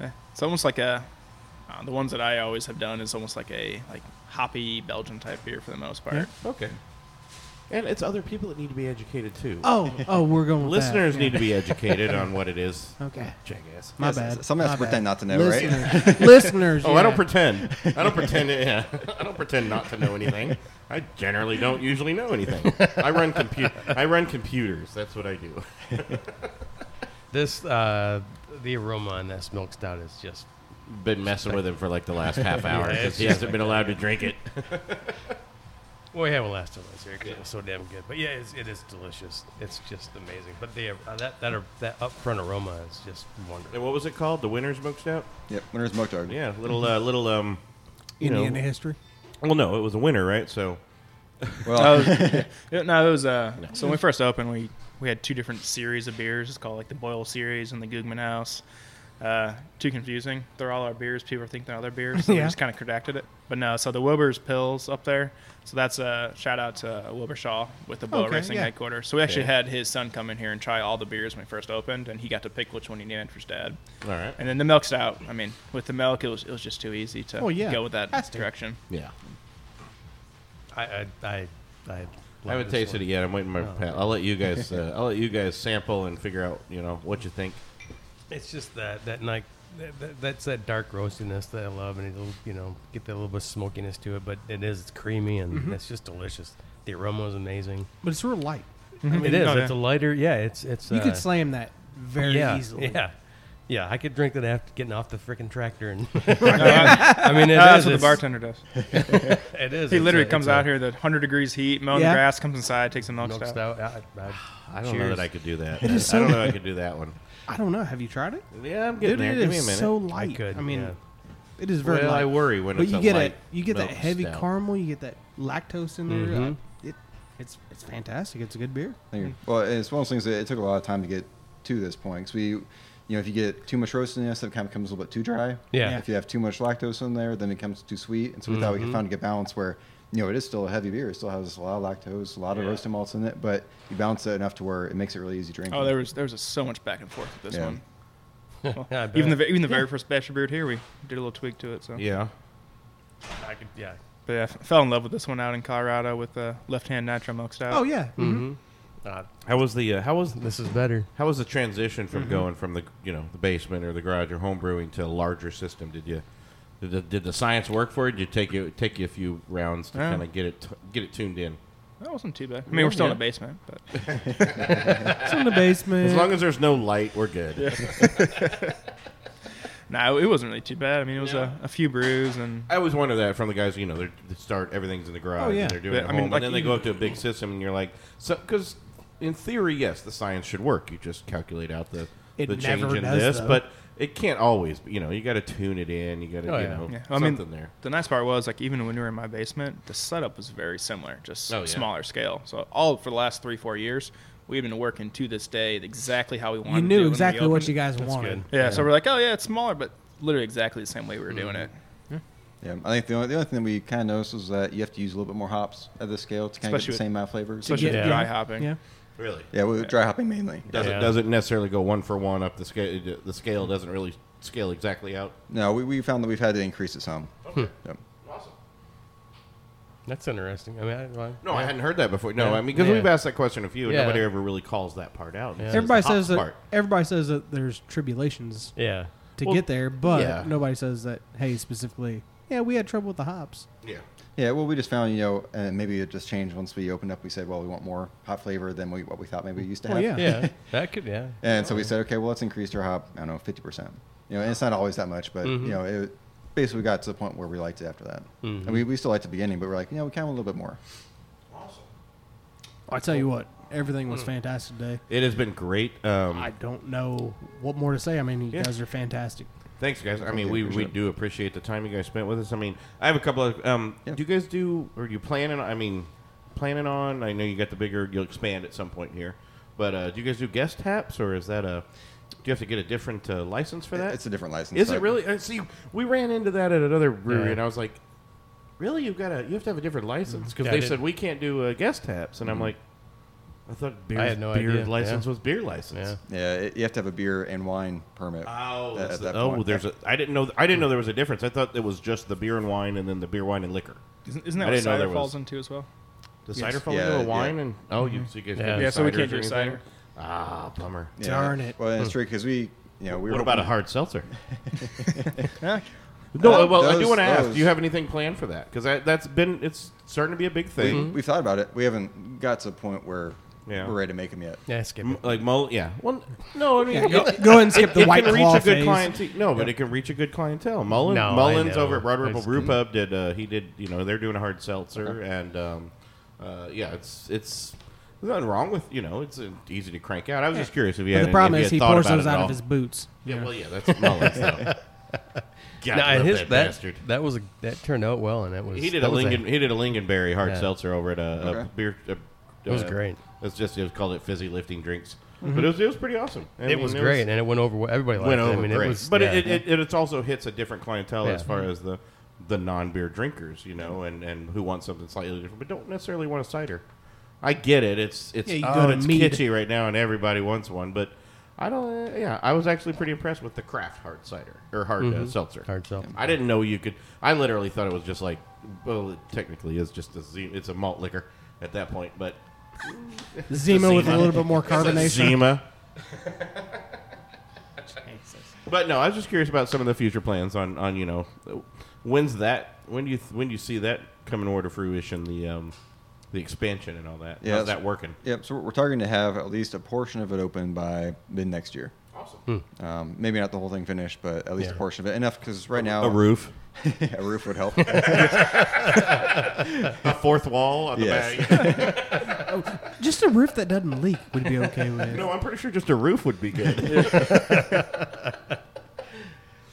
Speaker 3: Yeah. It's almost like a. Uh, the ones that I always have done is almost like a like hoppy Belgian type beer for the most part.
Speaker 4: Okay. And it's other people that need to be educated too.
Speaker 5: Oh, oh, we're going. With that.
Speaker 4: Listeners
Speaker 5: Yeah.
Speaker 4: need to be educated on what it is.
Speaker 5: Okay.
Speaker 4: Jackass.
Speaker 5: My
Speaker 7: Yes,
Speaker 5: bad.
Speaker 7: somebody
Speaker 5: My
Speaker 7: has to pretend
Speaker 5: bad.
Speaker 7: not to know, right?
Speaker 5: listeners, listeners.
Speaker 4: Oh, I don't
Speaker 5: yeah.
Speaker 4: pretend. I don't pretend. Yeah, I don't pretend not to know anything. I generally don't usually know anything. I run computer. I run computers. That's what I do.
Speaker 6: This uh, the aroma on this milk stout is just
Speaker 4: Been messing with him for like the last half hour
Speaker 6: Yeah,
Speaker 4: because
Speaker 6: it's
Speaker 4: he
Speaker 6: just
Speaker 4: hasn't been allowed to drink it.
Speaker 6: Well, we had one last time I was here 'cause it was so damn good. But yeah, it's, it is delicious. It's just amazing. But the uh, that that that upfront aroma is just wonderful.
Speaker 4: And what was it called? The winter's smoked out.
Speaker 7: Yep. Winter's Milk Dog.
Speaker 4: Yeah, little uh, little um. You
Speaker 5: Indiana
Speaker 4: know,
Speaker 5: history.
Speaker 4: well, no, it was a winter, right? So
Speaker 5: Oh,
Speaker 3: I
Speaker 7: Well,
Speaker 3: was- yeah, no, it was uh. So when we first opened, we we had two different series of beers. It's called like the Boyle series and the Googman House. Uh, too confusing. They're all our beers. People think they're other beers. So we
Speaker 5: Yeah.
Speaker 3: just kind of redacted it. But no, so the Wilbur's Pills up there. So that's a shout out to Wilbur Shaw with the Boyle
Speaker 5: Okay,
Speaker 3: Racing
Speaker 5: yeah.
Speaker 3: headquarters. So we actually
Speaker 4: Okay.
Speaker 3: had his son come in here and try all the beers when we first opened, and he got to pick which one he named for his dad.
Speaker 4: all right.
Speaker 3: And then the milk stout. I mean, with the milk, it was it was just too easy to
Speaker 5: Oh, yeah.
Speaker 3: go with that
Speaker 5: Has to.
Speaker 3: direction.
Speaker 4: Yeah,
Speaker 6: I I I, I, love
Speaker 4: I haven't
Speaker 6: this
Speaker 4: tasted
Speaker 6: one.
Speaker 4: it yet. I'm waiting for my.
Speaker 6: Oh.
Speaker 4: pal- I'll let you guys. Uh, I'll let you guys sample and figure out. You know what you think.
Speaker 6: It's just that that like that, that, that's that dark roastiness that I love, and it'll you know get that little bit of smokiness to it. But it is it's creamy and it's just delicious. The aroma is amazing.
Speaker 5: But it's real light.
Speaker 6: it is.
Speaker 3: no,
Speaker 6: It's a lighter. Yeah. It's it's.
Speaker 5: You
Speaker 6: uh,
Speaker 5: could slam that very
Speaker 6: yeah,
Speaker 5: easily.
Speaker 6: Yeah. Yeah, I could drink that after getting off the freaking tractor, and
Speaker 3: No, I-
Speaker 6: I mean,
Speaker 3: no,
Speaker 6: it is,
Speaker 3: Uh, that's what the
Speaker 6: it's-
Speaker 3: bartender does.
Speaker 6: It is.
Speaker 3: He
Speaker 6: it's
Speaker 3: literally
Speaker 6: a-
Speaker 3: comes
Speaker 6: it's a
Speaker 3: out here, the 100 degrees heat, mowing
Speaker 5: Yeah.
Speaker 3: the grass, comes inside, takes a milk,
Speaker 6: Milk
Speaker 3: stout.
Speaker 6: stout. I, I,
Speaker 4: I don't know
Speaker 6: cheers.
Speaker 4: that I could do that.
Speaker 5: It is
Speaker 4: I don't
Speaker 5: so-
Speaker 4: know I could do that one.
Speaker 5: I don't know. Have you tried it?
Speaker 4: Yeah, I'm getting
Speaker 5: Dude,
Speaker 4: there.
Speaker 5: it
Speaker 4: Give me a
Speaker 5: is
Speaker 4: minute.
Speaker 5: so light. I,
Speaker 6: could,
Speaker 5: mean,
Speaker 6: yeah.
Speaker 5: it is very
Speaker 4: well,
Speaker 5: light.
Speaker 4: I worry when
Speaker 5: but
Speaker 4: it's
Speaker 5: you
Speaker 4: a
Speaker 5: get
Speaker 4: light
Speaker 5: a, you get that
Speaker 4: milk
Speaker 5: heavy
Speaker 4: stout.
Speaker 5: caramel, you get that lactose in there.
Speaker 4: Mm-hmm.
Speaker 5: I- it, it's it's fantastic. It's a good beer.
Speaker 7: Thank you. Well, it's one of those things that it took a lot of time to get to this point. Because we, you know, if you get too much roastiness, it kind of becomes a little bit too dry.
Speaker 6: Yeah.
Speaker 7: If you have too much lactose in there, then it becomes too sweet. And so we
Speaker 3: Mm-hmm.
Speaker 7: thought we could find a good balance where, you know, it is still a heavy beer. It still has a lot of lactose, a lot of roasted malts in it, but you balance it enough to where it makes it really easy drinking.
Speaker 3: Oh, there was there was so much back and forth with this
Speaker 7: Yeah.
Speaker 3: one.
Speaker 6: Yeah, I
Speaker 3: even the
Speaker 6: bet.
Speaker 3: ve- even the very first batch of beer here, we did a little tweak to it. So
Speaker 4: Yeah.
Speaker 6: I could, yeah.
Speaker 3: but yeah, I f- fell in love with this one out in Colorado with the left hand nitro milk stout.
Speaker 5: Oh yeah. Mhm.
Speaker 6: Uh,
Speaker 4: How was the uh, how was
Speaker 6: this is better.
Speaker 4: how was the transition from going from the you know the basement or the garage or home brewing to a larger system? Did you did the, did the science work for you? Did it take you take you a few rounds to
Speaker 3: Yeah.
Speaker 4: kind of get it t- get it tuned in?
Speaker 3: that wasn't too bad. I mean, we're still in the basement, but
Speaker 5: It's in the basement.
Speaker 4: Mm-hmm. As long as there's no light, we're good.
Speaker 3: no, it wasn't really too bad. I mean, it was a, a few brews and
Speaker 4: I always wonder that from the guys. You know, they're, they start everything's in the garage
Speaker 5: yeah.
Speaker 4: and they're doing
Speaker 3: But,
Speaker 4: it
Speaker 3: I
Speaker 4: at
Speaker 3: mean,
Speaker 4: home,
Speaker 3: like,
Speaker 4: and then they
Speaker 3: even-
Speaker 4: go up to a big system, and you're like, so because in theory, yes, the science should work. You just calculate out the
Speaker 5: It
Speaker 4: the change
Speaker 5: never
Speaker 4: in
Speaker 5: does,
Speaker 4: this,
Speaker 5: though.
Speaker 4: but it can't always. be- You know, you got to tune it in. You got to, you know,
Speaker 3: Yeah. I
Speaker 4: something
Speaker 3: mean,
Speaker 4: there.
Speaker 3: The nice part was like even when we were in my basement, the setup was very similar, just
Speaker 4: Oh, yeah.
Speaker 3: smaller scale. So all for the last three four years, we've been working to this day exactly how we wanted. to
Speaker 5: knew
Speaker 3: do it when we
Speaker 5: exactly what
Speaker 3: opened.
Speaker 5: you guys That's wanted. good.
Speaker 3: Yeah, So
Speaker 7: Yeah.
Speaker 3: we're like, oh yeah, it's smaller, but literally exactly the same way we were
Speaker 4: Mm-hmm.
Speaker 3: doing it.
Speaker 7: Yeah, I think the only, the only thing we kind of noticed was that you have to use a little bit more hops at this scale to kind of get
Speaker 3: Especially
Speaker 7: the
Speaker 3: with-
Speaker 7: same amount of flavors.
Speaker 3: especially with Yeah. dry hopping. Yeah.
Speaker 4: Really?
Speaker 7: Yeah, with dry hopping mainly.
Speaker 4: Doesn't doesn't necessarily go one for one up the scale. The scale doesn't really scale exactly out.
Speaker 7: No, we, we found that we've had to increase it some.
Speaker 3: Hmm.
Speaker 4: Okay.
Speaker 7: Yep.
Speaker 6: That's interesting. I mean, I, well,
Speaker 4: No, I
Speaker 6: yeah.
Speaker 4: hadn't heard that before. No,
Speaker 6: Yeah.
Speaker 4: I mean because
Speaker 6: Yeah.
Speaker 4: we've asked that question a few, and
Speaker 6: Yeah.
Speaker 4: nobody ever really calls that part out. It's
Speaker 5: Everybody
Speaker 4: the hot
Speaker 5: says that.
Speaker 4: part.
Speaker 5: Everybody says that there's tribulations.
Speaker 6: Yeah.
Speaker 5: To
Speaker 6: Well,
Speaker 5: get there, but
Speaker 6: yeah.
Speaker 5: nobody says that. Hey, specifically, yeah, we had trouble with the hops.
Speaker 7: Yeah, well, we just found, you know, and maybe it just changed once we opened up. We said, well, we want more hot flavor than we, what we thought maybe we used to
Speaker 6: Well,
Speaker 7: have.
Speaker 6: yeah. Yeah, that could- yeah.
Speaker 7: And so we said, okay, well, let's increase your hop, I don't know, 50%. You know, and it's not always that much, but,
Speaker 4: Mm-hmm.
Speaker 6: Mhm.
Speaker 7: you know, it basically got to the point where we liked it after that. And we, we still liked the beginning, but we're like, you know, we kind of want a little bit more.
Speaker 5: I tell you what, everything was
Speaker 4: Mm.
Speaker 5: fantastic today.
Speaker 4: It has been great. Um,
Speaker 5: I don't know what more to say. I mean, you
Speaker 4: Yeah.
Speaker 5: guys are fantastic.
Speaker 4: Thanks, guys. I mean,
Speaker 5: Yeah,
Speaker 4: we,
Speaker 5: appreciate
Speaker 4: we
Speaker 5: it.
Speaker 4: do appreciate the time you guys spent with us. I mean, I have a couple of. Um, Do you guys do, or you planning on, I mean, planning on, I know you got the bigger, you'll expand at some point here, but uh, do you guys do guest taps, or is that a, do you have to get a different uh, license for that?
Speaker 7: It's a different license.
Speaker 4: Is it
Speaker 7: but-
Speaker 4: really? Uh, see, we ran into that at another brewery,
Speaker 7: Yeah. Mm-hmm.
Speaker 4: and I was like, really? You've got to, you have to have a different license? Because
Speaker 6: Yeah, I
Speaker 4: they
Speaker 6: did.
Speaker 4: said, we can't do uh, guest taps. And I'm
Speaker 6: Mhm.
Speaker 4: like, I thought beer,
Speaker 6: I had no
Speaker 4: beer
Speaker 6: idea.
Speaker 4: license
Speaker 6: Yeah.
Speaker 4: was beer license.
Speaker 6: Yeah.
Speaker 7: Yeah, it, you have to have a beer and wine permit.
Speaker 4: Oh,
Speaker 7: at-
Speaker 4: that's
Speaker 7: at
Speaker 4: the-
Speaker 7: that
Speaker 4: oh,
Speaker 7: point.
Speaker 4: there's a. I didn't know. I didn't know there was a difference. I thought it was just the beer and wine, and then the beer, wine, and liquor.
Speaker 3: Isn't, isn't that
Speaker 4: I
Speaker 3: what
Speaker 4: didn't know
Speaker 3: cider
Speaker 4: there
Speaker 3: falls
Speaker 4: was-
Speaker 3: into as well?
Speaker 4: Does
Speaker 3: Yes.
Speaker 4: cider fall into a wine? And oh, you, so you guys
Speaker 3: Mm-hmm. yeah.
Speaker 4: can't do
Speaker 3: so we
Speaker 4: ciders
Speaker 3: can't
Speaker 4: or
Speaker 3: do
Speaker 4: anything?
Speaker 3: cider.
Speaker 4: Ah, bummer.
Speaker 7: Yeah. Well, that's true because we, you know, we.
Speaker 4: Hmm. What
Speaker 7: were
Speaker 4: about a
Speaker 7: hoping-
Speaker 4: hard seltzer?
Speaker 3: Yeah.
Speaker 4: No,
Speaker 7: Uh,
Speaker 4: well, I
Speaker 7: those-
Speaker 4: do want to ask.
Speaker 7: those-
Speaker 4: Do you have anything planned for that? Because that's been it's starting to be a big
Speaker 7: We,
Speaker 4: thing.
Speaker 7: We've thought about it. We haven't got to the point where
Speaker 4: Yeah.
Speaker 7: we're ready to make them yet.
Speaker 6: Yeah, skip
Speaker 4: M- Like mole, yeah. Well, no, I mean,
Speaker 7: Yeah, go-
Speaker 4: it-
Speaker 7: go ahead and skip
Speaker 4: it-
Speaker 7: the
Speaker 4: it
Speaker 7: White
Speaker 4: can
Speaker 7: Claw
Speaker 4: reach a good
Speaker 7: phase.
Speaker 4: clientele. No, but it can reach a good clientele. Mullen,
Speaker 6: No, I
Speaker 4: Mullins
Speaker 6: know.
Speaker 4: over at Broad Ripple
Speaker 6: It's-
Speaker 4: Brew Pub did. Uh, he did. You know, they're doing a hard
Speaker 5: Uh-huh.
Speaker 4: seltzer, and um, uh, yeah, it's it's there's nothing wrong with you know it's uh, easy to crank out. I was just curious if you
Speaker 5: But
Speaker 4: had
Speaker 5: the problem
Speaker 4: if you
Speaker 5: is
Speaker 4: had
Speaker 5: he
Speaker 4: thought
Speaker 5: pours
Speaker 4: about
Speaker 5: those
Speaker 4: it at
Speaker 5: out of
Speaker 4: all.
Speaker 5: his boots.
Speaker 4: Yeah,
Speaker 5: Yeah.
Speaker 4: well, yeah, that's Mullins though. God,
Speaker 6: Nah,
Speaker 4: I love
Speaker 6: his-
Speaker 4: that
Speaker 6: that,
Speaker 4: bastard.
Speaker 6: That was a, that turned out well, and that was
Speaker 4: He did
Speaker 6: that
Speaker 4: a
Speaker 6: was
Speaker 4: Lincoln. He did a Lincolnberry hard
Speaker 6: Yeah.
Speaker 4: seltzer over at a, a
Speaker 6: Okay.
Speaker 4: beer. A, uh,
Speaker 6: It was great.
Speaker 4: It's just it was called it fizzy lifting drinks,
Speaker 5: Mm-hmm.
Speaker 6: Mhm.
Speaker 4: but it was it was pretty awesome. I
Speaker 6: It
Speaker 4: mean,
Speaker 6: was great, and it went over well. Everybody liked
Speaker 4: went
Speaker 6: it. I
Speaker 4: over
Speaker 6: mean, it
Speaker 4: great.
Speaker 6: was-
Speaker 4: but
Speaker 6: yeah.
Speaker 4: it, it, it it also hits a different clientele as
Speaker 6: Yeah.
Speaker 4: far as the the non beer drinkers, you know, and and who want something slightly different, but don't necessarily want a cider. I get it. It's it's
Speaker 5: Yeah, you
Speaker 4: oh,
Speaker 5: go to
Speaker 4: it's
Speaker 5: mead.
Speaker 4: kitschy right now, and everybody wants one, but. I don't. uh, yeah, I was actually pretty impressed with the craft hard cider or hard uh,
Speaker 6: Mhm.
Speaker 4: seltzer.
Speaker 6: Hard seltzer.
Speaker 4: I didn't know you could. I literally thought it was just like, well, it technically is just a ze- it's a malt liquor at that point, but
Speaker 5: Zima with a little bit more
Speaker 4: It's a
Speaker 5: carbonation.
Speaker 4: Zima. But no, I was just curious about some of the future plans on on you know, when's that? When do you when do you see that coming more to fruition? The um, the expansion and all that. How's
Speaker 7: that's-
Speaker 4: that working?
Speaker 7: Yep. So we're targeting to have at least a portion of it open by mid next year.
Speaker 4: Awesome.
Speaker 7: Um, maybe not the whole thing finished, but at least
Speaker 4: Hmm. Yeah.
Speaker 7: a portion of it. Enough because right now
Speaker 6: Uh,
Speaker 4: a roof.
Speaker 7: a roof would help.
Speaker 4: a fourth wall on the
Speaker 7: Yes.
Speaker 4: back.
Speaker 5: Oh, Just a roof that doesn't leak would be okay with.
Speaker 4: no, I'm pretty sure just a roof would be good.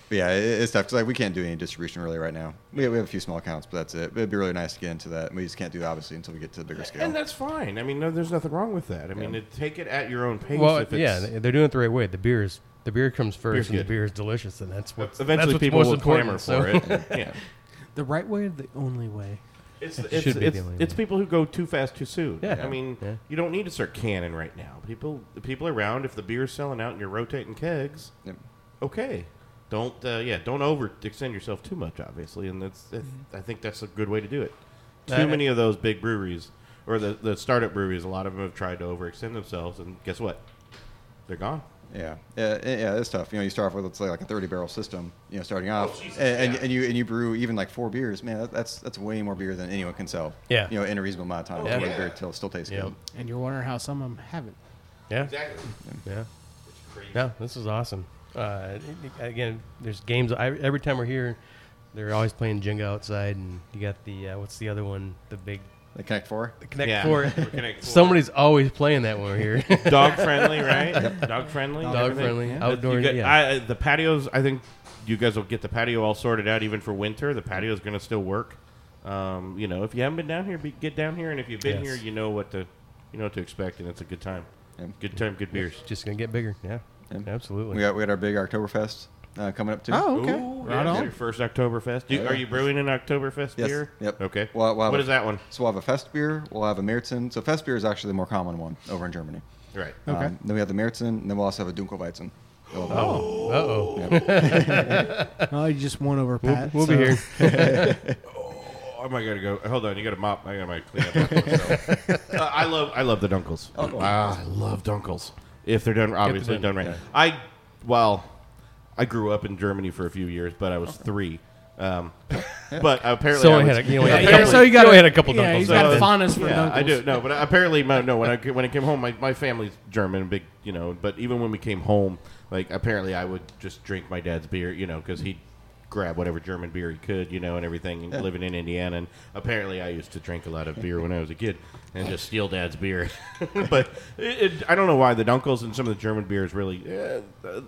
Speaker 7: But yeah, it, it's tough 'cause, like we can't do any distribution really right now. We, we have a few small accounts, but that's it. But it'd be really nice to get into that. We just can't do that obviously until we get to the bigger scale.
Speaker 4: And that's fine. I mean, no, there's nothing wrong with that. I mean,
Speaker 7: Yeah.
Speaker 4: it, take it at your own pace.
Speaker 6: well,
Speaker 4: if it's,
Speaker 6: yeah, they- they're doing it the right way. The beer is the beer comes
Speaker 4: Beer's
Speaker 6: first, and the
Speaker 4: good.
Speaker 6: beer is delicious, and that's what
Speaker 4: Eventually
Speaker 6: that's what's
Speaker 4: people
Speaker 6: most
Speaker 4: will
Speaker 6: important,
Speaker 4: clamor for
Speaker 6: so.
Speaker 4: it. Yeah.
Speaker 5: The right way or the only way?
Speaker 4: It's, it's, it's, it's people who go too fast too soon.
Speaker 6: Yeah.
Speaker 4: I mean,
Speaker 6: Yeah.
Speaker 4: you don't need to start canning right now. People, the people around, if the beer's selling out and you're rotating kegs, okay. Don't, uh, yeah, don't overextend yourself too much, obviously. And that's, that's- I think that's a good way to do it. Too
Speaker 6: Uh,
Speaker 4: many of those big breweries or the, the startup breweries, a lot of them have tried to overextend themselves, and guess what? They're gone.
Speaker 7: Yeah, yeah, yeah, yeah, it's tough. You know, you start off with let's say like a thirty barrel system. You know, starting
Speaker 4: Oh,
Speaker 7: off, and, and, and you and you brew even like four beers. Man, that, that's that's way more beer than anyone can sell.
Speaker 6: Yeah.
Speaker 7: you know, in a reasonable amount of time,
Speaker 6: Oh,
Speaker 7: one
Speaker 6: yeah.
Speaker 7: beer till, still tastes
Speaker 6: Yep.
Speaker 7: good.
Speaker 5: And you're wondering how some of them haven't.
Speaker 6: Yeah.
Speaker 4: Exactly.
Speaker 6: Yeah. Yeah, this is awesome. Uh, again, there's games. I, every time we're here, they're always playing Jenga outside, and you got the uh, what's the other one? The big
Speaker 7: The Connect Four.
Speaker 6: The Connect Four. Somebody's always playing that when we're here.
Speaker 4: Dog friendly, right? Dog friendly.
Speaker 6: Dog
Speaker 4: everything.
Speaker 6: friendly,
Speaker 4: You
Speaker 6: outdoor,
Speaker 4: get-
Speaker 6: yeah.
Speaker 4: I, uh, the patios. I think you guys will get the patio all sorted out, even for winter. The patio is going to still work. Um, you know, if you haven't been down here, be, get down here, and if you've been
Speaker 6: Yes.
Speaker 4: here, you know what to, you know what to expect, and it's a good time. Good time, good beers.
Speaker 6: Just gonna get bigger. Yeah, absolutely.
Speaker 7: We got we got our big Oktoberfest uh, coming up too.
Speaker 4: Ooh, yeah, it's Your first Oktoberfest. Do you-
Speaker 7: Oh, Yeah.
Speaker 4: Are you brewing an Oktoberfest
Speaker 7: Yes.
Speaker 4: beer?
Speaker 7: Yep.
Speaker 4: Okay.
Speaker 7: Well, we'll have
Speaker 4: what
Speaker 7: a-
Speaker 4: is that one?
Speaker 7: So we'll have a Fest beer. We'll have a Märzen. So Fest beer is actually the more common one over in Germany.
Speaker 4: Right.
Speaker 7: Okay.
Speaker 4: Okay.
Speaker 7: Um, then we have the Märzen, and then we'll also have a Dunkelweizen.
Speaker 6: Oh. Uh-oh.
Speaker 5: Oh, you just won over
Speaker 4: We'll-
Speaker 5: Pat.
Speaker 4: we'll be
Speaker 5: so-
Speaker 4: Oh, I might gotta go. Hold on, you got a mop. I gotta might clean up. after myself. uh, I love, I love the dunkles. Ah, I love dunkles. If they're done, obviously
Speaker 6: done.
Speaker 4: done right.
Speaker 6: Yeah.
Speaker 4: I, well, I grew up in Germany for a few years, but I was three. Um, but apparently,
Speaker 6: So
Speaker 4: I
Speaker 6: only
Speaker 4: was-
Speaker 6: had a- you only had a
Speaker 4: apparently-
Speaker 6: couple- So you got you only a- had a couple yeah, dunkles. he's
Speaker 4: So-
Speaker 6: got a fondness for
Speaker 4: yeah, I
Speaker 6: dunkles.
Speaker 4: do. No, but apparently, my, no. When I when I came home, my, my family's German, big, you know. But even when we came home, like apparently, I would just drink my dad's beer, you know, because he'd grab whatever German beer he could, you know, and everything. and
Speaker 7: Yeah.
Speaker 4: Living in Indiana, and apparently, I used to drink a lot of beer when I was a kid and just steal dad's beer. but it, it, I don't know why the Dunkels and some of the German beers really. eh, uh,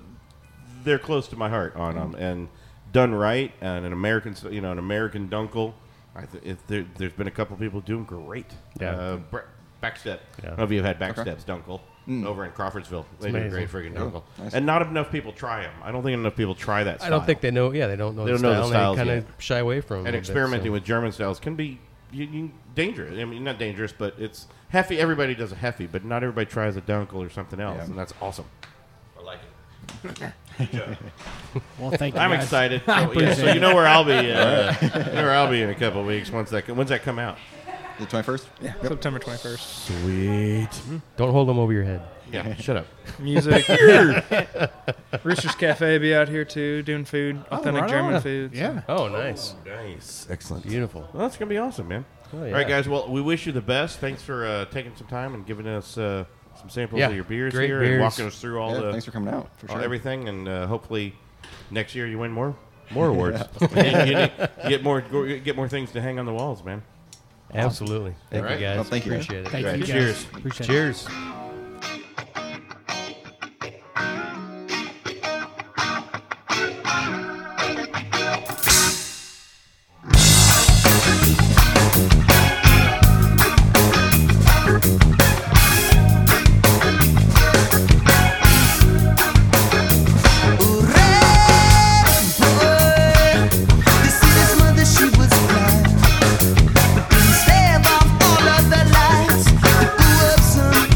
Speaker 4: they're close to my heart on them,
Speaker 6: Mm-hmm.
Speaker 4: and done right, and an American, you know, an American Dunkel. I th- if there, there's been a couple people doing great.
Speaker 6: Yeah.
Speaker 4: Uh, Bre- backstep. I
Speaker 6: Yeah.
Speaker 4: don't know if you've had backsteps Dunkel
Speaker 7: Mm.
Speaker 4: over in Crawfordsville. They do
Speaker 6: amazing.
Speaker 4: great friggin'
Speaker 7: Yeah.
Speaker 4: Dunkel,
Speaker 7: Nice.
Speaker 4: and not enough people try them. I don't think enough people try that. Style.
Speaker 6: I don't think they know. Yeah, they don't know.
Speaker 4: They
Speaker 6: the
Speaker 4: don't know the
Speaker 6: style,
Speaker 4: styles
Speaker 6: and They kind
Speaker 4: yet.
Speaker 6: of shy away from.
Speaker 4: and experimenting with German styles can be you, you, dangerous. I mean, not dangerous, but it's heffy. Everybody does a heffy, but not everybody tries a dunkel or something else,
Speaker 7: Yeah.
Speaker 4: and that's awesome. I like it.
Speaker 5: Well, thank you.
Speaker 4: I'm
Speaker 5: guys.
Speaker 4: excited. So,
Speaker 5: I
Speaker 4: yeah,
Speaker 5: appreciate
Speaker 4: so you
Speaker 5: it.
Speaker 4: know where I'll be. Uh, you know where I'll be in a couple of weeks. Once that when's that come out?
Speaker 7: The twenty first.
Speaker 3: Yeah, September 21st.
Speaker 4: Sweet.
Speaker 6: Don't hold them over your head.
Speaker 4: Yeah. Shut up.
Speaker 3: Music. Rooster's Cafe be out here too, doing food,
Speaker 4: Oh,
Speaker 3: authentic
Speaker 5: right
Speaker 3: German
Speaker 5: on.
Speaker 3: food. so-
Speaker 5: Yeah.
Speaker 6: Oh, nice,
Speaker 4: Nice. Excellent.
Speaker 6: beautiful.
Speaker 4: Well, that's gonna be awesome, man.
Speaker 6: Oh,
Speaker 4: All right,
Speaker 6: yeah.
Speaker 4: guys. Well, we wish you the best. Thanks for uh, taking some time and giving us uh, some samples
Speaker 6: Yeah,
Speaker 4: of your beers
Speaker 6: great
Speaker 4: here and
Speaker 6: beers.
Speaker 4: walking us through all
Speaker 7: Yeah,
Speaker 4: the
Speaker 7: thanks for coming out. For
Speaker 4: all
Speaker 7: sure.
Speaker 4: everything, and uh, hopefully next year you win more more awards. and you get- you get more get more things to hang on the walls, man.
Speaker 6: Absolutely. Thank
Speaker 4: All right.
Speaker 6: you guys.
Speaker 7: Well, thank you.
Speaker 6: Appreciate it.
Speaker 5: Thank
Speaker 4: Right.
Speaker 5: you. guys.
Speaker 4: Cheers.
Speaker 5: Appreciate it.
Speaker 6: Cheers.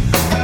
Speaker 12: Thank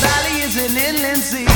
Speaker 9: Lindsay.